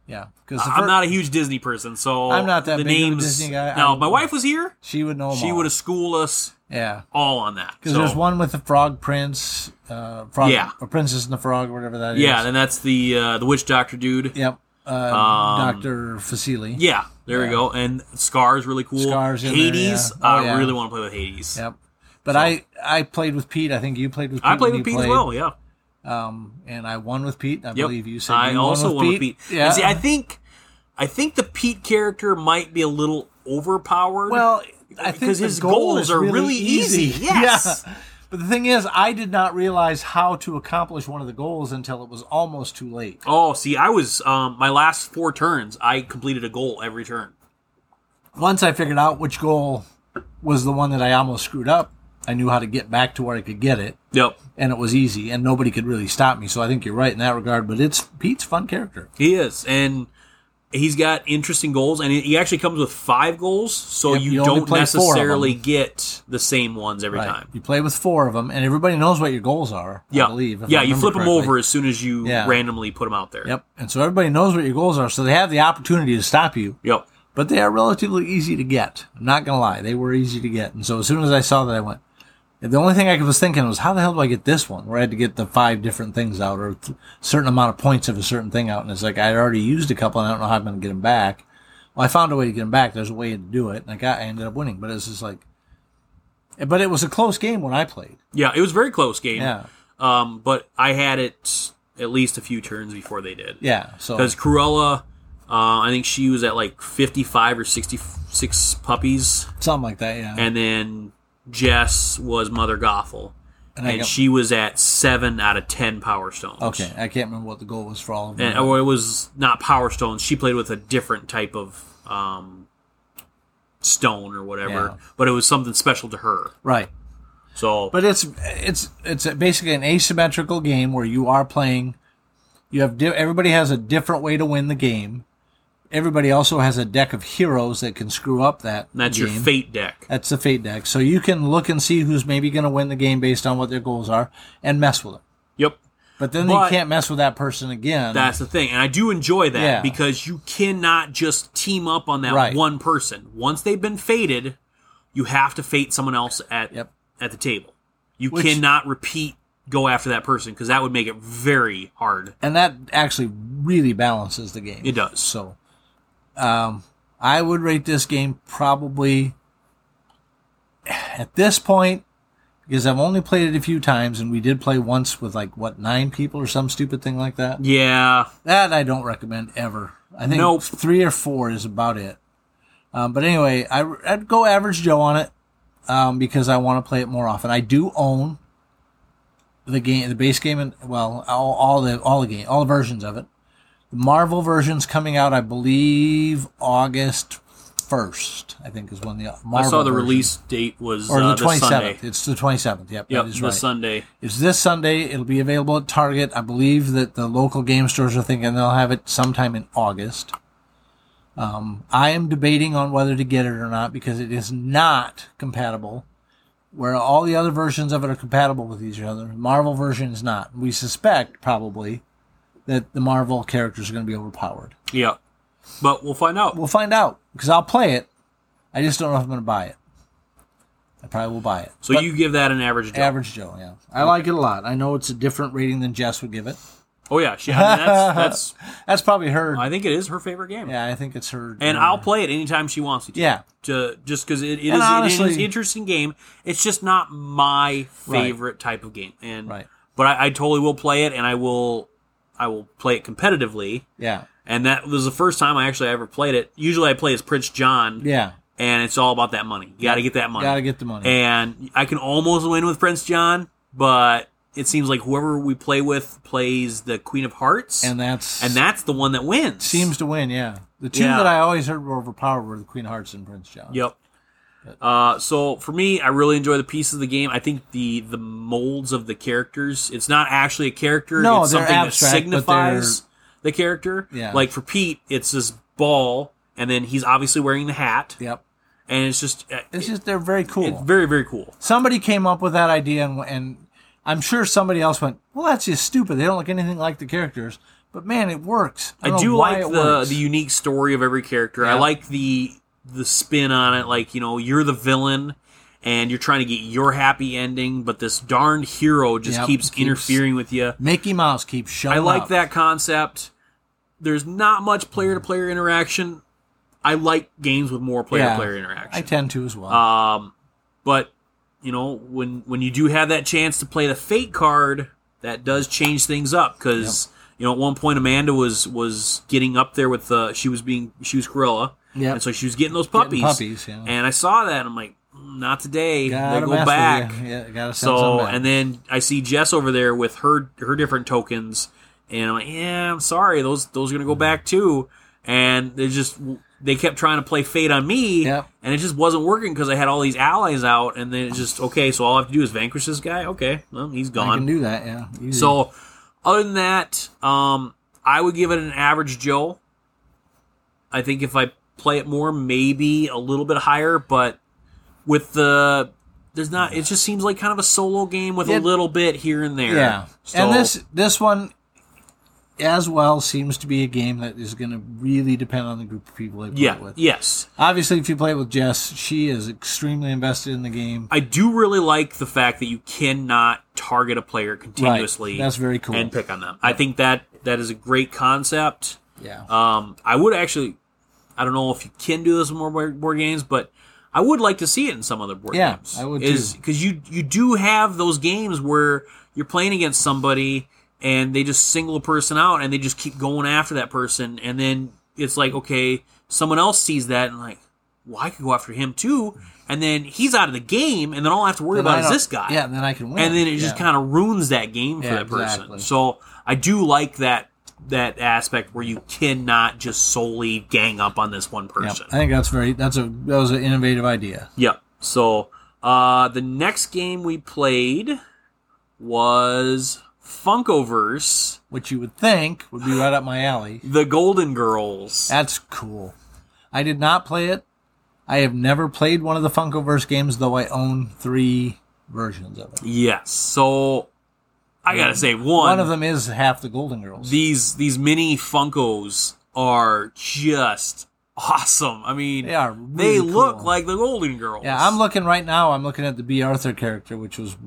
[SPEAKER 4] Yeah, because
[SPEAKER 3] I'm not a huge Disney person, so
[SPEAKER 4] I'm not that
[SPEAKER 3] the
[SPEAKER 4] big of a
[SPEAKER 3] names.
[SPEAKER 4] Disney guy.
[SPEAKER 3] Now,
[SPEAKER 4] I-
[SPEAKER 3] if my wife was here.
[SPEAKER 4] She would know. 'em
[SPEAKER 3] She
[SPEAKER 4] all.
[SPEAKER 3] would have schooled us
[SPEAKER 4] Yeah,
[SPEAKER 3] all on that.
[SPEAKER 4] because
[SPEAKER 3] So,
[SPEAKER 4] there's one with the Frog Prince, uh, Frog,
[SPEAKER 3] Yeah.
[SPEAKER 4] or Princess and the Frog, or whatever that is.
[SPEAKER 3] Yeah, and that's the uh, the witch doctor dude.
[SPEAKER 4] Yep. Uh,
[SPEAKER 3] Um,
[SPEAKER 4] Doctor Facili.
[SPEAKER 3] Yeah, there we go. And Scar's really cool.
[SPEAKER 4] Scar's in there,
[SPEAKER 3] Hades.
[SPEAKER 4] yeah. Oh,
[SPEAKER 3] I
[SPEAKER 4] yeah.
[SPEAKER 3] really want to play with Hades.
[SPEAKER 4] Yep. But I I played with Pete. I think you played with. Pete
[SPEAKER 3] I played
[SPEAKER 4] when
[SPEAKER 3] with
[SPEAKER 4] you
[SPEAKER 3] Pete as well. Yeah.
[SPEAKER 4] Um, and I won with Pete. I
[SPEAKER 3] Yep.
[SPEAKER 4] believe you said
[SPEAKER 3] I
[SPEAKER 4] you
[SPEAKER 3] also
[SPEAKER 4] won with Pete.
[SPEAKER 3] And
[SPEAKER 4] Yeah.
[SPEAKER 3] see, I think, I think the Pete character might be a little overpowered.
[SPEAKER 4] well, I think
[SPEAKER 3] because
[SPEAKER 4] the
[SPEAKER 3] his
[SPEAKER 4] goal
[SPEAKER 3] goals
[SPEAKER 4] is
[SPEAKER 3] are really easy. Yes.
[SPEAKER 4] Yeah. But the thing is, I did not realize how to accomplish one of the goals until it was almost too late.
[SPEAKER 3] oh, see, I was um, my last four turns. I completed a goal every turn.
[SPEAKER 4] once I figured out which goal was the one that I almost screwed up, I knew how to get back to where I could get it,
[SPEAKER 3] Yep.
[SPEAKER 4] and it was easy, and nobody could really stop me. So I think you're right in that regard. But it's Pete's fun character.
[SPEAKER 3] He is, and he's got interesting goals, and he actually comes with five goals, so
[SPEAKER 4] Yep,
[SPEAKER 3] you,
[SPEAKER 4] you only
[SPEAKER 3] don't
[SPEAKER 4] play four of
[SPEAKER 3] necessarily
[SPEAKER 4] them.
[SPEAKER 3] get the same ones every time.
[SPEAKER 4] You play with four of them, and everybody knows what your goals are.
[SPEAKER 3] Yeah,
[SPEAKER 4] I believe. if
[SPEAKER 3] yeah,
[SPEAKER 4] I
[SPEAKER 3] you
[SPEAKER 4] remember
[SPEAKER 3] flip them
[SPEAKER 4] correctly.
[SPEAKER 3] over as soon as you
[SPEAKER 4] Yeah.
[SPEAKER 3] randomly put them out there.
[SPEAKER 4] Yep, and so everybody knows what your goals are, so they have the opportunity to stop you.
[SPEAKER 3] Yep.
[SPEAKER 4] But they are relatively easy to get. I'm not gonna lie, they were easy to get. And so as soon as I saw that, I went. The only thing I was thinking was, how the hell do I get this one? Where I had to get the five different things out or a certain amount of points of a certain thing out. And it's like, I already used a couple and I don't know how I'm going to get them back. Well, I found a way to get them back. There's a way to do it. And I got, I ended up winning. But it's just like, but it was a close game when I played.
[SPEAKER 3] Yeah, it was a very close game.
[SPEAKER 4] Yeah.
[SPEAKER 3] Um, but I had it at least a few turns before they did.
[SPEAKER 4] Yeah. So,
[SPEAKER 3] Because Cruella, uh, I think she was at like fifty-five or sixty-six puppies,
[SPEAKER 4] something like that. Yeah.
[SPEAKER 3] and then Jess was Mother Gothel, and,
[SPEAKER 4] And I got-
[SPEAKER 3] she was at seven out of ten Power Stones.
[SPEAKER 4] okay. I can't remember what the goal was for all of them.
[SPEAKER 3] and or it was not power stone. She played with a different type of um, stone or whatever,
[SPEAKER 4] Yeah.
[SPEAKER 3] but it was something special to her.
[SPEAKER 4] right.
[SPEAKER 3] So,
[SPEAKER 4] But it's it's it's basically an asymmetrical game where you are playing. You have di- everybody has a different way to win the game. Everybody also has a deck of heroes that can screw up that.
[SPEAKER 3] and that's your
[SPEAKER 4] game.
[SPEAKER 3] fate deck.
[SPEAKER 4] That's the fate deck. So you can look and see who's maybe going to win the game based on what their goals are, and mess with it.
[SPEAKER 3] Yep,
[SPEAKER 4] But then
[SPEAKER 3] But-
[SPEAKER 4] you can't mess with that person again.
[SPEAKER 3] that's the thing, and I do enjoy that
[SPEAKER 4] Yeah.
[SPEAKER 3] because you cannot just team up on that
[SPEAKER 4] Right.
[SPEAKER 3] one person. Once they've been fated, you have to fate someone else at
[SPEAKER 4] Yep.
[SPEAKER 3] at the table. You
[SPEAKER 4] Which-
[SPEAKER 3] cannot repeat go after that person because that would make it very hard.
[SPEAKER 4] and that actually really balances the game.
[SPEAKER 3] It does.
[SPEAKER 4] So, um, I would rate this game probably at this point because I've only played it a few times, and we did play once with like what nine people or some stupid thing like that.
[SPEAKER 3] Yeah,
[SPEAKER 4] That I don't recommend ever. I think
[SPEAKER 3] Nope.
[SPEAKER 4] three or four is about it. Um, but anyway, I, would go average Joe on it um, because I want to play it more often. I do own the game, the base game, and well, all, all the all the game, all the versions of it. The Marvel version's coming out, I believe, August first. I think is when the Marvel
[SPEAKER 3] I saw the
[SPEAKER 4] version-
[SPEAKER 3] release date was
[SPEAKER 4] or
[SPEAKER 3] uh,
[SPEAKER 4] the twenty
[SPEAKER 3] this Sunday.
[SPEAKER 4] seventh. It's the twenty seventh. Yep,
[SPEAKER 3] Yep,
[SPEAKER 4] that is
[SPEAKER 3] this
[SPEAKER 4] right.
[SPEAKER 3] Sunday.
[SPEAKER 4] It's this Sunday. It'll be available at Target. I believe that the local game stores are thinking they'll have it sometime in August. Um, I am debating on whether to get it or not because it is not compatible where all the other versions of it are compatible with each other. The Marvel version is not. We suspect probably that the Marvel characters are going to be overpowered.
[SPEAKER 3] Yeah. But we'll find out.
[SPEAKER 4] We'll find out because I'll play it. I just don't know if I'm going to buy it. I probably will buy it.
[SPEAKER 3] so
[SPEAKER 4] But
[SPEAKER 3] you give that an average Joe.
[SPEAKER 4] average Joe, yeah, I like it a lot. I know it's a different rating than Jess would give it.
[SPEAKER 3] Oh yeah, she, I mean, that's that's
[SPEAKER 4] That's probably her.
[SPEAKER 3] I think it is her favorite game.
[SPEAKER 4] yeah, I think it's her.
[SPEAKER 3] And I'll play it anytime she wants me to.
[SPEAKER 4] Yeah.
[SPEAKER 3] To, just because it, it, is,
[SPEAKER 4] And
[SPEAKER 3] it is
[SPEAKER 4] honestly-
[SPEAKER 3] an interesting game. It's just not my favorite type of game. And
[SPEAKER 4] Right.
[SPEAKER 3] but I, I totally will play it and I will I will play it competitively.
[SPEAKER 4] Yeah,
[SPEAKER 3] And that was the first time I actually ever played it. Usually I play as Prince John
[SPEAKER 4] yeah.
[SPEAKER 3] and it's all about that money. You gotta get that money.
[SPEAKER 4] Gotta get the money.
[SPEAKER 3] and I can almost win with Prince John, but it seems like whoever we play with plays the Queen of Hearts,
[SPEAKER 4] and that's
[SPEAKER 3] and that's the one that wins.
[SPEAKER 4] seems to win. Yeah, the two
[SPEAKER 3] Yeah.
[SPEAKER 4] that I always heard were overpowered were the Queen of Hearts and Prince John.
[SPEAKER 3] Yep. Uh, so for me, I really enjoy the pieces of the game. I think the the molds of the characters. It's not actually a character.
[SPEAKER 4] No,
[SPEAKER 3] it's
[SPEAKER 4] they're
[SPEAKER 3] something
[SPEAKER 4] abstract,
[SPEAKER 3] that
[SPEAKER 4] but
[SPEAKER 3] signifies
[SPEAKER 4] they're-
[SPEAKER 3] the character.
[SPEAKER 4] Yeah.
[SPEAKER 3] Like for Pete, it's this ball, and then he's obviously wearing the hat,
[SPEAKER 4] Yep.
[SPEAKER 3] and it's just uh,
[SPEAKER 4] It's
[SPEAKER 3] it-
[SPEAKER 4] just they're very cool.
[SPEAKER 3] it's very very cool.
[SPEAKER 4] somebody came up with that idea, and, and I'm sure somebody else went, "Well, that's just stupid. They don't look anything like the characters." But man, it works.
[SPEAKER 3] I
[SPEAKER 4] don't know
[SPEAKER 3] do
[SPEAKER 4] why
[SPEAKER 3] like the
[SPEAKER 4] it works.
[SPEAKER 3] the unique story of every character. I
[SPEAKER 4] Yeah.
[SPEAKER 3] like the the spin on it. Like you know, you're the villain, and you're trying to get your happy ending, but this darned hero just
[SPEAKER 4] Yep,
[SPEAKER 3] keeps,
[SPEAKER 4] keeps-
[SPEAKER 3] interfering with you.
[SPEAKER 4] Mickey Mouse keeps showing.
[SPEAKER 3] I like
[SPEAKER 4] up.
[SPEAKER 3] that concept. There's not much player to player interaction. I like games with more player to
[SPEAKER 4] Yeah.
[SPEAKER 3] player
[SPEAKER 4] I
[SPEAKER 3] interaction.
[SPEAKER 4] tend to as well.
[SPEAKER 3] um, but you know, when when you do have that chance to play the fate card, that does change things up because you know at one point Amanda was was getting up there with the she was being she was Cruella,
[SPEAKER 4] Yep.
[SPEAKER 3] and so she was getting those puppies.
[SPEAKER 4] Getting puppies, yeah.
[SPEAKER 3] And I saw that and I'm like, "Mm, not today.
[SPEAKER 4] Gotta
[SPEAKER 3] they go
[SPEAKER 4] mess with
[SPEAKER 3] back.
[SPEAKER 4] you. Yeah, gotta send some
[SPEAKER 3] So
[SPEAKER 4] back.
[SPEAKER 3] and then I see Jess over there with her her different tokens, and I'm like, yeah, I'm sorry, those those are gonna go back too. And they just they kept trying to play Fate on me,
[SPEAKER 4] Yep.
[SPEAKER 3] and it just wasn't working because I had all these allies out, and then it's just okay. So all I have to do is vanquish this guy. Okay, well he's
[SPEAKER 4] I
[SPEAKER 3] gone.
[SPEAKER 4] can do that. Yeah. Easy.
[SPEAKER 3] So other than that, um, I would give it an average Joe. I think if I play it more, maybe a little bit higher, but with the there's not it just seems like kind of a solo game with a
[SPEAKER 4] Yeah.
[SPEAKER 3] little bit here and there.
[SPEAKER 4] yeah.
[SPEAKER 3] So,
[SPEAKER 4] And this this one as well seems to be a game that is going to really depend on the group of people they play
[SPEAKER 3] Yeah,
[SPEAKER 4] it with.
[SPEAKER 3] yes.
[SPEAKER 4] Obviously, if you play it with Jess, she is extremely invested in the game.
[SPEAKER 3] I do really like the fact that you cannot target a player continuously
[SPEAKER 4] That's very cool.
[SPEAKER 3] and pick on them. I think that that is a great concept.
[SPEAKER 4] yeah.
[SPEAKER 3] Um, I would actually, I don't know if you can do this in more board, board games, but I would like to see it in some other board
[SPEAKER 4] Yeah,
[SPEAKER 3] games.
[SPEAKER 4] I would
[SPEAKER 3] is
[SPEAKER 4] too.
[SPEAKER 3] because you you do have those games where you're playing against somebody and they just single a person out and they just keep going after that person, and then it's like okay, someone else sees that and like, well, I could go after him too, and then he's out of the game, and then all I have to worry
[SPEAKER 4] Then I
[SPEAKER 3] about is
[SPEAKER 4] don't-
[SPEAKER 3] this guy
[SPEAKER 4] Yeah, then I can win.
[SPEAKER 3] and then it just kind of ruins that game for
[SPEAKER 4] Yeah,
[SPEAKER 3] that person.
[SPEAKER 4] exactly.
[SPEAKER 3] So I do like that that aspect where you cannot just solely gang up on this one person.
[SPEAKER 4] I think that's very. That's a that was an innovative idea.
[SPEAKER 3] Yep. So uh, the next game we played was Funkoverse:
[SPEAKER 4] Which you would think would be right up my alley.
[SPEAKER 3] The Golden Girls.
[SPEAKER 4] That's cool. I did not play it. I have never played one of the Funkoverse games, though I own three versions of it.
[SPEAKER 3] yes. So I gotta say, one,
[SPEAKER 4] One of them is half the Golden Girls.
[SPEAKER 3] these these mini Funkos are just awesome. I mean,
[SPEAKER 4] They are
[SPEAKER 3] they
[SPEAKER 4] really
[SPEAKER 3] look
[SPEAKER 4] cool.
[SPEAKER 3] like the Golden Girls.
[SPEAKER 4] yeah, I'm looking right now. I'm looking at the B. Arthur character, which was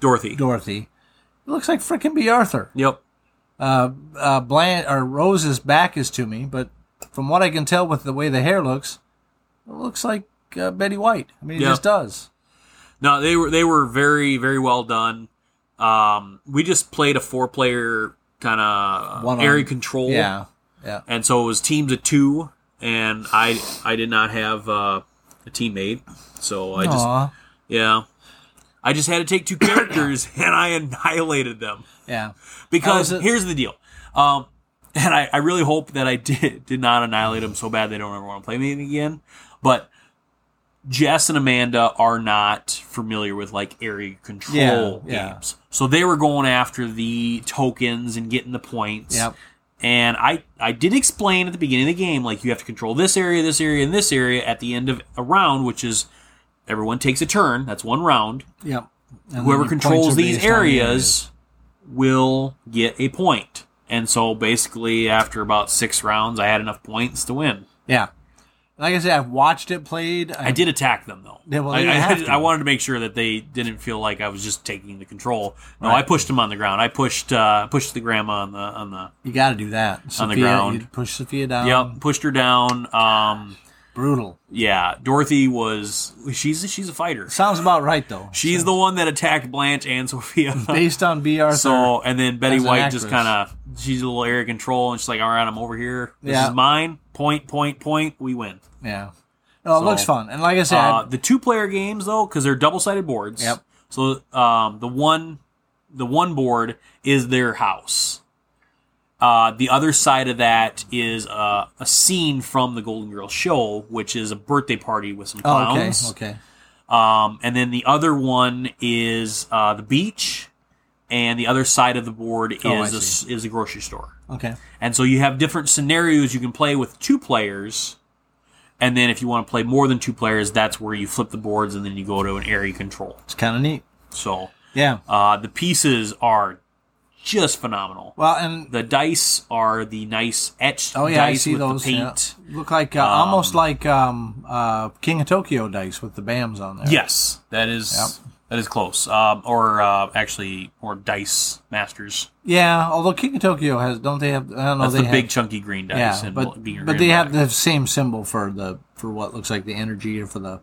[SPEAKER 3] Dorothy.
[SPEAKER 4] Dorothy. It looks like frickin' B. Arthur.
[SPEAKER 3] Yep.
[SPEAKER 4] Uh, uh, Bland or Rose's back is to me, but from what I can tell with the way the hair looks, it looks like uh, Betty White. I mean, it
[SPEAKER 3] Yeah.
[SPEAKER 4] just does.
[SPEAKER 3] No, they were they were very very well done. Um, we just played a four player kind of
[SPEAKER 4] One-on-
[SPEAKER 3] area control,
[SPEAKER 4] Yeah, yeah.
[SPEAKER 3] and so it was teams of two, and I I did not have uh, a teammate, so I just
[SPEAKER 4] Aw.
[SPEAKER 3] yeah, I just had to take two characters and I annihilated them
[SPEAKER 4] yeah.
[SPEAKER 3] because
[SPEAKER 4] How is it-
[SPEAKER 3] here's the deal. Um, and I, I really hope that I did did not annihilate them so bad they don't ever want to play me again. But Jess and Amanda are not familiar with like area control
[SPEAKER 4] Yeah, yeah.
[SPEAKER 3] games, so they were going after the tokens and getting the points.
[SPEAKER 4] Yep.
[SPEAKER 3] And I, I did explain at the beginning of the game, like you have to control this area, this area, and this area at the end of a round, which is Everyone takes a turn. That's one round.
[SPEAKER 4] Yep. And then
[SPEAKER 3] Whoever
[SPEAKER 4] your points
[SPEAKER 3] controls
[SPEAKER 4] are
[SPEAKER 3] these
[SPEAKER 4] based on the
[SPEAKER 3] areas will get a point. And so basically, after about six rounds, I had enough points to win.
[SPEAKER 4] Yeah. Like I said, I've watched it played.
[SPEAKER 3] I did attack them though.
[SPEAKER 4] Yeah, well,
[SPEAKER 3] I,
[SPEAKER 4] you
[SPEAKER 3] I,
[SPEAKER 4] have to.
[SPEAKER 3] I wanted to make sure that they didn't feel like I was just taking the control. No,
[SPEAKER 4] Right.
[SPEAKER 3] I pushed them on the ground. I pushed uh, pushed the grandma on the on the
[SPEAKER 4] You got to do that. Sophia,
[SPEAKER 3] On the ground.
[SPEAKER 4] You push Sophia down.
[SPEAKER 3] yep pushed her down. Um,
[SPEAKER 4] Brutal.
[SPEAKER 3] yeah, Dorothy was she's she's a fighter.
[SPEAKER 4] Sounds about right though.
[SPEAKER 3] She's the one that attacked Blanche and Sophia.
[SPEAKER 4] based on B. Arthur.
[SPEAKER 3] So and then Betty
[SPEAKER 4] As an
[SPEAKER 3] White just
[SPEAKER 4] actress.
[SPEAKER 3] kind of she's a little area control and she's like, all right, I'm over here. This
[SPEAKER 4] Yeah.
[SPEAKER 3] is mine. Point point point. We win.
[SPEAKER 4] yeah. No, it
[SPEAKER 3] So-
[SPEAKER 4] looks fun. And like I said,
[SPEAKER 3] Uh, the two player games though, because they're double sided boards.
[SPEAKER 4] Yep.
[SPEAKER 3] So um, the one the one board is their house. Uh, the other side of that is uh, a scene from the Golden Girls show, which is a birthday party with some
[SPEAKER 4] oh, okay,
[SPEAKER 3] clowns.
[SPEAKER 4] okay.
[SPEAKER 3] Um, and then the other one is uh, the beach, and the other side of the board is
[SPEAKER 4] Oh, I
[SPEAKER 3] a s- is a grocery store.
[SPEAKER 4] Okay.
[SPEAKER 3] And so you have different scenarios you can play with two players. And then if you want to play more than two players, that's where you flip the boards and then you go to an area control.
[SPEAKER 4] It's kind of neat.
[SPEAKER 3] So
[SPEAKER 4] Yeah.
[SPEAKER 3] uh, the pieces are just phenomenal.
[SPEAKER 4] Well, and
[SPEAKER 3] The dice are the nice etched
[SPEAKER 4] oh yeah,
[SPEAKER 3] dice
[SPEAKER 4] I see
[SPEAKER 3] with
[SPEAKER 4] those.
[SPEAKER 3] the
[SPEAKER 4] yeah.
[SPEAKER 3] paint.
[SPEAKER 4] Look like uh, almost like um, uh, King of Tokyo dice with the bams on there.
[SPEAKER 3] Yes, that is that is close. Um, or uh, actually, more dice masters.
[SPEAKER 4] Yeah. Although King of Tokyo has, don't they have? I don't know.
[SPEAKER 3] That's
[SPEAKER 4] Oh, they
[SPEAKER 3] the
[SPEAKER 4] have,
[SPEAKER 3] big chunky green dice.
[SPEAKER 4] Yeah,
[SPEAKER 3] and
[SPEAKER 4] but
[SPEAKER 3] being
[SPEAKER 4] but
[SPEAKER 3] green
[SPEAKER 4] they
[SPEAKER 3] and
[SPEAKER 4] have
[SPEAKER 3] black.
[SPEAKER 4] the same symbol for the for what looks like the energy or for the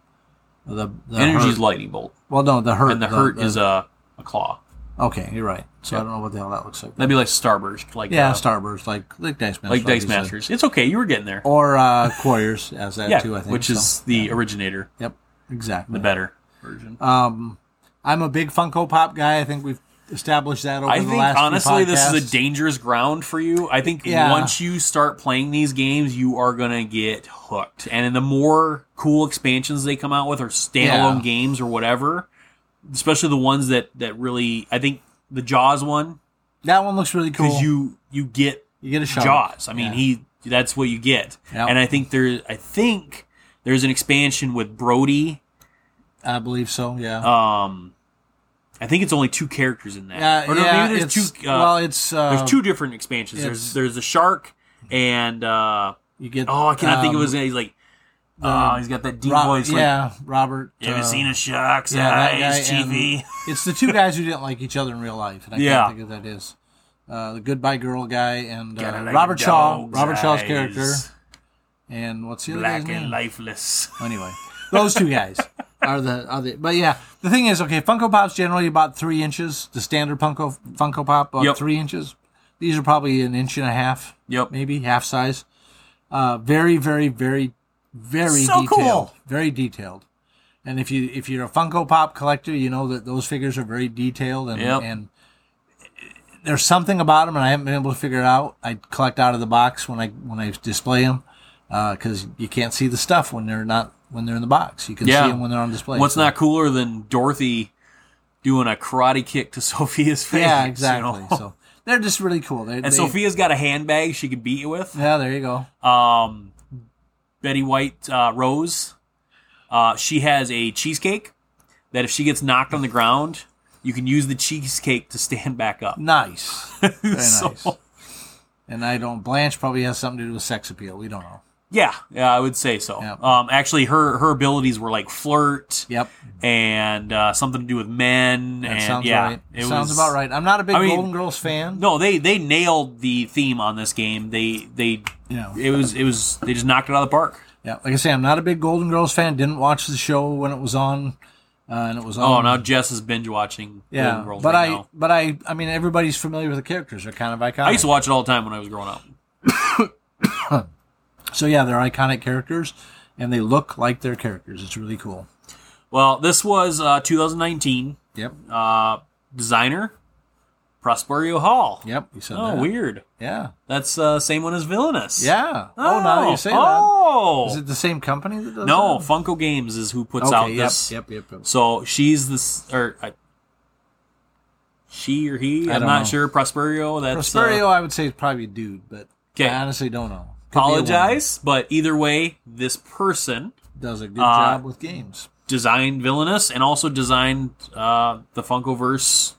[SPEAKER 4] the, the
[SPEAKER 3] energy's
[SPEAKER 4] hurt.
[SPEAKER 3] lightning bolt,
[SPEAKER 4] well no the hurt
[SPEAKER 3] and the hurt is a, a claw.
[SPEAKER 4] okay you're right so I don't know what the hell that looks like
[SPEAKER 3] That'd be like starburst, like
[SPEAKER 4] yeah
[SPEAKER 3] uh,
[SPEAKER 4] starburst like like dice masters
[SPEAKER 3] like Dice
[SPEAKER 4] you said.
[SPEAKER 3] Masters. It's okay. You were getting there.
[SPEAKER 4] or uh, Quarriers as that
[SPEAKER 3] yeah,
[SPEAKER 4] too I think
[SPEAKER 3] which
[SPEAKER 4] so.
[SPEAKER 3] is the originator,
[SPEAKER 4] yep exactly
[SPEAKER 3] the better version.
[SPEAKER 4] um I'm a big Funko Pop guy I think we've established that over
[SPEAKER 3] I
[SPEAKER 4] the
[SPEAKER 3] think
[SPEAKER 4] last few
[SPEAKER 3] honestly, this is
[SPEAKER 4] podcasts.
[SPEAKER 3] a dangerous ground for you. I think
[SPEAKER 4] Yeah.
[SPEAKER 3] once you start playing these games, you are gonna get hooked. And the more cool expansions they come out with, or standalone
[SPEAKER 4] Yeah.
[SPEAKER 3] games, or whatever, especially the ones that that really, I think the Jaws one,
[SPEAKER 4] that one looks really
[SPEAKER 3] because
[SPEAKER 4] cool
[SPEAKER 3] you you get
[SPEAKER 4] you get a shot
[SPEAKER 3] Jaws. I mean,
[SPEAKER 4] Yeah.
[SPEAKER 3] he that's what you get.
[SPEAKER 4] Yep.
[SPEAKER 3] And I think there, I think there's an expansion with Brody
[SPEAKER 4] I believe so yeah
[SPEAKER 3] um I think it's only two characters in that.
[SPEAKER 4] Yeah,
[SPEAKER 3] or no,
[SPEAKER 4] yeah,
[SPEAKER 3] maybe there's
[SPEAKER 4] it's-
[SPEAKER 3] two. Uh,
[SPEAKER 4] well, it's uh,
[SPEAKER 3] there's two different expansions.
[SPEAKER 4] it's-
[SPEAKER 3] There's there's the shark and uh,
[SPEAKER 4] You get
[SPEAKER 3] oh, I cannot think it
[SPEAKER 4] um,
[SPEAKER 3] was. He's like, oh, he's got that deep
[SPEAKER 4] Ro-
[SPEAKER 3] voice. Like,
[SPEAKER 4] yeah, Robert.
[SPEAKER 3] you ever
[SPEAKER 4] uh,
[SPEAKER 3] seen a shark's
[SPEAKER 4] yeah, that
[SPEAKER 3] eyes,
[SPEAKER 4] guy and-
[SPEAKER 3] TV?
[SPEAKER 4] It's the two guys who didn't like each other in real life, and I
[SPEAKER 3] Yeah.
[SPEAKER 4] can't think of who that is. Uh, the Goodbye Girl guy and
[SPEAKER 3] Kinda
[SPEAKER 4] uh,
[SPEAKER 3] like a
[SPEAKER 4] Robert Shaw,
[SPEAKER 3] dog's
[SPEAKER 4] Robert Shaw's
[SPEAKER 3] eyes,
[SPEAKER 4] character, and what's the other
[SPEAKER 3] black
[SPEAKER 4] guy's name?
[SPEAKER 3] and lifeless.
[SPEAKER 4] Anyway, those two guys are the are the. But yeah, the thing is, okay, Funko Pops generally about three inches. The standard Funko Funko Pop about
[SPEAKER 3] Yep.
[SPEAKER 4] three inches. These are probably an inch and a half,
[SPEAKER 3] Yep.
[SPEAKER 4] maybe half size. Uh, very, very, very, very
[SPEAKER 3] So
[SPEAKER 4] detailed.
[SPEAKER 3] cool.
[SPEAKER 4] Very detailed. And if you if you're a Funko Pop collector, you know that those figures are very detailed and
[SPEAKER 3] Yep.
[SPEAKER 4] and there's something about them, and I haven't been able to figure it out. I collect out of the box when I when I display them because you can't see the stuff when they're not when they're in the box. You can see them when they're on display.
[SPEAKER 3] What's
[SPEAKER 4] So-
[SPEAKER 3] not cooler than Dorothy doing a karate kick to Sophia's face?
[SPEAKER 4] Yeah,
[SPEAKER 3] you
[SPEAKER 4] exactly.
[SPEAKER 3] know?
[SPEAKER 4] So they're just really cool. They,
[SPEAKER 3] and
[SPEAKER 4] they-
[SPEAKER 3] Sophia's got a handbag she can beat you with.
[SPEAKER 4] Yeah, there you go.
[SPEAKER 3] um, Betty White uh, Rose. Uh, she has a cheesecake that if she gets knocked on the ground, you can use the cheesecake to stand back up.
[SPEAKER 4] Nice. Very
[SPEAKER 3] So-
[SPEAKER 4] nice. And I don't. Blanche probably has something to do with sex appeal. We don't know.
[SPEAKER 3] Yeah, yeah, I would say so.
[SPEAKER 4] Yeah.
[SPEAKER 3] Um, actually, her her abilities were like flirt
[SPEAKER 4] Yep.
[SPEAKER 3] and uh, something to do with men.
[SPEAKER 4] That
[SPEAKER 3] and
[SPEAKER 4] sounds
[SPEAKER 3] yeah,
[SPEAKER 4] right. sounds about right. I'm not a big
[SPEAKER 3] I mean-
[SPEAKER 4] Golden Girls fan.
[SPEAKER 3] No, they they nailed the theme on this game. They they
[SPEAKER 4] You know.
[SPEAKER 3] it was it was they just knocked it out of the park.
[SPEAKER 4] Yeah. Like I say, I'm not a big Golden Girls fan. Didn't watch the show when it was on, uh, and it was
[SPEAKER 3] Oh,
[SPEAKER 4] on.
[SPEAKER 3] now Jess is binge watching.
[SPEAKER 4] Yeah.
[SPEAKER 3] Golden Girls
[SPEAKER 4] But
[SPEAKER 3] right
[SPEAKER 4] I.
[SPEAKER 3] now.
[SPEAKER 4] But I. I mean, everybody's familiar with the characters. They're kind of iconic.
[SPEAKER 3] I used to watch it all the time when I was growing up.
[SPEAKER 4] So yeah, they're iconic characters, and they look like their characters. It's really cool.
[SPEAKER 3] Well, this was uh, 2019
[SPEAKER 4] Yep.
[SPEAKER 3] uh, designer Prosperio Hall.
[SPEAKER 4] Yep. You said
[SPEAKER 3] Oh,
[SPEAKER 4] that.
[SPEAKER 3] weird.
[SPEAKER 4] Yeah.
[SPEAKER 3] That's uh, same one as Villainous.
[SPEAKER 4] Yeah. Oh,
[SPEAKER 3] Oh,
[SPEAKER 4] now that you say
[SPEAKER 3] oh.
[SPEAKER 4] that. Is it the same company that does
[SPEAKER 3] No,
[SPEAKER 4] that?
[SPEAKER 3] Funko Games is who puts
[SPEAKER 4] okay,
[SPEAKER 3] out
[SPEAKER 4] yep,
[SPEAKER 3] this.
[SPEAKER 4] Yep. Yep. Yep.
[SPEAKER 3] So she's this, or I, she or he?
[SPEAKER 4] I
[SPEAKER 3] I'm
[SPEAKER 4] don't
[SPEAKER 3] not
[SPEAKER 4] know.
[SPEAKER 3] sure. Prosperio. That's uh,
[SPEAKER 4] Prosperio, I would say, is probably a dude, but
[SPEAKER 3] 'Kay.
[SPEAKER 4] I honestly don't know. Could be a woman.
[SPEAKER 3] apologize, but either way, this person
[SPEAKER 4] Does a good
[SPEAKER 3] Uh,
[SPEAKER 4] job with games.
[SPEAKER 3] designed Villainous and also designed uh, the Funkoverse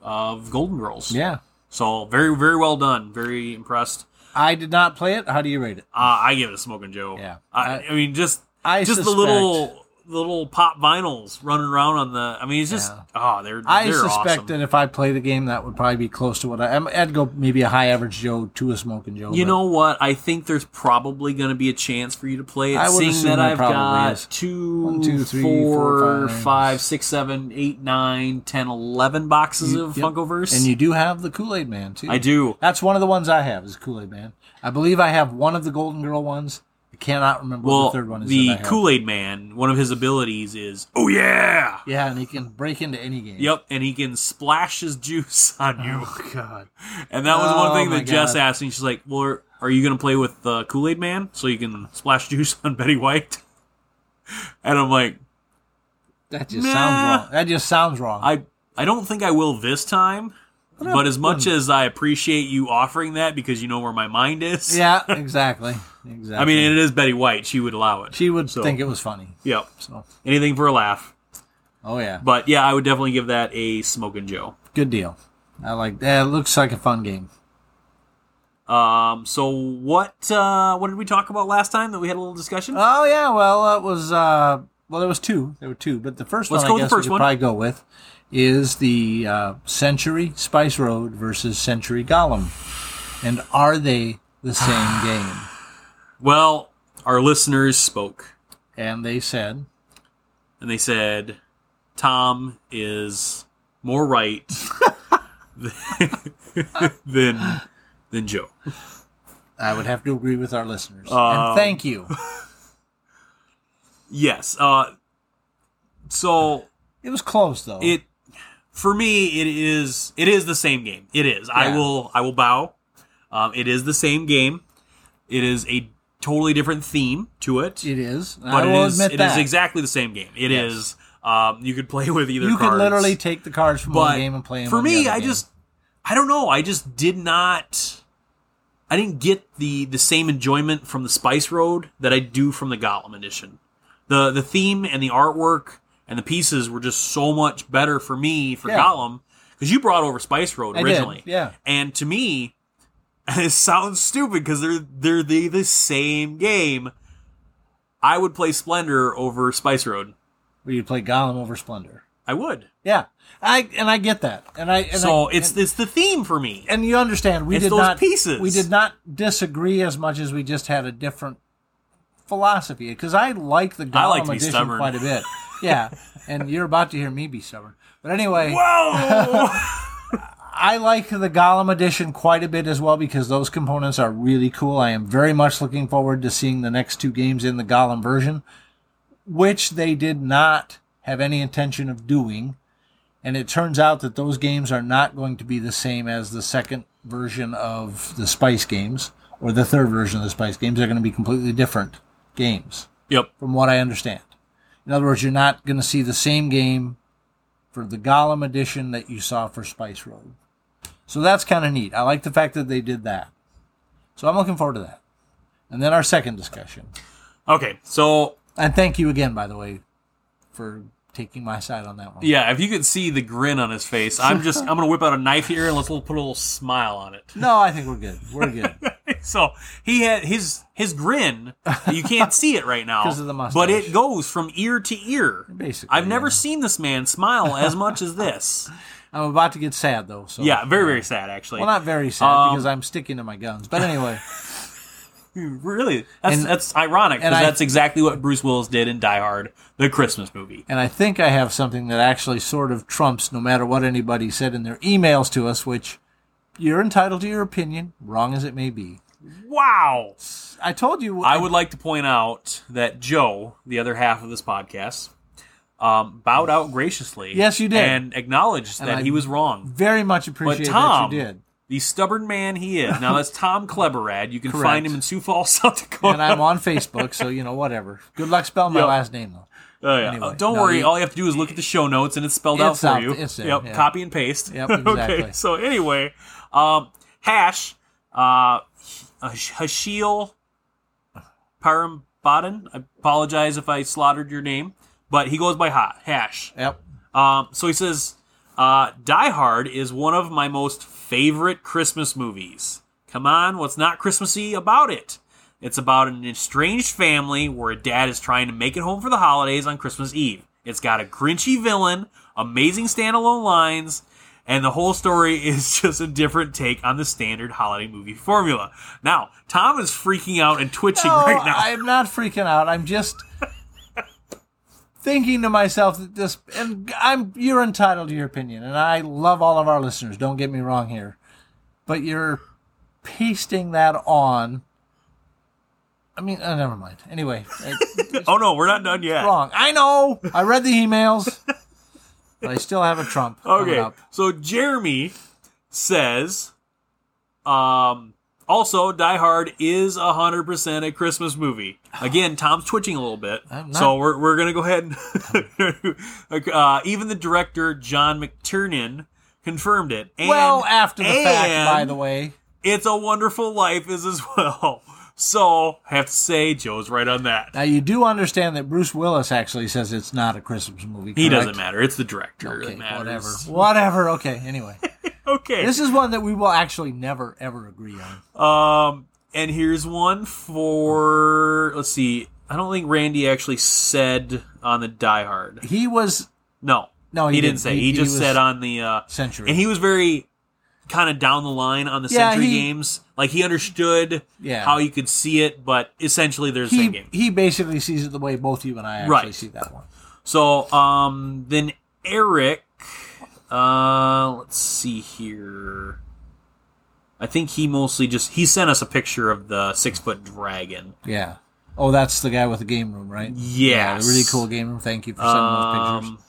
[SPEAKER 3] of Golden Girls.
[SPEAKER 4] Yeah.
[SPEAKER 3] So very, very well done. Very impressed.
[SPEAKER 4] I did not play it. How do you rate it?
[SPEAKER 3] Uh, I give it a smoking Joe.
[SPEAKER 4] Yeah.
[SPEAKER 3] I, I mean, just
[SPEAKER 4] I
[SPEAKER 3] just the little little pop vinyls running around on the. I mean, it's just
[SPEAKER 4] Yeah.
[SPEAKER 3] oh, they're
[SPEAKER 4] I
[SPEAKER 3] they're
[SPEAKER 4] suspect
[SPEAKER 3] awesome.
[SPEAKER 4] that if I play the game, that would probably be close to what I. I'm- I'd go maybe a high average Joe to a smoking Joe.
[SPEAKER 3] You
[SPEAKER 4] but-
[SPEAKER 3] know what? I think there's probably going to be a chance for you to play it,
[SPEAKER 4] I would
[SPEAKER 3] seeing
[SPEAKER 4] assume
[SPEAKER 3] that
[SPEAKER 4] there
[SPEAKER 3] I've
[SPEAKER 4] probably
[SPEAKER 3] got
[SPEAKER 4] is.
[SPEAKER 3] two,
[SPEAKER 4] One, two, three,
[SPEAKER 3] four,
[SPEAKER 4] four, five.
[SPEAKER 3] five, six, seven, eight, nine, ten, eleven boxes
[SPEAKER 4] You-
[SPEAKER 3] of
[SPEAKER 4] yep.
[SPEAKER 3] Funkoverse.
[SPEAKER 4] and you do have the Kool Aid Man too.
[SPEAKER 3] I do.
[SPEAKER 4] That's one of the ones I have is Kool Aid Man. I believe I have one of the Golden Girl ones. I cannot remember
[SPEAKER 3] Well,
[SPEAKER 4] what the third one is.
[SPEAKER 3] the
[SPEAKER 4] that I have.
[SPEAKER 3] Kool Aid Man, one of his abilities is, oh yeah,
[SPEAKER 4] Yeah, and he can break into any game.
[SPEAKER 3] yep, and he can splash his juice on you.
[SPEAKER 4] Oh God.
[SPEAKER 3] And that was one
[SPEAKER 4] Oh,
[SPEAKER 3] thing
[SPEAKER 4] my
[SPEAKER 3] that Jess
[SPEAKER 4] God.
[SPEAKER 3] asked me. She's like, "Well, are- are you going to play with uh, Kool Aid Man so you can splash juice on Betty White?" And I'm like,
[SPEAKER 4] That just
[SPEAKER 3] Nah.
[SPEAKER 4] sounds wrong. That just sounds wrong.
[SPEAKER 3] I I don't think I will this time. But as much as I appreciate you offering that because you know where my mind is.
[SPEAKER 4] yeah, exactly. Exactly.
[SPEAKER 3] I mean, it is Betty White. She would allow it.
[SPEAKER 4] she would
[SPEAKER 3] so-
[SPEAKER 4] think it was funny.
[SPEAKER 3] Yep.
[SPEAKER 4] So,
[SPEAKER 3] Anything for a laugh.
[SPEAKER 4] oh yeah,
[SPEAKER 3] But yeah, I would definitely give that a smoking Joe.
[SPEAKER 4] good deal. I like that. It looks like a fun game.
[SPEAKER 3] Um, so what uh, what did we talk about last time that we had a little discussion?
[SPEAKER 4] Oh yeah, well it was. Uh, well, there was two. There were two, but the
[SPEAKER 3] Let's
[SPEAKER 4] 1st one
[SPEAKER 3] go
[SPEAKER 4] I
[SPEAKER 3] with the
[SPEAKER 4] guess we
[SPEAKER 3] first
[SPEAKER 4] could
[SPEAKER 3] one.
[SPEAKER 4] probably go with is the uh, Century Spice Road versus Century Golem, and are they the same game?
[SPEAKER 3] well, our listeners spoke
[SPEAKER 4] And they said,
[SPEAKER 3] and they said Tom is more right than than Joe.
[SPEAKER 4] I would have to agree with our listeners,
[SPEAKER 3] Um,
[SPEAKER 4] and thank you.
[SPEAKER 3] Yes. Uh, so
[SPEAKER 4] It was close though.
[SPEAKER 3] it for me it is it is the same game. It is. I
[SPEAKER 4] Yeah.
[SPEAKER 3] will I will bow. Um, it is the same game. It is a totally different theme to it.
[SPEAKER 4] it is. I
[SPEAKER 3] but it
[SPEAKER 4] will
[SPEAKER 3] is
[SPEAKER 4] admit
[SPEAKER 3] it
[SPEAKER 4] that
[SPEAKER 3] is exactly the same game. It
[SPEAKER 4] Yes.
[SPEAKER 3] is. Um, you could play with either.
[SPEAKER 4] you
[SPEAKER 3] cards.
[SPEAKER 4] could literally take the cards from
[SPEAKER 3] but
[SPEAKER 4] one game and play them
[SPEAKER 3] for
[SPEAKER 4] on the
[SPEAKER 3] me
[SPEAKER 4] other
[SPEAKER 3] i
[SPEAKER 4] game.
[SPEAKER 3] just i don't know i just did not i didn't get the the same enjoyment from the spice road that i do from the gollum edition the the theme and the artwork and the pieces were just so much better for me for
[SPEAKER 4] Yeah.
[SPEAKER 3] gollum because you brought over spice road
[SPEAKER 4] I did,
[SPEAKER 3] originally
[SPEAKER 4] yeah.
[SPEAKER 3] and to me it sounds stupid because they're they're the, the same game i would play splendor over spice road
[SPEAKER 4] where you play Gollum over Splendor.
[SPEAKER 3] i would
[SPEAKER 4] Yeah, I and I get that, and I and
[SPEAKER 3] so
[SPEAKER 4] I-
[SPEAKER 3] it's
[SPEAKER 4] and,
[SPEAKER 3] it's the theme for me
[SPEAKER 4] and you understand we
[SPEAKER 3] it's
[SPEAKER 4] did
[SPEAKER 3] those
[SPEAKER 4] not
[SPEAKER 3] pieces.
[SPEAKER 4] we did not disagree as much as we just had a different philosophy because I like the Gollum
[SPEAKER 3] I like to be
[SPEAKER 4] edition
[SPEAKER 3] stubborn.
[SPEAKER 4] quite a bit. Yeah, and you're about to hear me be stubborn, but anyway,
[SPEAKER 3] Whoa!
[SPEAKER 4] I like the Gollum edition quite a bit as well because those components are really cool. I am very much looking forward to seeing the next two games in the Gollum version, which they did not have any intention of doing. And it turns out that those games are not going to be the same as the second version of the Spice games or the third version of the Spice games. They're going to be completely different games,
[SPEAKER 3] yep.
[SPEAKER 4] from what I understand. In other words, you're not going to see the same game for the Gollum edition that you saw for Spice Road. So that's kind of neat. I like the fact that they did that. So I'm looking forward to that. And then our second discussion.
[SPEAKER 3] Okay. So
[SPEAKER 4] And thank you again, by the way, for taking my side on that one.
[SPEAKER 3] yeah, if you could see the grin on his face, I'm just I'm gonna whip out a knife here and let's put a little smile on it.
[SPEAKER 4] No, I think we're good. We're good.
[SPEAKER 3] So he had his his grin. You can't see it right now
[SPEAKER 4] 'Cause of the mustache.
[SPEAKER 3] but it goes from ear to ear.
[SPEAKER 4] Basically,
[SPEAKER 3] I've never
[SPEAKER 4] yeah.
[SPEAKER 3] seen this man smile as much as this.
[SPEAKER 4] I'm about to get sad though. So
[SPEAKER 3] Yeah, very very sad actually.
[SPEAKER 4] Well, not very sad
[SPEAKER 3] Um,
[SPEAKER 4] because I'm sticking to my guns. But anyway,
[SPEAKER 3] Hmm, really, that's
[SPEAKER 4] And-
[SPEAKER 3] that's ironic
[SPEAKER 4] and
[SPEAKER 3] because
[SPEAKER 4] I-
[SPEAKER 3] that's exactly what Bruce Willis did in Die Hard, the Christmas movie.
[SPEAKER 4] and I think I have something that actually sort of trumps no matter what anybody said in their emails to us, which you're entitled to your opinion, wrong as it may be.
[SPEAKER 3] Wow.
[SPEAKER 4] I told you
[SPEAKER 3] I would like to point out that Joe, the other half of this podcast, um, bowed out graciously.
[SPEAKER 4] Yes, you did.
[SPEAKER 3] And acknowledged
[SPEAKER 4] And
[SPEAKER 3] that
[SPEAKER 4] I
[SPEAKER 3] he was wrong.
[SPEAKER 4] very much
[SPEAKER 3] But
[SPEAKER 4] appreciate
[SPEAKER 3] Tom,
[SPEAKER 4] that you did.
[SPEAKER 3] the stubborn man he is. Now, that's Tom Kleberad. You can
[SPEAKER 4] Correct.
[SPEAKER 3] find him in Sioux Falls, South Dakota.
[SPEAKER 4] and I'm on Facebook, so you know, whatever. Good luck spelling my
[SPEAKER 3] Yep.
[SPEAKER 4] last name though.
[SPEAKER 3] Oh, yeah.
[SPEAKER 4] anyway,
[SPEAKER 3] Uh, Don't
[SPEAKER 4] no,
[SPEAKER 3] worry.
[SPEAKER 4] you-
[SPEAKER 3] all you have to do is look at the show notes and it's spelled out
[SPEAKER 4] It's
[SPEAKER 3] for
[SPEAKER 4] out-
[SPEAKER 3] you.
[SPEAKER 4] it's there,
[SPEAKER 3] yep.
[SPEAKER 4] yeah.
[SPEAKER 3] Copy and paste.
[SPEAKER 4] Yep,
[SPEAKER 3] okay.
[SPEAKER 4] exactly.
[SPEAKER 3] So, anyway, um, Hash, uh, Hash- Hashil Parambadan. I apologize if I slaughtered your name. but he goes by hot hash.
[SPEAKER 4] Yep.
[SPEAKER 3] Um, so he says, uh, Die Hard is one of my most favorite Christmas movies. Come on, what's not Christmassy about it? It's about an estranged family where a dad is trying to make it home for the holidays on Christmas Eve. It's got a grinchy villain, amazing standalone lines, and the whole story is just a different take on the standard holiday movie formula. Now, Tom is freaking out and twitching
[SPEAKER 4] No,
[SPEAKER 3] right now.
[SPEAKER 4] I'm not freaking out. I'm just thinking to myself that this and I'm you're entitled to your opinion and I love all of our listeners, don't get me wrong here. But you're pasting that on I mean, uh, never mind. Anyway, it's
[SPEAKER 3] oh no, we're not done yet.
[SPEAKER 4] wrong. I know. I read the emails, but I still have a Trump. coming
[SPEAKER 3] Okay.
[SPEAKER 4] up.
[SPEAKER 3] So Jeremy says, um, also Die Hard is hundred percent a Christmas movie. Again, Tom's twitching a little bit,
[SPEAKER 4] I'm
[SPEAKER 3] so
[SPEAKER 4] not-
[SPEAKER 3] we're we're gonna go ahead and uh, even the director John McTiernan confirmed it. And,
[SPEAKER 4] well, after the fact, by
[SPEAKER 3] and
[SPEAKER 4] the way.
[SPEAKER 3] It's a Wonderful Life is as well. So I have to say, Joe's right on that.
[SPEAKER 4] Now you do understand that Bruce Willis actually says it's not a Christmas movie.
[SPEAKER 3] He
[SPEAKER 4] correct?
[SPEAKER 3] doesn't matter. It's the director
[SPEAKER 4] Okay,
[SPEAKER 3] that matters.
[SPEAKER 4] whatever. Whatever. Okay. Anyway,
[SPEAKER 3] Okay.
[SPEAKER 4] this is one that we will actually never ever agree on.
[SPEAKER 3] Um, and here's one for let's see. I don't think Randy actually said on the Die Hard.
[SPEAKER 4] He was
[SPEAKER 3] No,
[SPEAKER 4] No,
[SPEAKER 3] he,
[SPEAKER 4] he
[SPEAKER 3] didn't
[SPEAKER 4] didn't.
[SPEAKER 3] say. He,
[SPEAKER 4] He- he
[SPEAKER 3] just
[SPEAKER 4] was
[SPEAKER 3] said on the uh,
[SPEAKER 4] Century.
[SPEAKER 3] and he was very kind of down the line on the
[SPEAKER 4] Yeah,
[SPEAKER 3] Century
[SPEAKER 4] he-
[SPEAKER 3] games. Like he understood
[SPEAKER 4] Yeah.
[SPEAKER 3] how you could see it, but essentially they're the same
[SPEAKER 4] he,
[SPEAKER 3] game.
[SPEAKER 4] he basically sees it the way both you and I actually
[SPEAKER 3] Right.
[SPEAKER 4] see that one.
[SPEAKER 3] So um, then Eric, uh, let's see here. I think he mostly just he sent us a picture of the six foot dragon.
[SPEAKER 4] Yeah. Oh, that's the guy with the game room, right? Yeah,
[SPEAKER 3] Yes.
[SPEAKER 4] the really cool game room. Thank you for sending those
[SPEAKER 3] Um,
[SPEAKER 4] pictures.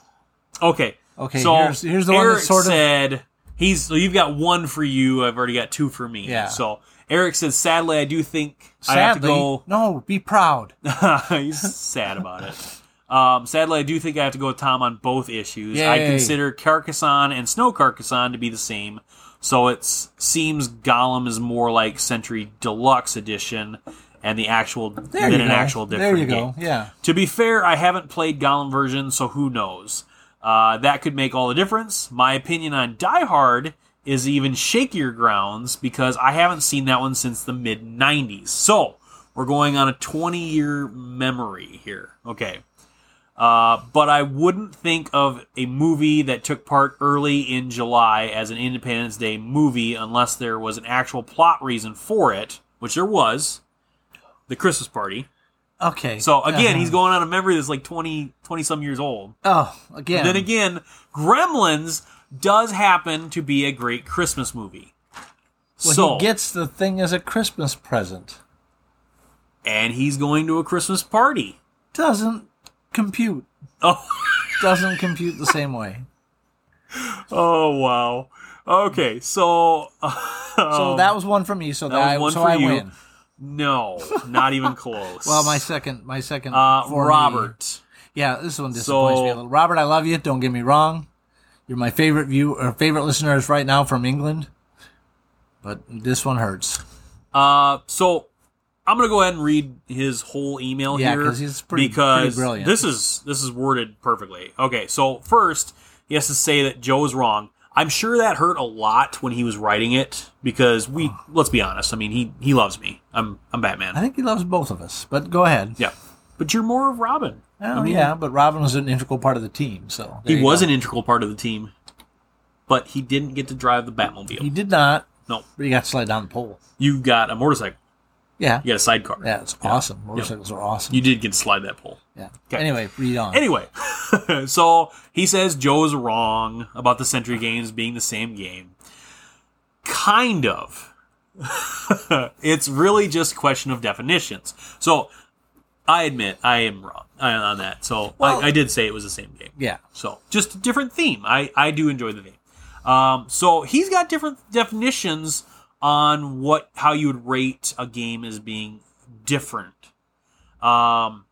[SPEAKER 3] Okay.
[SPEAKER 4] Okay,
[SPEAKER 3] So
[SPEAKER 4] here's- here's the one
[SPEAKER 3] Eric
[SPEAKER 4] that's sort of-
[SPEAKER 3] said he's. So you've got one for you. I've already got two for me.
[SPEAKER 4] Yeah.
[SPEAKER 3] So Eric says, sadly, I do think I have to
[SPEAKER 4] Sadly,
[SPEAKER 3] go.
[SPEAKER 4] no, be proud.
[SPEAKER 3] he's sad about it. Um, sadly, I do think I have to go with Tom on both issues. I
[SPEAKER 4] Yay.
[SPEAKER 3] consider Carcassonne and Snow Carcassonne to be the same. So it seems Gollum is more like Century Deluxe Edition, and the actual
[SPEAKER 4] There
[SPEAKER 3] than
[SPEAKER 4] you
[SPEAKER 3] an
[SPEAKER 4] go.
[SPEAKER 3] actual different
[SPEAKER 4] There you
[SPEAKER 3] game.
[SPEAKER 4] go. Yeah.
[SPEAKER 3] To be fair, I haven't played Gollum version, so who knows? Uh, that could make all the difference. My opinion on Die Hard is even shakier grounds because I haven't seen that one since the mid 90s. So we're going on a 20 year memory here. Okay. Uh, but I wouldn't think of a movie that took part early in July as an Independence Day movie unless there was an actual plot reason for it, which there was the Christmas party.
[SPEAKER 4] Okay.
[SPEAKER 3] So again,
[SPEAKER 4] Uh-huh.
[SPEAKER 3] he's going on a memory that's like 20, 20 some years old.
[SPEAKER 4] Oh, again.
[SPEAKER 3] Then again, Gremlins does happen to be a great Christmas movie.
[SPEAKER 4] well,
[SPEAKER 3] so
[SPEAKER 4] he gets the thing as a Christmas present.
[SPEAKER 3] and he's going to a Christmas party.
[SPEAKER 4] Doesn't compute.
[SPEAKER 3] Oh,
[SPEAKER 4] Doesn't compute the same way.
[SPEAKER 3] oh wow. Okay, so
[SPEAKER 4] So
[SPEAKER 3] um,
[SPEAKER 4] that was one for me. So that,
[SPEAKER 3] was
[SPEAKER 4] I,
[SPEAKER 3] one
[SPEAKER 4] so
[SPEAKER 3] for
[SPEAKER 4] I
[SPEAKER 3] you.
[SPEAKER 4] win.
[SPEAKER 3] no, not even close.
[SPEAKER 4] Well, my second, my second,
[SPEAKER 3] uh,
[SPEAKER 4] for me-
[SPEAKER 3] Robert.
[SPEAKER 4] Yeah, this one disappoints
[SPEAKER 3] So-
[SPEAKER 4] me a little. Robert, I love you. Don't get me wrong. You're my favorite view or favorite listeners right now from England, but this one hurts.
[SPEAKER 3] Uh, so I'm gonna go ahead and read his whole email
[SPEAKER 4] Yeah,
[SPEAKER 3] here
[SPEAKER 4] 'cause he's pretty-
[SPEAKER 3] because
[SPEAKER 4] pretty brilliant.
[SPEAKER 3] this is this is worded perfectly. Okay, so first he has to say that Joe is wrong. I'm sure that hurt a lot when he was writing it because we let's be honest. I mean, he he loves me. I'm I'm Batman.
[SPEAKER 4] I think he loves both of us, but go ahead.
[SPEAKER 3] yeah, but you're more of Robin.
[SPEAKER 4] Oh, yeah, but Robin was an integral part of the team, so there
[SPEAKER 3] he
[SPEAKER 4] you
[SPEAKER 3] was
[SPEAKER 4] go.
[SPEAKER 3] an integral part of the team, but he didn't get to drive the Batmobile.
[SPEAKER 4] He did not,
[SPEAKER 3] no,
[SPEAKER 4] but he got slid down the pole.
[SPEAKER 3] you got a motorcycle.
[SPEAKER 4] Yeah,
[SPEAKER 3] You got a sidecar.
[SPEAKER 4] yeah, it's awesome. Motorcycles are awesome.
[SPEAKER 3] You did get to slide that pole.
[SPEAKER 4] yeah.
[SPEAKER 3] Okay.
[SPEAKER 4] Anyway, read on.
[SPEAKER 3] Anyway, so he says Joe is wrong about the Century Games being the same game. Kind of. it's really just a question of definitions. So I admit I am wrong I- on that. So
[SPEAKER 4] Well-
[SPEAKER 3] I, I did say it was the same game.
[SPEAKER 4] yeah.
[SPEAKER 3] So just a different theme. I, I do enjoy the theme. Um, so he's got different definitions on what how you would rate a game as being different. Um,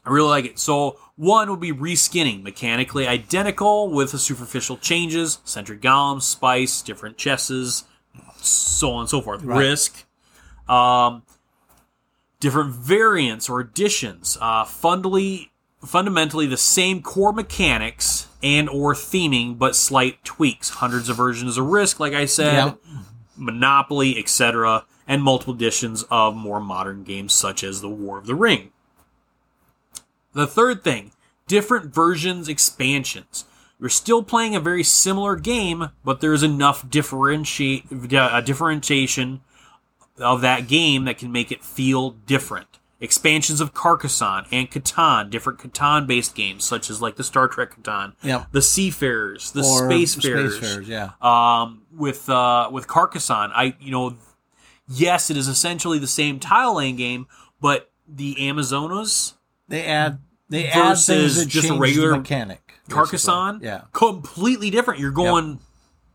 [SPEAKER 3] I really like it. So one would be reskinning, mechanically identical with the superficial changes, centric golems, spice, different chesses, so on and so forth.
[SPEAKER 4] Right.
[SPEAKER 3] Risk. Um, different variants or additions. Uh, fundly fundamentally the same core mechanics and or theming but slight tweaks hundreds of versions of risk like i said
[SPEAKER 4] Yeah.
[SPEAKER 3] monopoly etc and multiple editions of more modern games such as the war of the ring the third thing different versions expansions you're still playing a very similar game but there's enough differentiate, uh, differentiation of that game that can make it feel different. Expansions of Carcassonne and Catan, different Catan-based games such as like the Star Trek Catan,
[SPEAKER 4] Yeah.
[SPEAKER 3] the Seafarers, the
[SPEAKER 4] Or
[SPEAKER 3] Spacefarers.
[SPEAKER 4] Spacefarers, yeah.
[SPEAKER 3] Um, with uh, with Carcassonne, I you know, yes, it is essentially the same tile laying game, but the Amazonas
[SPEAKER 4] They add they add things
[SPEAKER 3] Versus
[SPEAKER 4] that
[SPEAKER 3] just a
[SPEAKER 4] change the
[SPEAKER 3] regular
[SPEAKER 4] mechanic. basically.
[SPEAKER 3] Carcassonne,
[SPEAKER 4] Yeah.
[SPEAKER 3] completely different. You're going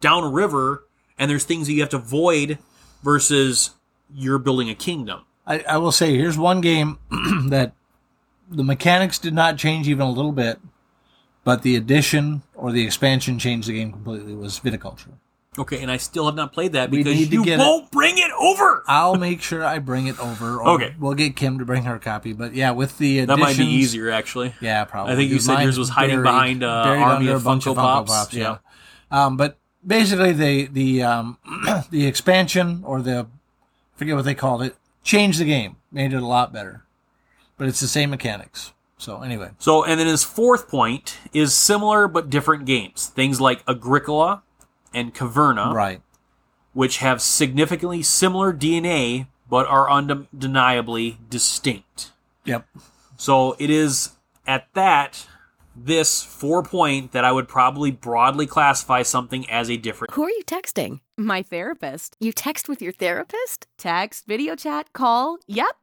[SPEAKER 3] down a river, and there's things that you have to avoid versus you're building a kingdom.
[SPEAKER 4] I, I will say here's one game that the mechanics did not change even a little bit, but the addition or the expansion changed the game completely was viticulture.
[SPEAKER 3] Okay, and I still have not played that
[SPEAKER 4] We
[SPEAKER 3] because
[SPEAKER 4] need to
[SPEAKER 3] you
[SPEAKER 4] get
[SPEAKER 3] won't bring it over.
[SPEAKER 4] I'll make sure I bring it over. Or
[SPEAKER 3] Okay.
[SPEAKER 4] We'll get Kim to bring her copy. But yeah, with the additions,
[SPEAKER 3] That might be easier, actually.
[SPEAKER 4] Yeah, probably.
[SPEAKER 3] I think you
[SPEAKER 4] because
[SPEAKER 3] said yours
[SPEAKER 4] mine's
[SPEAKER 3] was hiding
[SPEAKER 4] buried-
[SPEAKER 3] behind, uh,
[SPEAKER 4] buried
[SPEAKER 3] army
[SPEAKER 4] under
[SPEAKER 3] of
[SPEAKER 4] a bunch
[SPEAKER 3] Funko Pops. Yeah.
[SPEAKER 4] Um, but basically, they the um, the expansion or the I forget what they called it changed the game, made it a lot better. But it's the same mechanics. So anyway,
[SPEAKER 3] So, and then his fourth point is similar but different games. Things like Agricola and Caverna,
[SPEAKER 4] right.
[SPEAKER 3] which have significantly similar DNA but are undeniably distinct.
[SPEAKER 4] Yep.
[SPEAKER 3] So it is at that this four point that I would probably broadly classify something as a different.
[SPEAKER 1] Who are you texting?
[SPEAKER 5] My therapist.
[SPEAKER 1] You text with your therapist?
[SPEAKER 5] Text, video chat, call. Yep.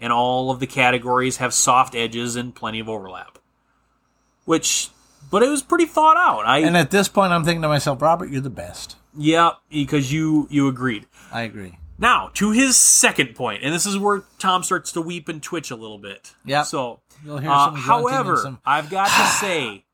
[SPEAKER 3] and all of the categories have soft edges and plenty of overlap. Which, but it was pretty thought out. I
[SPEAKER 4] And at this point, I'm thinking to myself, Robert, you're the best.
[SPEAKER 3] yeah, because you you agreed.
[SPEAKER 4] I agree.
[SPEAKER 3] Now to his second point, and this is where Tom starts to weep and twitch a little bit.
[SPEAKER 4] Yep.
[SPEAKER 3] So,
[SPEAKER 4] You'll hear
[SPEAKER 3] uh,
[SPEAKER 4] some grunting and
[SPEAKER 3] however,
[SPEAKER 4] some-
[SPEAKER 3] I've got to say,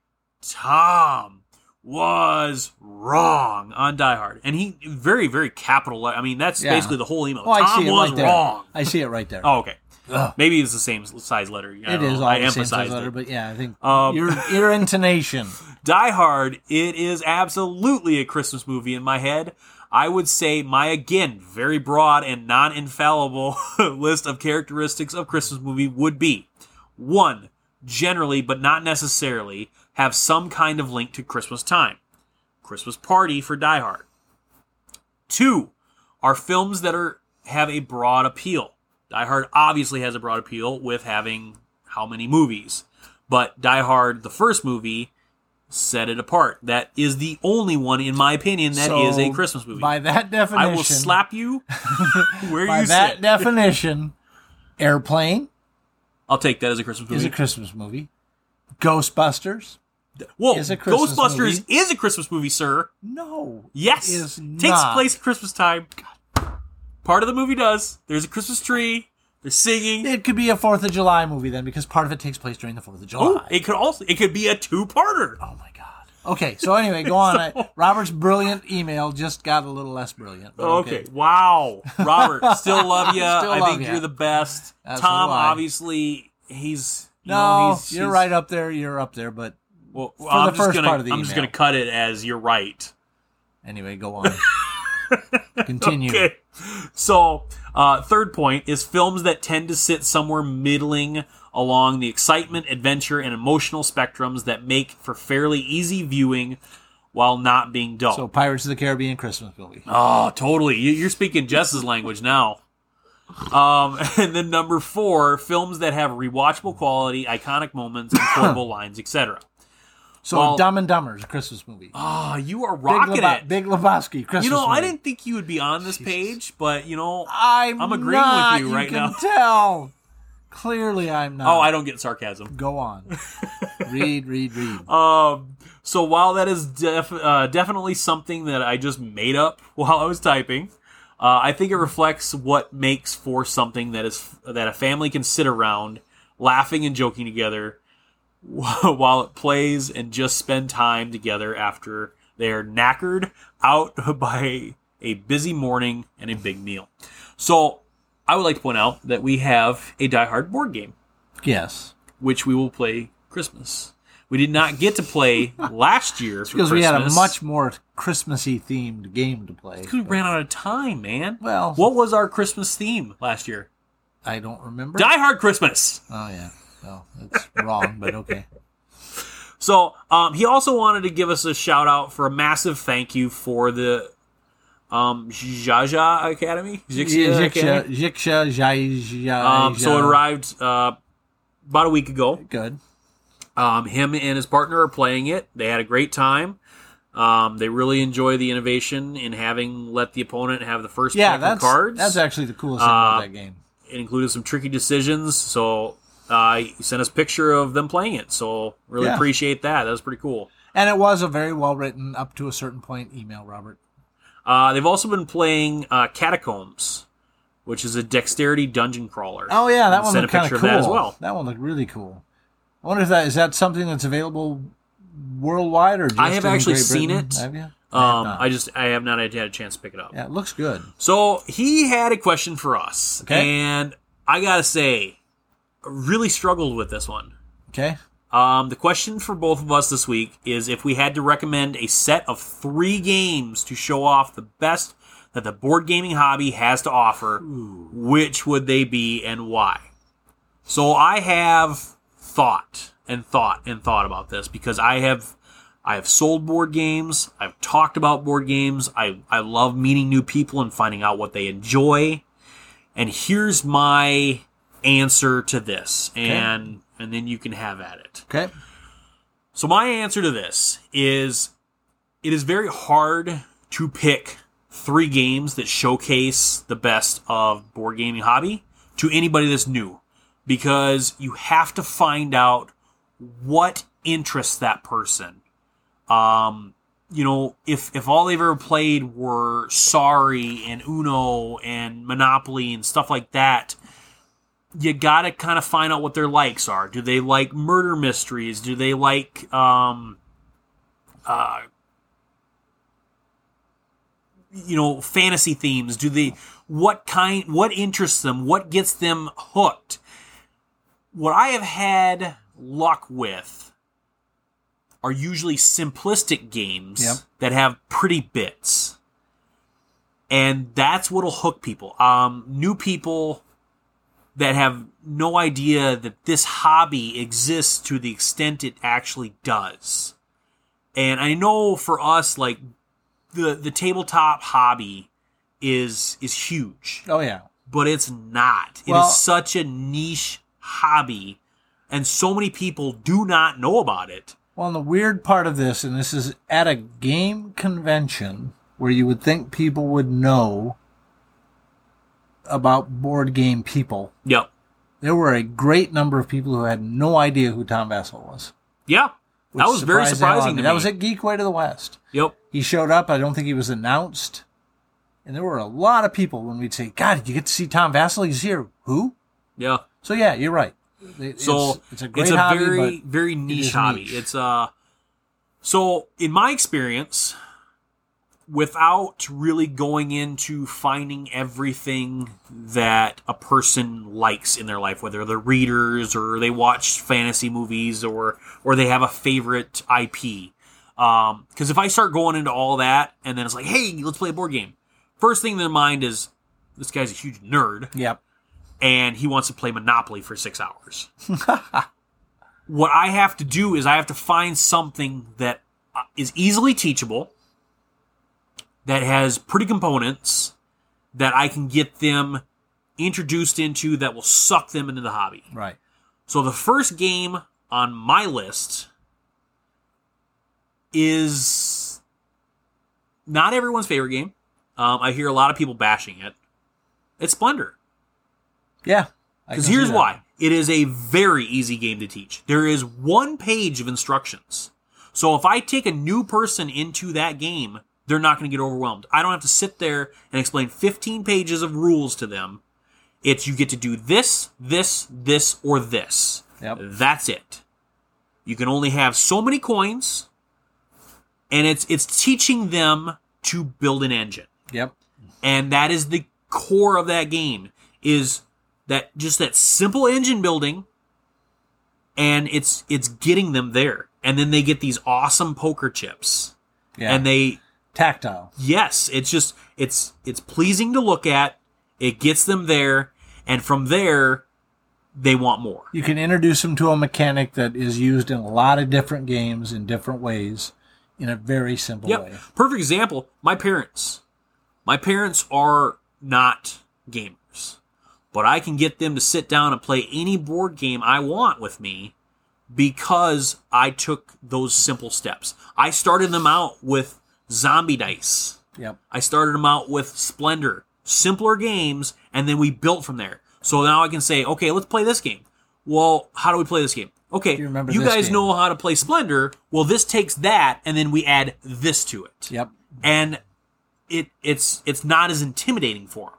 [SPEAKER 3] Tom was wrong on Die Hard, and he very very capital. I mean, that's
[SPEAKER 4] Yeah.
[SPEAKER 3] basically the whole email.
[SPEAKER 4] Oh, I
[SPEAKER 3] Tom
[SPEAKER 4] see it
[SPEAKER 3] was
[SPEAKER 4] right there.
[SPEAKER 3] wrong.
[SPEAKER 4] I see it right there.
[SPEAKER 3] Oh, okay.
[SPEAKER 4] Ugh.
[SPEAKER 3] Maybe it's the same size letter. I
[SPEAKER 4] it
[SPEAKER 3] don't
[SPEAKER 4] is
[SPEAKER 3] know.
[SPEAKER 4] all
[SPEAKER 3] I
[SPEAKER 4] the same size
[SPEAKER 3] emphasized
[SPEAKER 4] letter,
[SPEAKER 3] it.
[SPEAKER 4] but yeah, I think
[SPEAKER 3] Um,
[SPEAKER 4] your your intonation.
[SPEAKER 3] Die Hard, it is absolutely a Christmas movie in my head. I would say my, again, very broad and non infallible list of characteristics of Christmas movie would be one, generally, but not necessarily, have some kind of link to Christmas time. Christmas party for Die Hard. Two are films that are have a broad appeal. Die Hard obviously has a broad appeal with having how many movies, but Die Hard, the first movie, set it apart. That is the only one, in my opinion, that is
[SPEAKER 4] So,
[SPEAKER 3] a Christmas movie.
[SPEAKER 4] By that
[SPEAKER 3] I
[SPEAKER 4] definition,
[SPEAKER 3] will slap you where
[SPEAKER 4] By
[SPEAKER 3] you
[SPEAKER 4] that
[SPEAKER 3] sit.
[SPEAKER 4] definition, Airplane
[SPEAKER 3] I'll take that as a Christmas
[SPEAKER 4] is
[SPEAKER 3] movie.
[SPEAKER 4] a Christmas movie. Ghostbusters?
[SPEAKER 3] Whoa,
[SPEAKER 4] is a Christmas
[SPEAKER 3] Ghostbusters
[SPEAKER 4] movie.
[SPEAKER 3] is a Christmas movie, sir.
[SPEAKER 4] No.
[SPEAKER 3] Yes,
[SPEAKER 4] it is
[SPEAKER 3] takes
[SPEAKER 4] not.
[SPEAKER 3] place at Christmas time. Part of the movie does. There's a Christmas tree. They're singing.
[SPEAKER 4] It could be a Fourth of July movie then, because part of it takes place during the Fourth of
[SPEAKER 3] Oh,
[SPEAKER 4] July.
[SPEAKER 3] it could also it could be a two-parter.
[SPEAKER 4] Oh my god. Okay, so anyway, go on. I, Robert's brilliant email just got a little less brilliant. but
[SPEAKER 3] Okay. Wow. Robert, still love you.
[SPEAKER 4] Oh, Still
[SPEAKER 3] I
[SPEAKER 4] love
[SPEAKER 3] think
[SPEAKER 4] ya.
[SPEAKER 3] you're the best.
[SPEAKER 4] That's
[SPEAKER 3] Tom,
[SPEAKER 4] what I-
[SPEAKER 3] obviously, he's you know,
[SPEAKER 4] No,
[SPEAKER 3] he's,
[SPEAKER 4] you're
[SPEAKER 3] he's-
[SPEAKER 4] right up there. You're up there, but
[SPEAKER 3] Well,
[SPEAKER 4] for
[SPEAKER 3] I'm
[SPEAKER 4] the
[SPEAKER 3] just
[SPEAKER 4] first
[SPEAKER 3] gonna,
[SPEAKER 4] part of the
[SPEAKER 3] I'm just
[SPEAKER 4] email.
[SPEAKER 3] gonna cut it as you're right.
[SPEAKER 4] anyway, go on. Continue.
[SPEAKER 3] Okay. So Uh, third point is films that tend to sit somewhere middling along the excitement, adventure, and emotional spectrums that make for fairly easy viewing while not being dull.
[SPEAKER 4] So Pirates of the Caribbean Christmas movie.
[SPEAKER 3] Oh, totally. You- You're speaking Jess's language now. Um, and then number four, films that have rewatchable quality, iconic moments, and quotable lines, etc.
[SPEAKER 4] So
[SPEAKER 3] well-
[SPEAKER 4] Dumb and Dumber is a Christmas movie.
[SPEAKER 3] Ah, you are
[SPEAKER 4] Big,
[SPEAKER 3] rocking
[SPEAKER 4] Lebo-
[SPEAKER 3] it.
[SPEAKER 4] Big Lebowski Christmas
[SPEAKER 3] you know, I
[SPEAKER 4] movie.
[SPEAKER 3] didn't think you would be on this page, but you know,
[SPEAKER 4] I'm,
[SPEAKER 3] I'm agreeing with
[SPEAKER 4] not,
[SPEAKER 3] you right
[SPEAKER 4] can
[SPEAKER 3] now.
[SPEAKER 4] tell. Clearly, I'm not.
[SPEAKER 3] oh, I don't get sarcasm.
[SPEAKER 4] Go on. read, read, read.
[SPEAKER 3] Um, so while that is def- uh, definitely something that I just made up while I was typing, uh, I think it reflects what makes for something that is that a family can sit around, laughing and joking together, while it plays and just spend time together after they're knackered out by a busy morning and a big meal. So I would like to point out that we have a Die Hard board game
[SPEAKER 4] yes.
[SPEAKER 3] which we will play Christmas. We did not get to play last year for
[SPEAKER 4] Because we had a
[SPEAKER 3] Christmas.
[SPEAKER 4] much more Christmassy themed game to play.
[SPEAKER 3] We ran out of time, man.
[SPEAKER 4] Well-
[SPEAKER 3] what was our Christmas theme last year?
[SPEAKER 4] I don't remember.
[SPEAKER 3] Die Hard Christmas.
[SPEAKER 4] Oh, yeah. Well, that's wrong, but okay.
[SPEAKER 3] So um, he also wanted to give us a shout out for a massive thank you for the um, Jaja Academy. Jixia
[SPEAKER 4] Yeah, Jiksha,
[SPEAKER 3] Academy.
[SPEAKER 4] Jiksha, Jai, Jai,
[SPEAKER 3] Um, so it
[SPEAKER 4] Jai.
[SPEAKER 3] arrived uh, about a week ago.
[SPEAKER 4] Good.
[SPEAKER 3] Um, him and his partner are playing it. They had a great time. Um, they really enjoy the innovation in having let the opponent have the first
[SPEAKER 4] Yeah,
[SPEAKER 3] pack of
[SPEAKER 4] that's,
[SPEAKER 3] cards. Uh,
[SPEAKER 4] that's actually the coolest thing about that game.
[SPEAKER 3] it included some tricky decisions. So uh, he sent us a picture of them playing it. So really
[SPEAKER 4] Yeah.
[SPEAKER 3] appreciate that. That was pretty cool.
[SPEAKER 4] And it was a very well written, up to a certain point, email, Robert.
[SPEAKER 3] Uh, they've also been playing uh, Catacombs, which is a dexterity dungeon crawler.
[SPEAKER 4] Oh yeah, that
[SPEAKER 3] And
[SPEAKER 4] one
[SPEAKER 3] sent
[SPEAKER 4] looked
[SPEAKER 3] a
[SPEAKER 4] kind of
[SPEAKER 3] picture
[SPEAKER 4] cool.
[SPEAKER 3] of that as well.
[SPEAKER 4] That one looked really cool. I wonder if that is that something that's available worldwide or just
[SPEAKER 3] I have
[SPEAKER 4] in
[SPEAKER 3] actually
[SPEAKER 4] Great
[SPEAKER 3] seen
[SPEAKER 4] Britain?
[SPEAKER 3] it.
[SPEAKER 4] Have you? have
[SPEAKER 3] Um,
[SPEAKER 4] not.
[SPEAKER 3] I just I have not had a chance to pick it up.
[SPEAKER 4] yeah, it looks good.
[SPEAKER 3] So he had a question for us,
[SPEAKER 4] Okay.
[SPEAKER 3] and I gotta say, I really struggled with this one.
[SPEAKER 4] Okay,
[SPEAKER 3] Um, the question for both of us this week is if we had to recommend a set of three games to show off the best that the board gaming hobby has to offer, which would they be and why? So I have thought and thought and thought about this because I have I have sold board games, I've talked about board games, I, I love meeting new people and finding out what they enjoy. And here's my answer to this. And and then you can have at it.
[SPEAKER 4] okay,
[SPEAKER 3] So my answer to this is it is very hard to pick three games that showcase the best of board gaming hobby to anybody that's new because you have to find out what interests that person. Um you know, if if all they've ever played were Sorry and Uno and Monopoly and stuff like that, you gotta kind of find out what their likes are. Do they like murder mysteries? Do they like um, uh, you know, fantasy themes? Do they what kind? What interests them? What gets them hooked? What I have had luck with are usually simplistic games
[SPEAKER 4] Yep.
[SPEAKER 3] that have pretty bits. And that's what'll hook people. Um, new people that have no idea that this hobby exists to the extent it actually does. And I know for us, like the the tabletop hobby is is huge,
[SPEAKER 4] oh yeah,
[SPEAKER 3] but it's not. It is
[SPEAKER 4] Well-
[SPEAKER 3] such a niche hobby, and so many people do not know about it.
[SPEAKER 4] Well, and the weird part of this, and this is at a game convention where you would think people would know about board game people,
[SPEAKER 3] Yep.
[SPEAKER 4] there were a great number of people who had no idea who Tom Vassell was.
[SPEAKER 3] Yeah.
[SPEAKER 4] which
[SPEAKER 3] That was very
[SPEAKER 4] surprised the hell out of
[SPEAKER 3] surprising to me.
[SPEAKER 4] That was at Geek Way to the West.
[SPEAKER 3] Yep.
[SPEAKER 4] He showed up. I don't think he was announced. And there were a lot of people when we'd say, God, did you get to see Tom Vassell? He's here. Who?
[SPEAKER 3] Yeah.
[SPEAKER 4] So, yeah, you're right. It-
[SPEAKER 3] So
[SPEAKER 4] it's, it's a great hobby,
[SPEAKER 3] very
[SPEAKER 4] but
[SPEAKER 3] very niche
[SPEAKER 4] is
[SPEAKER 3] hobby.
[SPEAKER 4] niche.
[SPEAKER 3] It's uh so in my experience, without really going into finding everything that a person likes in their life, whether they're readers or they watch fantasy movies or or they have a favorite IP. Um, because if I start going into all that and then it's like, hey, let's play a board game. First thing in their mind is, this guy's a huge nerd
[SPEAKER 4] Yep.
[SPEAKER 3] and he wants to play Monopoly for six hours. what I have to do is I have to find something that uh, is easily teachable, that has pretty components, that I can get them introduced into, that will suck them into the hobby.
[SPEAKER 4] Right.
[SPEAKER 3] So the first game on my list is not everyone's favorite game. Um, I hear a lot of people bashing it. It's Splendor.
[SPEAKER 4] Yeah. I
[SPEAKER 3] Because
[SPEAKER 4] can see
[SPEAKER 3] here's
[SPEAKER 4] that.
[SPEAKER 3] why it is a very easy game to teach. There is one page of instructions. So if I take a new person into that game, they're not going to get overwhelmed. I don't have to sit there and explain 15 pages of rules to them. It's you get to do this, this, this, or this.
[SPEAKER 4] Yep.
[SPEAKER 3] That's it. You can only have so many coins, and it's it's teaching them to build an engine
[SPEAKER 4] Yep.
[SPEAKER 3] and that is the core of that game is that just that simple engine building and it's it's getting them there and then they get these awesome poker chips
[SPEAKER 4] Yeah.
[SPEAKER 3] and they
[SPEAKER 4] tactile.
[SPEAKER 3] yes it's just it's it's pleasing to look at it gets them there and from there they want more
[SPEAKER 4] You can introduce them to a mechanic that is used in a lot of different games in different ways in a very simple
[SPEAKER 3] yep
[SPEAKER 4] way.
[SPEAKER 3] perfect example my parents my parents are not gamers but i can get them to sit down and play any board game i want with me because i took those simple steps i started them out with zombie dice
[SPEAKER 4] Yep.
[SPEAKER 3] i started them out with splendor simpler games and then we built from there so now i can say okay let's play this game well how do we play this game okay
[SPEAKER 4] Do you remember
[SPEAKER 3] you
[SPEAKER 4] this
[SPEAKER 3] guys
[SPEAKER 4] game?
[SPEAKER 3] know how to play splendor well this takes that and then we add this to it
[SPEAKER 4] Yep.
[SPEAKER 3] and it it's it's not as intimidating for them.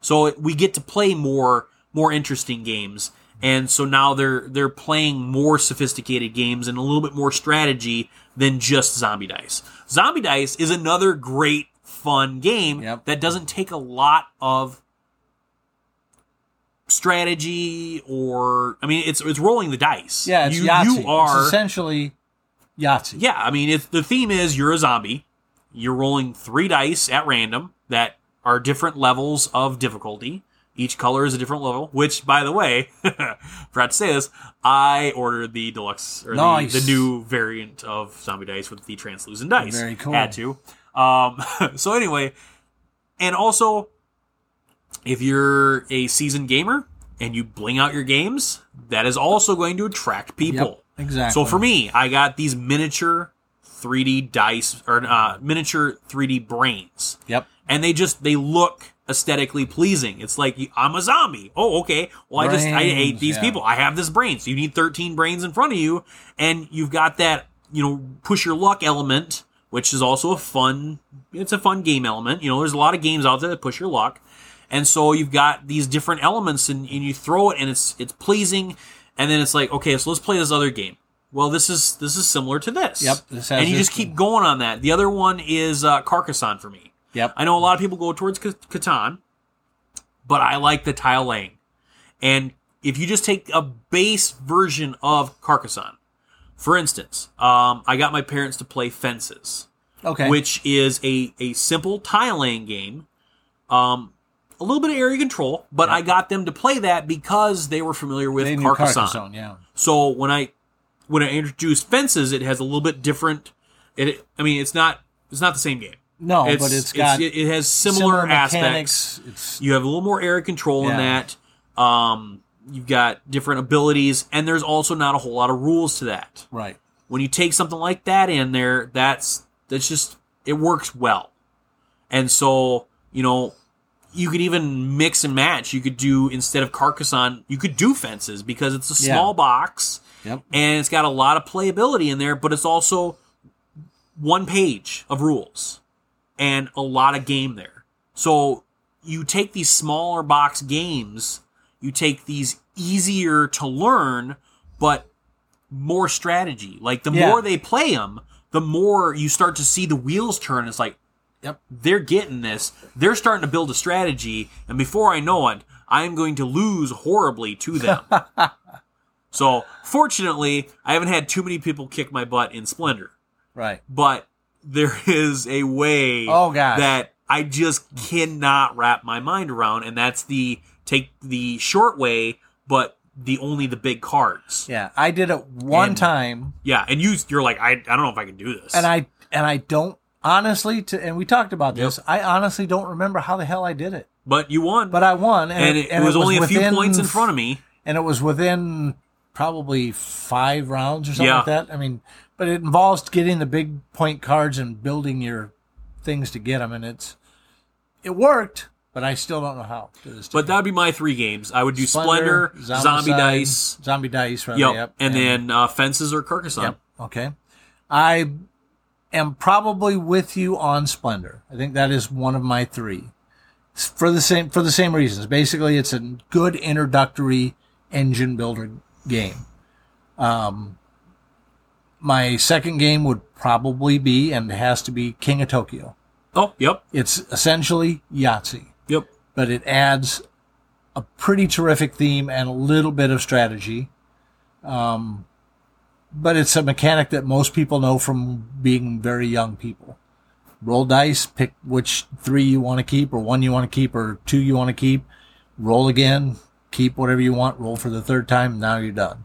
[SPEAKER 3] So it, we get to play more more interesting games, and so now they're they're playing more sophisticated games and a little bit more strategy than just Zombie Dice. Zombie Dice is another great fun game
[SPEAKER 4] Yep.
[SPEAKER 3] that doesn't take a lot of strategy or I mean it's it's rolling the dice.
[SPEAKER 4] Yeah, it's
[SPEAKER 3] you
[SPEAKER 4] Yahtzee.
[SPEAKER 3] you are
[SPEAKER 4] it's essentially Yahtzee.
[SPEAKER 3] yeah, I mean, it's, the theme is you're a zombie. You're rolling three dice at random that are different levels of difficulty. Each color is a different level. Which, by the way, forgot to say this. I ordered the deluxe or
[SPEAKER 4] Nice.
[SPEAKER 3] the, the new variant of zombie dice with the translucent dice.
[SPEAKER 4] Very cool.
[SPEAKER 3] Had to. Um, so anyway, and also, if you're a seasoned gamer and you bling out your games, that is also going to attract people.
[SPEAKER 4] Yep, exactly.
[SPEAKER 3] So for me, I got these miniature 3D dice or uh, miniature 3D brains,
[SPEAKER 4] Yep.
[SPEAKER 3] and they just they look aesthetically pleasing. It's like you- I'm a zombie. Oh, okay. Well, I just I
[SPEAKER 4] Brains,
[SPEAKER 3] ate these
[SPEAKER 4] yeah.
[SPEAKER 3] people. I have this brain. So you need 13 brains in front of you, and you've got that you know push your luck element, which is also a fun. It's a fun game element. You know, there's a lot of games out there that push your luck, and so you've got these different elements, and, and you throw it, and it's it's pleasing, and then it's like okay, so let's play this other game. Well, this is this is similar to this.
[SPEAKER 4] Yep, this has
[SPEAKER 3] and you
[SPEAKER 4] this-
[SPEAKER 3] just keep going on that. The other one is uh, Carcassonne for me.
[SPEAKER 4] Yep.
[SPEAKER 3] I know a lot of people go towards Ca- Catan, but I like the tile laying. And if you just take a base version of Carcassonne, for instance, um, I got my parents to play Fences,
[SPEAKER 4] okay.
[SPEAKER 3] which is a, a simple tile laying game, um, a little bit of area control, but I got them to play that because they were familiar with
[SPEAKER 4] they knew
[SPEAKER 3] Carcassonne.
[SPEAKER 4] Carcassonne. Yeah.
[SPEAKER 3] So when I when I introduce fences, it has a little bit different. It I mean it's not it's not the same game.
[SPEAKER 4] No, Oh, but it's got
[SPEAKER 3] it, it has similar, aspects.
[SPEAKER 4] mechanics. It's
[SPEAKER 3] You have a little more air control
[SPEAKER 4] Yeah.
[SPEAKER 3] in that. Um, you've got different abilities, and there's also not a whole lot of rules to that.
[SPEAKER 4] right.
[SPEAKER 3] When you take something like that in there, that's that's just it works well. And so you know you could even mix and match. You could do instead of Carcassonne, you could do fences because it's a
[SPEAKER 4] Yeah.
[SPEAKER 3] small box
[SPEAKER 4] Yep.
[SPEAKER 3] and it's got a lot of playability in there, but it's also one page of rules and a lot of game there. So you take these smaller box games, you take these easier to learn, but more strategy. Like the
[SPEAKER 4] Yeah.
[SPEAKER 3] more they play them, the more you start to see the wheels turn. It's like,
[SPEAKER 4] Yep.
[SPEAKER 3] they're getting this. They're starting to build a strategy, and before I know it, I'm going to lose horribly to them. so, fortunately, I haven't had too many people kick my butt in Splendor,
[SPEAKER 4] Right.
[SPEAKER 3] but there is a way
[SPEAKER 4] Oh, gosh.
[SPEAKER 3] that I just cannot wrap my mind around, and that's the take the short way, but the only the big cards.
[SPEAKER 4] Yeah, I did it one
[SPEAKER 3] And-
[SPEAKER 4] time,
[SPEAKER 3] Yeah, and you you're like I, I don't know if I can do this.
[SPEAKER 4] and I and I don't honestly. To and we talked about this. I honestly don't remember how the hell I did it,
[SPEAKER 3] but you won.
[SPEAKER 4] but I won,
[SPEAKER 3] and
[SPEAKER 4] and,
[SPEAKER 3] it, was, only a few
[SPEAKER 4] within-
[SPEAKER 3] points in front of me.
[SPEAKER 4] and it was within probably five rounds or something
[SPEAKER 3] Yeah.
[SPEAKER 4] like that. I mean, but it involves getting the big point cards and building your things to get them, and it's it worked, but I still don't know how. To this
[SPEAKER 3] But
[SPEAKER 4] day.
[SPEAKER 3] that'd be my three games. I would do Splendor, Zombie
[SPEAKER 4] Zombicide,
[SPEAKER 3] Dice,
[SPEAKER 4] zombie dice, right?
[SPEAKER 3] yep,
[SPEAKER 4] yep,
[SPEAKER 3] and, then uh, Fences or Carcassonne.
[SPEAKER 4] yep, okay. I am probably with you on Splendor. I think that is one of my three S- for the same for the same reasons. Basically, it's a good introductory engine builder game. Um, my second game would probably be and has to be King of Tokyo.
[SPEAKER 3] Oh, yep,
[SPEAKER 4] It's essentially Yahtzee
[SPEAKER 3] yep,
[SPEAKER 4] but it adds a pretty terrific theme and a little bit of strategy. Um, but it's a mechanic that most people know from being very young people. Roll dice, pick which three you want to keep, or one you want to keep, or two you want to keep. Roll again, keep whatever you want, roll for the third time, now you're done.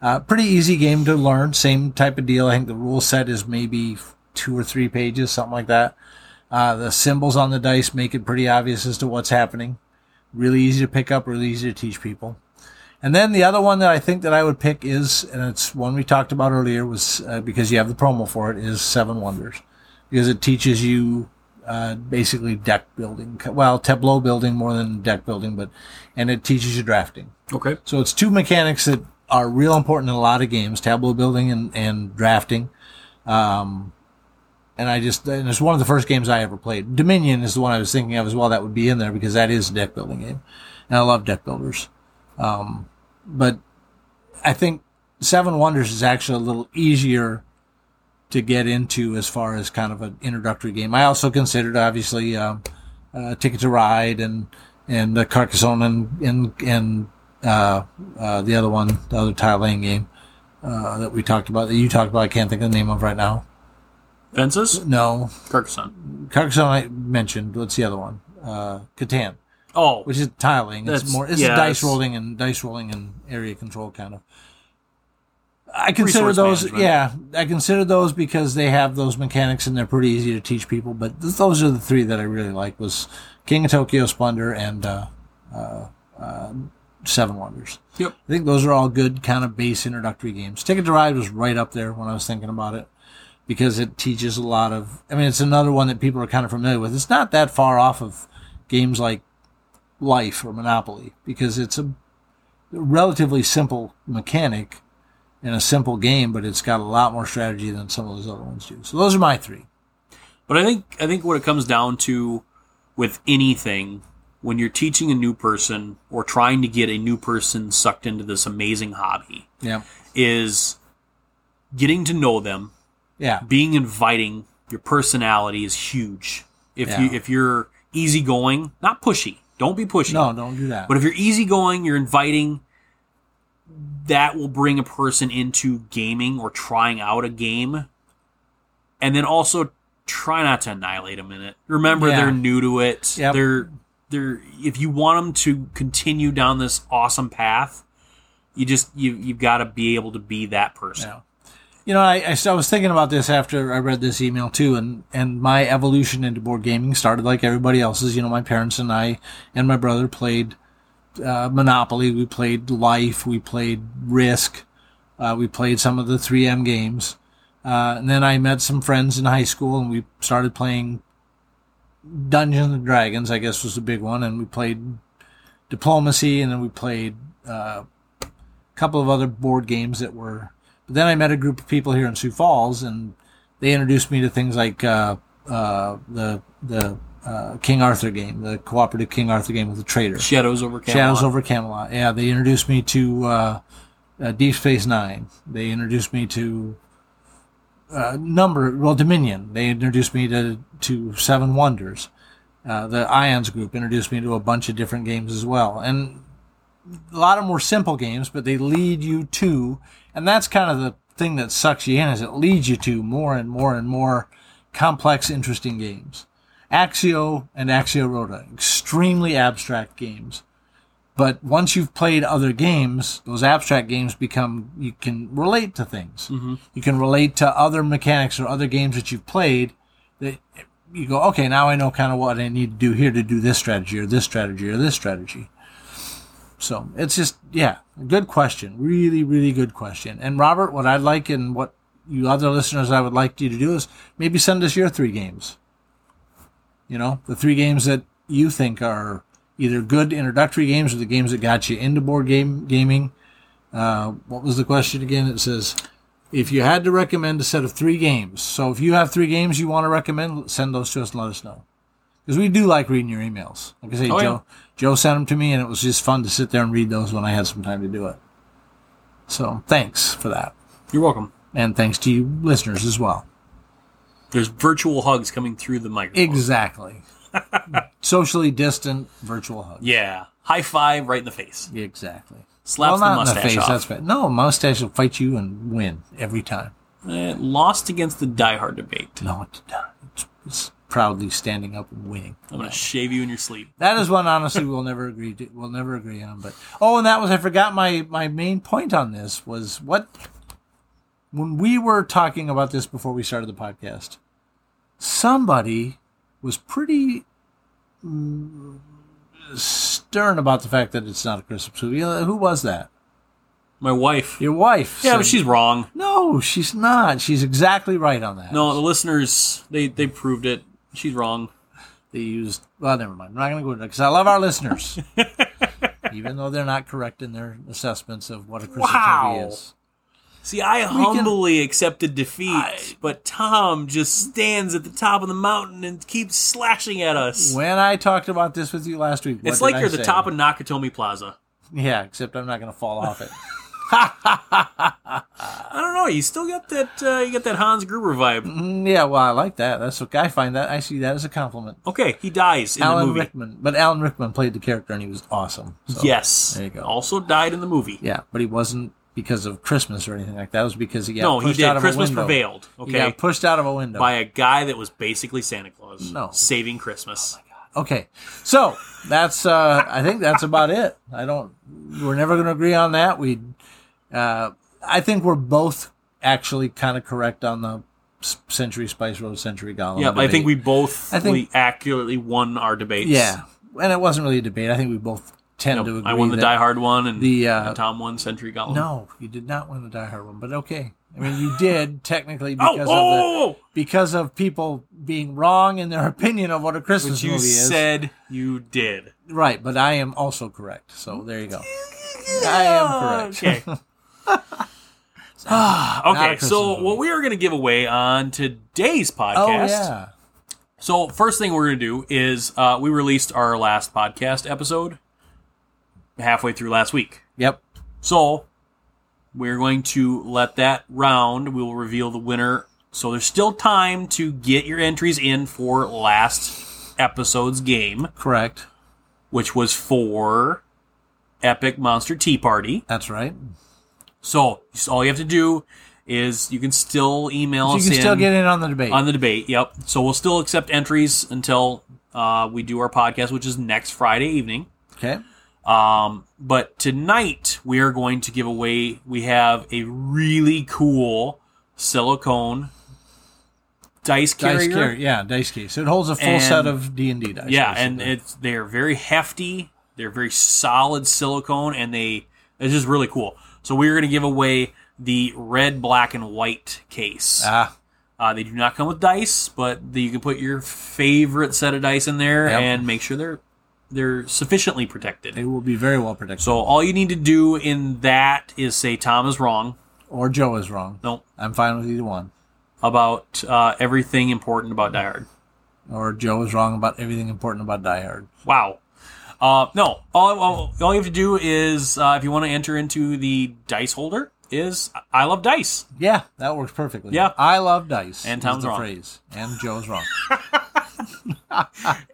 [SPEAKER 4] Uh, pretty easy game to learn, same type of deal. I think the rule set is maybe two or three pages, something like that. Uh, the symbols on the dice make it pretty obvious as to what's happening. Really easy to pick up, really easy to teach people. And then the other one that I think that I would pick is, and it's one we talked about earlier, was uh, because you have the promo for it, is Seven Wonders, because it teaches you uh, basically deck building, well, tableau building more than deck building, but and it teaches you drafting.
[SPEAKER 3] okay,
[SPEAKER 4] So it's two mechanics that are real important in a lot of games: tableau building and, and drafting. Um, and I just and it's one of the first games I ever played. Dominion is the one I was thinking of as well. That would be in there because that is a deck building game, and I love deck builders. Um, but I think Seven Wonders is actually a little easier to get into as far as kind of an introductory game. I also considered obviously um, uh, Ticket to Ride and and uh, Carcassonne and and, and uh, uh, the other one, the other tile laying game uh, that we talked about that you talked about. I can't think of the name of right now.
[SPEAKER 3] Fences,
[SPEAKER 4] No,
[SPEAKER 3] Carcassonne.
[SPEAKER 4] Carcassonne I mentioned. What's the other one? Uh, Catan,
[SPEAKER 3] Oh,
[SPEAKER 4] which is tiling. It's
[SPEAKER 3] That's-
[SPEAKER 4] more. It's
[SPEAKER 3] yeah,
[SPEAKER 4] dice
[SPEAKER 3] it's-
[SPEAKER 4] rolling and dice rolling and area control kind of. I consider
[SPEAKER 3] Resource
[SPEAKER 4] those,
[SPEAKER 3] management.
[SPEAKER 4] yeah, I consider those because they have those mechanics and they're pretty easy to teach people. But th- those are the three that I really like: was King of Tokyo, Splendor, and uh, uh, uh, Seven Wonders.
[SPEAKER 3] yep,
[SPEAKER 4] I think those are all good kind of base introductory games. Ticket to Ride was right up there when I was thinking about it because it teaches a lot of. I mean, it's another one that people are kind of familiar with. It's not that far off of games like Life or Monopoly because it's a relatively simple mechanic and a simple game, but it's got a lot more strategy than some of those other ones do. So those are my three.
[SPEAKER 3] But I think I think what it comes down to with anything when you're teaching a new person or trying to get a new person sucked into this amazing hobby
[SPEAKER 4] Yeah.
[SPEAKER 3] is getting to know them,
[SPEAKER 4] Yeah.
[SPEAKER 3] being inviting, your personality is huge. If you
[SPEAKER 4] Yeah.
[SPEAKER 3] if you're easygoing, not pushy. Don't be pushy.
[SPEAKER 4] No, don't do that.
[SPEAKER 3] But if you're easygoing, you're inviting, that will bring a person into gaming or trying out a game. And then also try not to annihilate them in it. Remember,
[SPEAKER 4] Yeah.
[SPEAKER 3] they're new to it.
[SPEAKER 4] Yep.
[SPEAKER 3] They're they're if you want them to continue down this awesome path, you just you you've got to be able to be that person.
[SPEAKER 4] Yeah. You know, I, I, s- I was thinking about this after I read this email too, and, and my evolution into board gaming started like everybody else's. You know, my parents and I and my brother played uh, Monopoly, we played Life, we played Risk, uh, we played some of the 3M games. Uh, and then I met some friends in high school and we started playing Dungeons and Dragons, I guess was the big one. And we played Diplomacy and then we played uh, couple of other board games that were. But then I met a group of people here in Sioux Falls, and they introduced me to things like uh, uh, the the uh, King Arthur game, the cooperative King Arthur game with the trader,
[SPEAKER 3] Shadows over Camelot.
[SPEAKER 4] Shadows over Camelot. Yeah, they introduced me to uh, uh, Deep Space Nine. They introduced me to uh, number well Dominion. They introduced me to to Seven Wonders. Uh, the Ions group introduced me to a bunch of different games as well, and a lot of more simple games, but they lead you to, and that's kind of the thing that sucks you in is it leads you to more and more and more complex, interesting games. Axio and Axio Rota, extremely abstract games. But once you've played other games, those abstract games become, you can relate to things. You can relate to other mechanics or other games that you've played that you go, okay, now I know kind of what I need to do here to do this strategy or this strategy or this strategy. So it's just, yeah, a good question. Really, really good question. And Robert, what I'd like and what you other listeners, I would like you to do is maybe send us your three games. You know, the three games that you think are either good introductory games or the games that got you into board game gaming. Uh, what was the question again? It says, if you had to recommend a set of three games, so if you have three games you want to recommend, send those to us and let us know. Because we do like reading your emails. Like I say,
[SPEAKER 3] Oh, yeah.
[SPEAKER 4] Joe, Joe sent them to me, and it was just fun to sit there and read those when I had some time to do it. So thanks for that.
[SPEAKER 3] You're welcome.
[SPEAKER 4] And thanks to you listeners as well.
[SPEAKER 3] There's virtual hugs coming through the microphone.
[SPEAKER 4] Exactly. Socially distant virtual hug.
[SPEAKER 3] Yeah. High five right in the face.
[SPEAKER 4] Exactly.
[SPEAKER 3] Slaps the
[SPEAKER 4] well, not in the
[SPEAKER 3] mustache
[SPEAKER 4] face.
[SPEAKER 3] off.
[SPEAKER 4] That's bad. No, mustache will fight you and win every time.
[SPEAKER 3] Eh, lost against the diehard debate.
[SPEAKER 4] No, it's not. It's, it's proudly standing up and winning.
[SPEAKER 3] I'm gonna shave you in your sleep.
[SPEAKER 4] That is one honestly we'll never agree to, we'll never agree on. But oh, and that was I forgot my my main point on this was what when we were talking about this before we started the podcast. Somebody was pretty mm, stern about the fact that it's not a Christmas movie. Uh, Who was that?
[SPEAKER 3] My wife.
[SPEAKER 4] Your wife?
[SPEAKER 3] yeah,
[SPEAKER 4] said-
[SPEAKER 3] but she's wrong.
[SPEAKER 4] no, she's not. She's exactly right on that.
[SPEAKER 3] No, the listeners they they proved it. She's wrong.
[SPEAKER 4] they used. Well, never mind. I'm not going to go into that because I love our listeners, even though they're not correct in their assessments of what a Christmas
[SPEAKER 3] Wow.
[SPEAKER 4] movie is.
[SPEAKER 3] See, I humbly accepted defeat, but Tom just stands at the top of the mountain and keeps slashing at us.
[SPEAKER 4] When I talked about this with you last week,
[SPEAKER 3] it's like you're
[SPEAKER 4] at
[SPEAKER 3] the top of Nakatomi Plaza.
[SPEAKER 4] Yeah, except I'm not going to fall off it.
[SPEAKER 3] I don't know. You still got that. Uh, you got that Hans Gruber vibe.
[SPEAKER 4] Mm, yeah, well, I like that. That's okay. I find that I see that as a compliment.
[SPEAKER 3] Okay, he dies in the
[SPEAKER 4] Alan
[SPEAKER 3] movie.
[SPEAKER 4] Rickman, but Alan Rickman played the character and he was awesome. So,
[SPEAKER 3] yes.
[SPEAKER 4] there you go.
[SPEAKER 3] Also died in the movie.
[SPEAKER 4] yeah, but he wasn't because of Christmas or anything like that. It was because he got
[SPEAKER 3] no, he
[SPEAKER 4] pushed out
[SPEAKER 3] did.
[SPEAKER 4] of
[SPEAKER 3] Christmas
[SPEAKER 4] a window.
[SPEAKER 3] prevailed.
[SPEAKER 4] He
[SPEAKER 3] Okay,
[SPEAKER 4] got pushed out of a window.
[SPEAKER 3] by a guy that was basically Santa Claus.
[SPEAKER 4] No. Oh
[SPEAKER 3] saving Christmas.
[SPEAKER 4] Okay, so that's uh, I think that's about it. I don't. We're never going to agree on that. We, uh, I think we're both actually kind of correct on the s- Century Spice Road Century Golem.
[SPEAKER 3] yeah, I think we
[SPEAKER 4] debate.
[SPEAKER 3] both
[SPEAKER 4] I think-
[SPEAKER 3] we accurately won our debates.
[SPEAKER 4] Yeah, and it wasn't really a debate. I think we both tend
[SPEAKER 3] No,
[SPEAKER 4] to agree.
[SPEAKER 3] I won the
[SPEAKER 4] that-
[SPEAKER 3] Die Hard one, and
[SPEAKER 4] the, uh,
[SPEAKER 3] and Tom won Century Golem.
[SPEAKER 4] No, you did not win the Die Hard one, but okay. I mean, you did technically
[SPEAKER 3] Oh,
[SPEAKER 4] because of the,
[SPEAKER 3] oh!
[SPEAKER 4] because of people being wrong in their opinion of what a Christmas
[SPEAKER 3] But you
[SPEAKER 4] movie is.
[SPEAKER 3] said you did.
[SPEAKER 4] Right, but I am also correct. So there you go. I am correct.
[SPEAKER 3] Okay.
[SPEAKER 4] Not a
[SPEAKER 3] okay,
[SPEAKER 4] Christmas
[SPEAKER 3] so
[SPEAKER 4] movie.
[SPEAKER 3] what we are going to give away on today's podcast.
[SPEAKER 4] Oh yeah.
[SPEAKER 3] So first thing we're going to do is uh, we released our last podcast episode halfway through last week.
[SPEAKER 4] Yep.
[SPEAKER 3] So we're going to let that round. We will reveal the winner. So there's still time to get your entries in for last episode's game,
[SPEAKER 4] Correct.
[SPEAKER 3] which was for Epic Monster Tea Party.
[SPEAKER 4] That's right.
[SPEAKER 3] So just all you have to do is you can still email
[SPEAKER 4] So you
[SPEAKER 3] us
[SPEAKER 4] can
[SPEAKER 3] in
[SPEAKER 4] still get in on the debate.
[SPEAKER 3] on the debate. Yep. So we'll still accept entries until uh, we do our podcast, which is next Friday evening.
[SPEAKER 4] okay.
[SPEAKER 3] Um, but tonight we are going to give away. We have a really cool silicone dice carrier.
[SPEAKER 4] Dice carrier. Yeah, dice case. It holds a full
[SPEAKER 3] And-
[SPEAKER 4] set of D and D dice.
[SPEAKER 3] yeah, and
[SPEAKER 4] basically.
[SPEAKER 3] it's they are very hefty. They're very solid silicone, and they it's just really cool. So we are going to give away the red, black, and white case.
[SPEAKER 4] ah,
[SPEAKER 3] Uh, they do not come with dice, but the, you can put your favorite set of dice in there
[SPEAKER 4] Yep.
[SPEAKER 3] and make sure they're they're sufficiently protected.
[SPEAKER 4] it will be very well predicted.
[SPEAKER 3] So all you need to do in that is say Tom is wrong.
[SPEAKER 4] or Joe is wrong.
[SPEAKER 3] No,
[SPEAKER 4] I'm fine with either one.
[SPEAKER 3] about uh, everything important about Die Hard.
[SPEAKER 4] Or Joe is wrong about everything important about Die Hard.
[SPEAKER 3] Wow. Uh, no, all, all, all you have to do is uh, if you want to enter into the dice holder is I love dice.
[SPEAKER 4] Yeah, that works perfectly.
[SPEAKER 3] Yeah.
[SPEAKER 4] I love dice.
[SPEAKER 3] And
[SPEAKER 4] is
[SPEAKER 3] Tom's
[SPEAKER 4] the
[SPEAKER 3] wrong.
[SPEAKER 4] phrase. And Joe's wrong.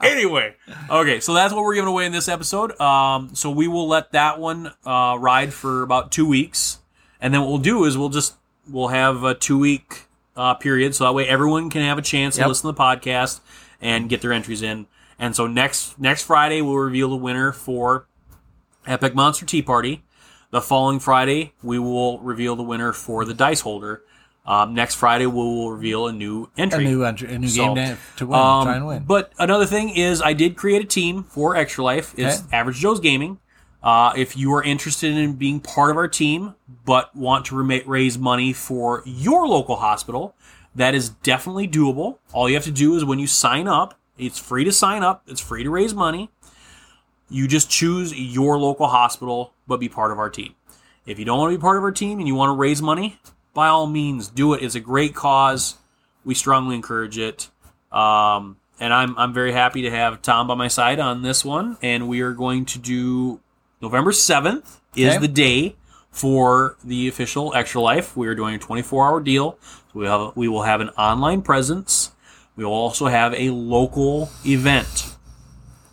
[SPEAKER 3] Anyway, okay, so that's what we're giving away in this episode. Um, so we will let that one uh, ride for about two weeks, and then what we'll do is we'll just we'll have a two week uh, period, so that way everyone can have a chance to
[SPEAKER 4] Yep.
[SPEAKER 3] listen to the podcast and get their entries in. And so next next Friday we'll reveal the winner for Epic Monster Tea Party. The following Friday we will reveal the winner for the dice holder. Um, next Friday we will reveal a new
[SPEAKER 4] A
[SPEAKER 3] entry.
[SPEAKER 4] new entry, a new
[SPEAKER 3] So,
[SPEAKER 4] game to, to win,
[SPEAKER 3] Um,
[SPEAKER 4] try and win.
[SPEAKER 3] But another thing is, I did create a team for Extra Life. It's
[SPEAKER 4] Okay.
[SPEAKER 3] Average Joe's Gaming. Uh, if you are interested in being part of our team, but want to rema- raise money for your local hospital, that is definitely doable. All you have to do is when you sign up, it's free to sign up, it's free to raise money. You just choose your local hospital, but be part of our team. If you don't want to be part of our team and you want to raise money, by all means, do it. It's a great cause. We strongly encourage it. Um, and I'm, I'm very happy to have Tom by my side on this one. And we are going to do November 7th is
[SPEAKER 4] Okay.
[SPEAKER 3] the day for the official Extra Life. We are doing a 24 hour deal. So we, have, we will have an online presence. We will also have a local event.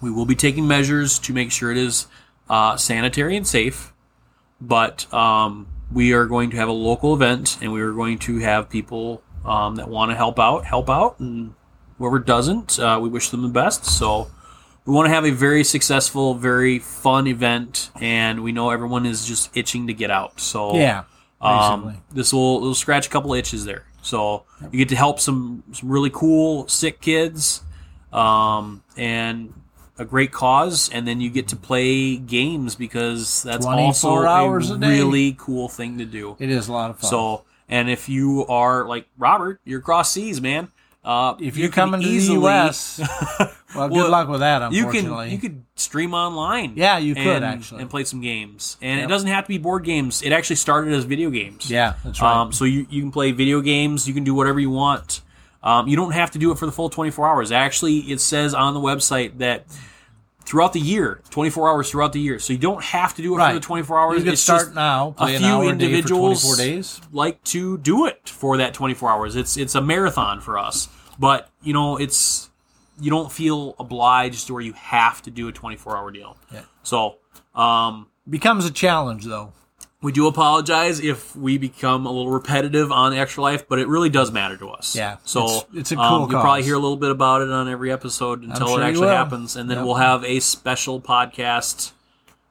[SPEAKER 3] We will be taking measures to make sure it is uh, sanitary and safe but um, we are going to have a local event and we are going to have people um, that want to help out help out and whoever doesn't uh, we wish them the best so we want to have a very successful very fun event and we know everyone is just itching to get out so
[SPEAKER 4] yeah, basically.
[SPEAKER 3] um, this will it'll scratch a couple itches there. So you get to help some some really cool sick kids, um, and a great cause, and then you get to play games because that's
[SPEAKER 4] 24
[SPEAKER 3] also
[SPEAKER 4] hours
[SPEAKER 3] a,
[SPEAKER 4] a day.
[SPEAKER 3] really cool thing to do.
[SPEAKER 4] it is a lot of fun.
[SPEAKER 3] So and if you are like Robert, you're cross seas, man. Uh,
[SPEAKER 4] if
[SPEAKER 3] you
[SPEAKER 4] you're
[SPEAKER 3] can
[SPEAKER 4] coming to the
[SPEAKER 3] easily-
[SPEAKER 4] U.S., well, good
[SPEAKER 3] Well,
[SPEAKER 4] luck with that.
[SPEAKER 3] you can
[SPEAKER 4] Unfortunately,
[SPEAKER 3] you could stream online.
[SPEAKER 4] Yeah, you could,
[SPEAKER 3] and-
[SPEAKER 4] actually.
[SPEAKER 3] and play some games, and
[SPEAKER 4] Yep.
[SPEAKER 3] it doesn't have to be board games. It actually started as video games.
[SPEAKER 4] yeah, that's right.
[SPEAKER 3] Um, so you, you can play video games, you can do whatever you want. Um, you don't have to do it for the full 24 hours. Actually, it says on the website that throughout the year, 24 hours throughout the year. So you don't have to do it
[SPEAKER 4] Right.
[SPEAKER 3] for the 24 hours.
[SPEAKER 4] You could
[SPEAKER 3] It's
[SPEAKER 4] start
[SPEAKER 3] just
[SPEAKER 4] now, play
[SPEAKER 3] a
[SPEAKER 4] an
[SPEAKER 3] few
[SPEAKER 4] hour a day for
[SPEAKER 3] individuals
[SPEAKER 4] 24 days.
[SPEAKER 3] like to do it for that 24 hours. It's it's a marathon for us. But, you know, it's you don't feel obliged or you have to do a 24 hour deal.
[SPEAKER 4] Yeah.
[SPEAKER 3] So, um,
[SPEAKER 4] Becomes a challenge though.
[SPEAKER 3] we do apologize if we become a little repetitive on Extra Life, but it really does matter to us.
[SPEAKER 4] Yeah,
[SPEAKER 3] So
[SPEAKER 4] it's- it's a
[SPEAKER 3] um,
[SPEAKER 4] cool
[SPEAKER 3] You'll probably
[SPEAKER 4] cause.
[SPEAKER 3] hear a little bit about it on every episode until
[SPEAKER 4] sure
[SPEAKER 3] it
[SPEAKER 4] you
[SPEAKER 3] actually
[SPEAKER 4] will.
[SPEAKER 3] happens, and then
[SPEAKER 4] Yep.
[SPEAKER 3] we'll have a special podcast.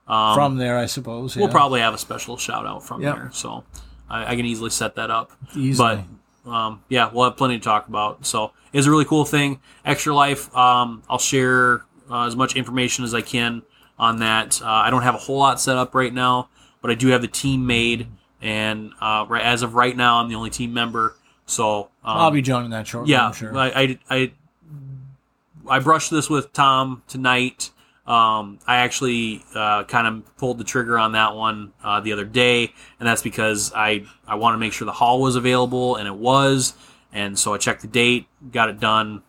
[SPEAKER 3] Um,
[SPEAKER 4] From there, I suppose.
[SPEAKER 3] we'll
[SPEAKER 4] yeah.
[SPEAKER 3] probably have a special shout out from
[SPEAKER 4] Yep.
[SPEAKER 3] there, so I, I can easily set that up.
[SPEAKER 4] Easily.
[SPEAKER 3] But um, yeah, we'll have plenty to talk about. So it's a really cool thing. Extra Life. Um, I'll share uh, as much information as I can on that. Uh, I don't have a whole lot set up right now, but I do have the team made, and uh, ri- as of right now, I'm the only team member. So um,
[SPEAKER 4] I'll be joining that shortly.
[SPEAKER 3] yeah,
[SPEAKER 4] I'm sure.
[SPEAKER 3] I, I, I, I brushed this with Tom tonight. Um, I actually uh, kind of pulled the trigger on that one uh, the other day, and that's because I I want to make sure the hall was available, and it was, and so I checked the date, got it done.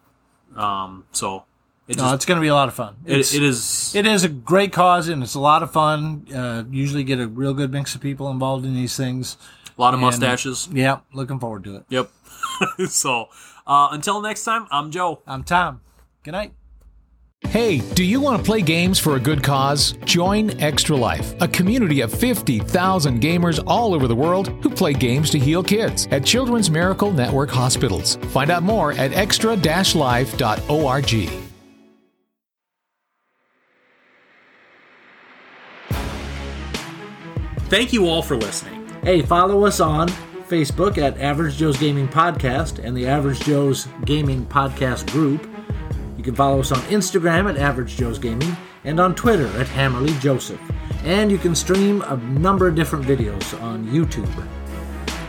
[SPEAKER 3] Um, so it
[SPEAKER 4] no,
[SPEAKER 3] just,
[SPEAKER 4] it's going to be a lot of fun. It's,
[SPEAKER 3] it, it is
[SPEAKER 4] It is a great cause and it's a lot of fun. Uh, usually get a real good mix of people involved in these things.
[SPEAKER 3] a lot of
[SPEAKER 4] and-
[SPEAKER 3] mustaches.
[SPEAKER 4] Yeah, looking forward to it.
[SPEAKER 3] Yep. so uh, until next time, I'm Joe.
[SPEAKER 4] I'm Tom. Good night.
[SPEAKER 6] Hey, do you want to play games for a good cause? Join Extra Life, a community of 50,000 gamers all over the world who play games to heal kids at Children's Miracle Network hospitals. Find out more at extra-life.org.
[SPEAKER 3] Thank you all for listening.
[SPEAKER 4] Hey, follow us on Facebook at Average Joe's Gaming Podcast and the Average Joe's Gaming Podcast group. You can follow us on Instagram at Average Joe's Gaming and on Twitter at Hammerly Joseph. And you can stream a number of different videos on YouTube.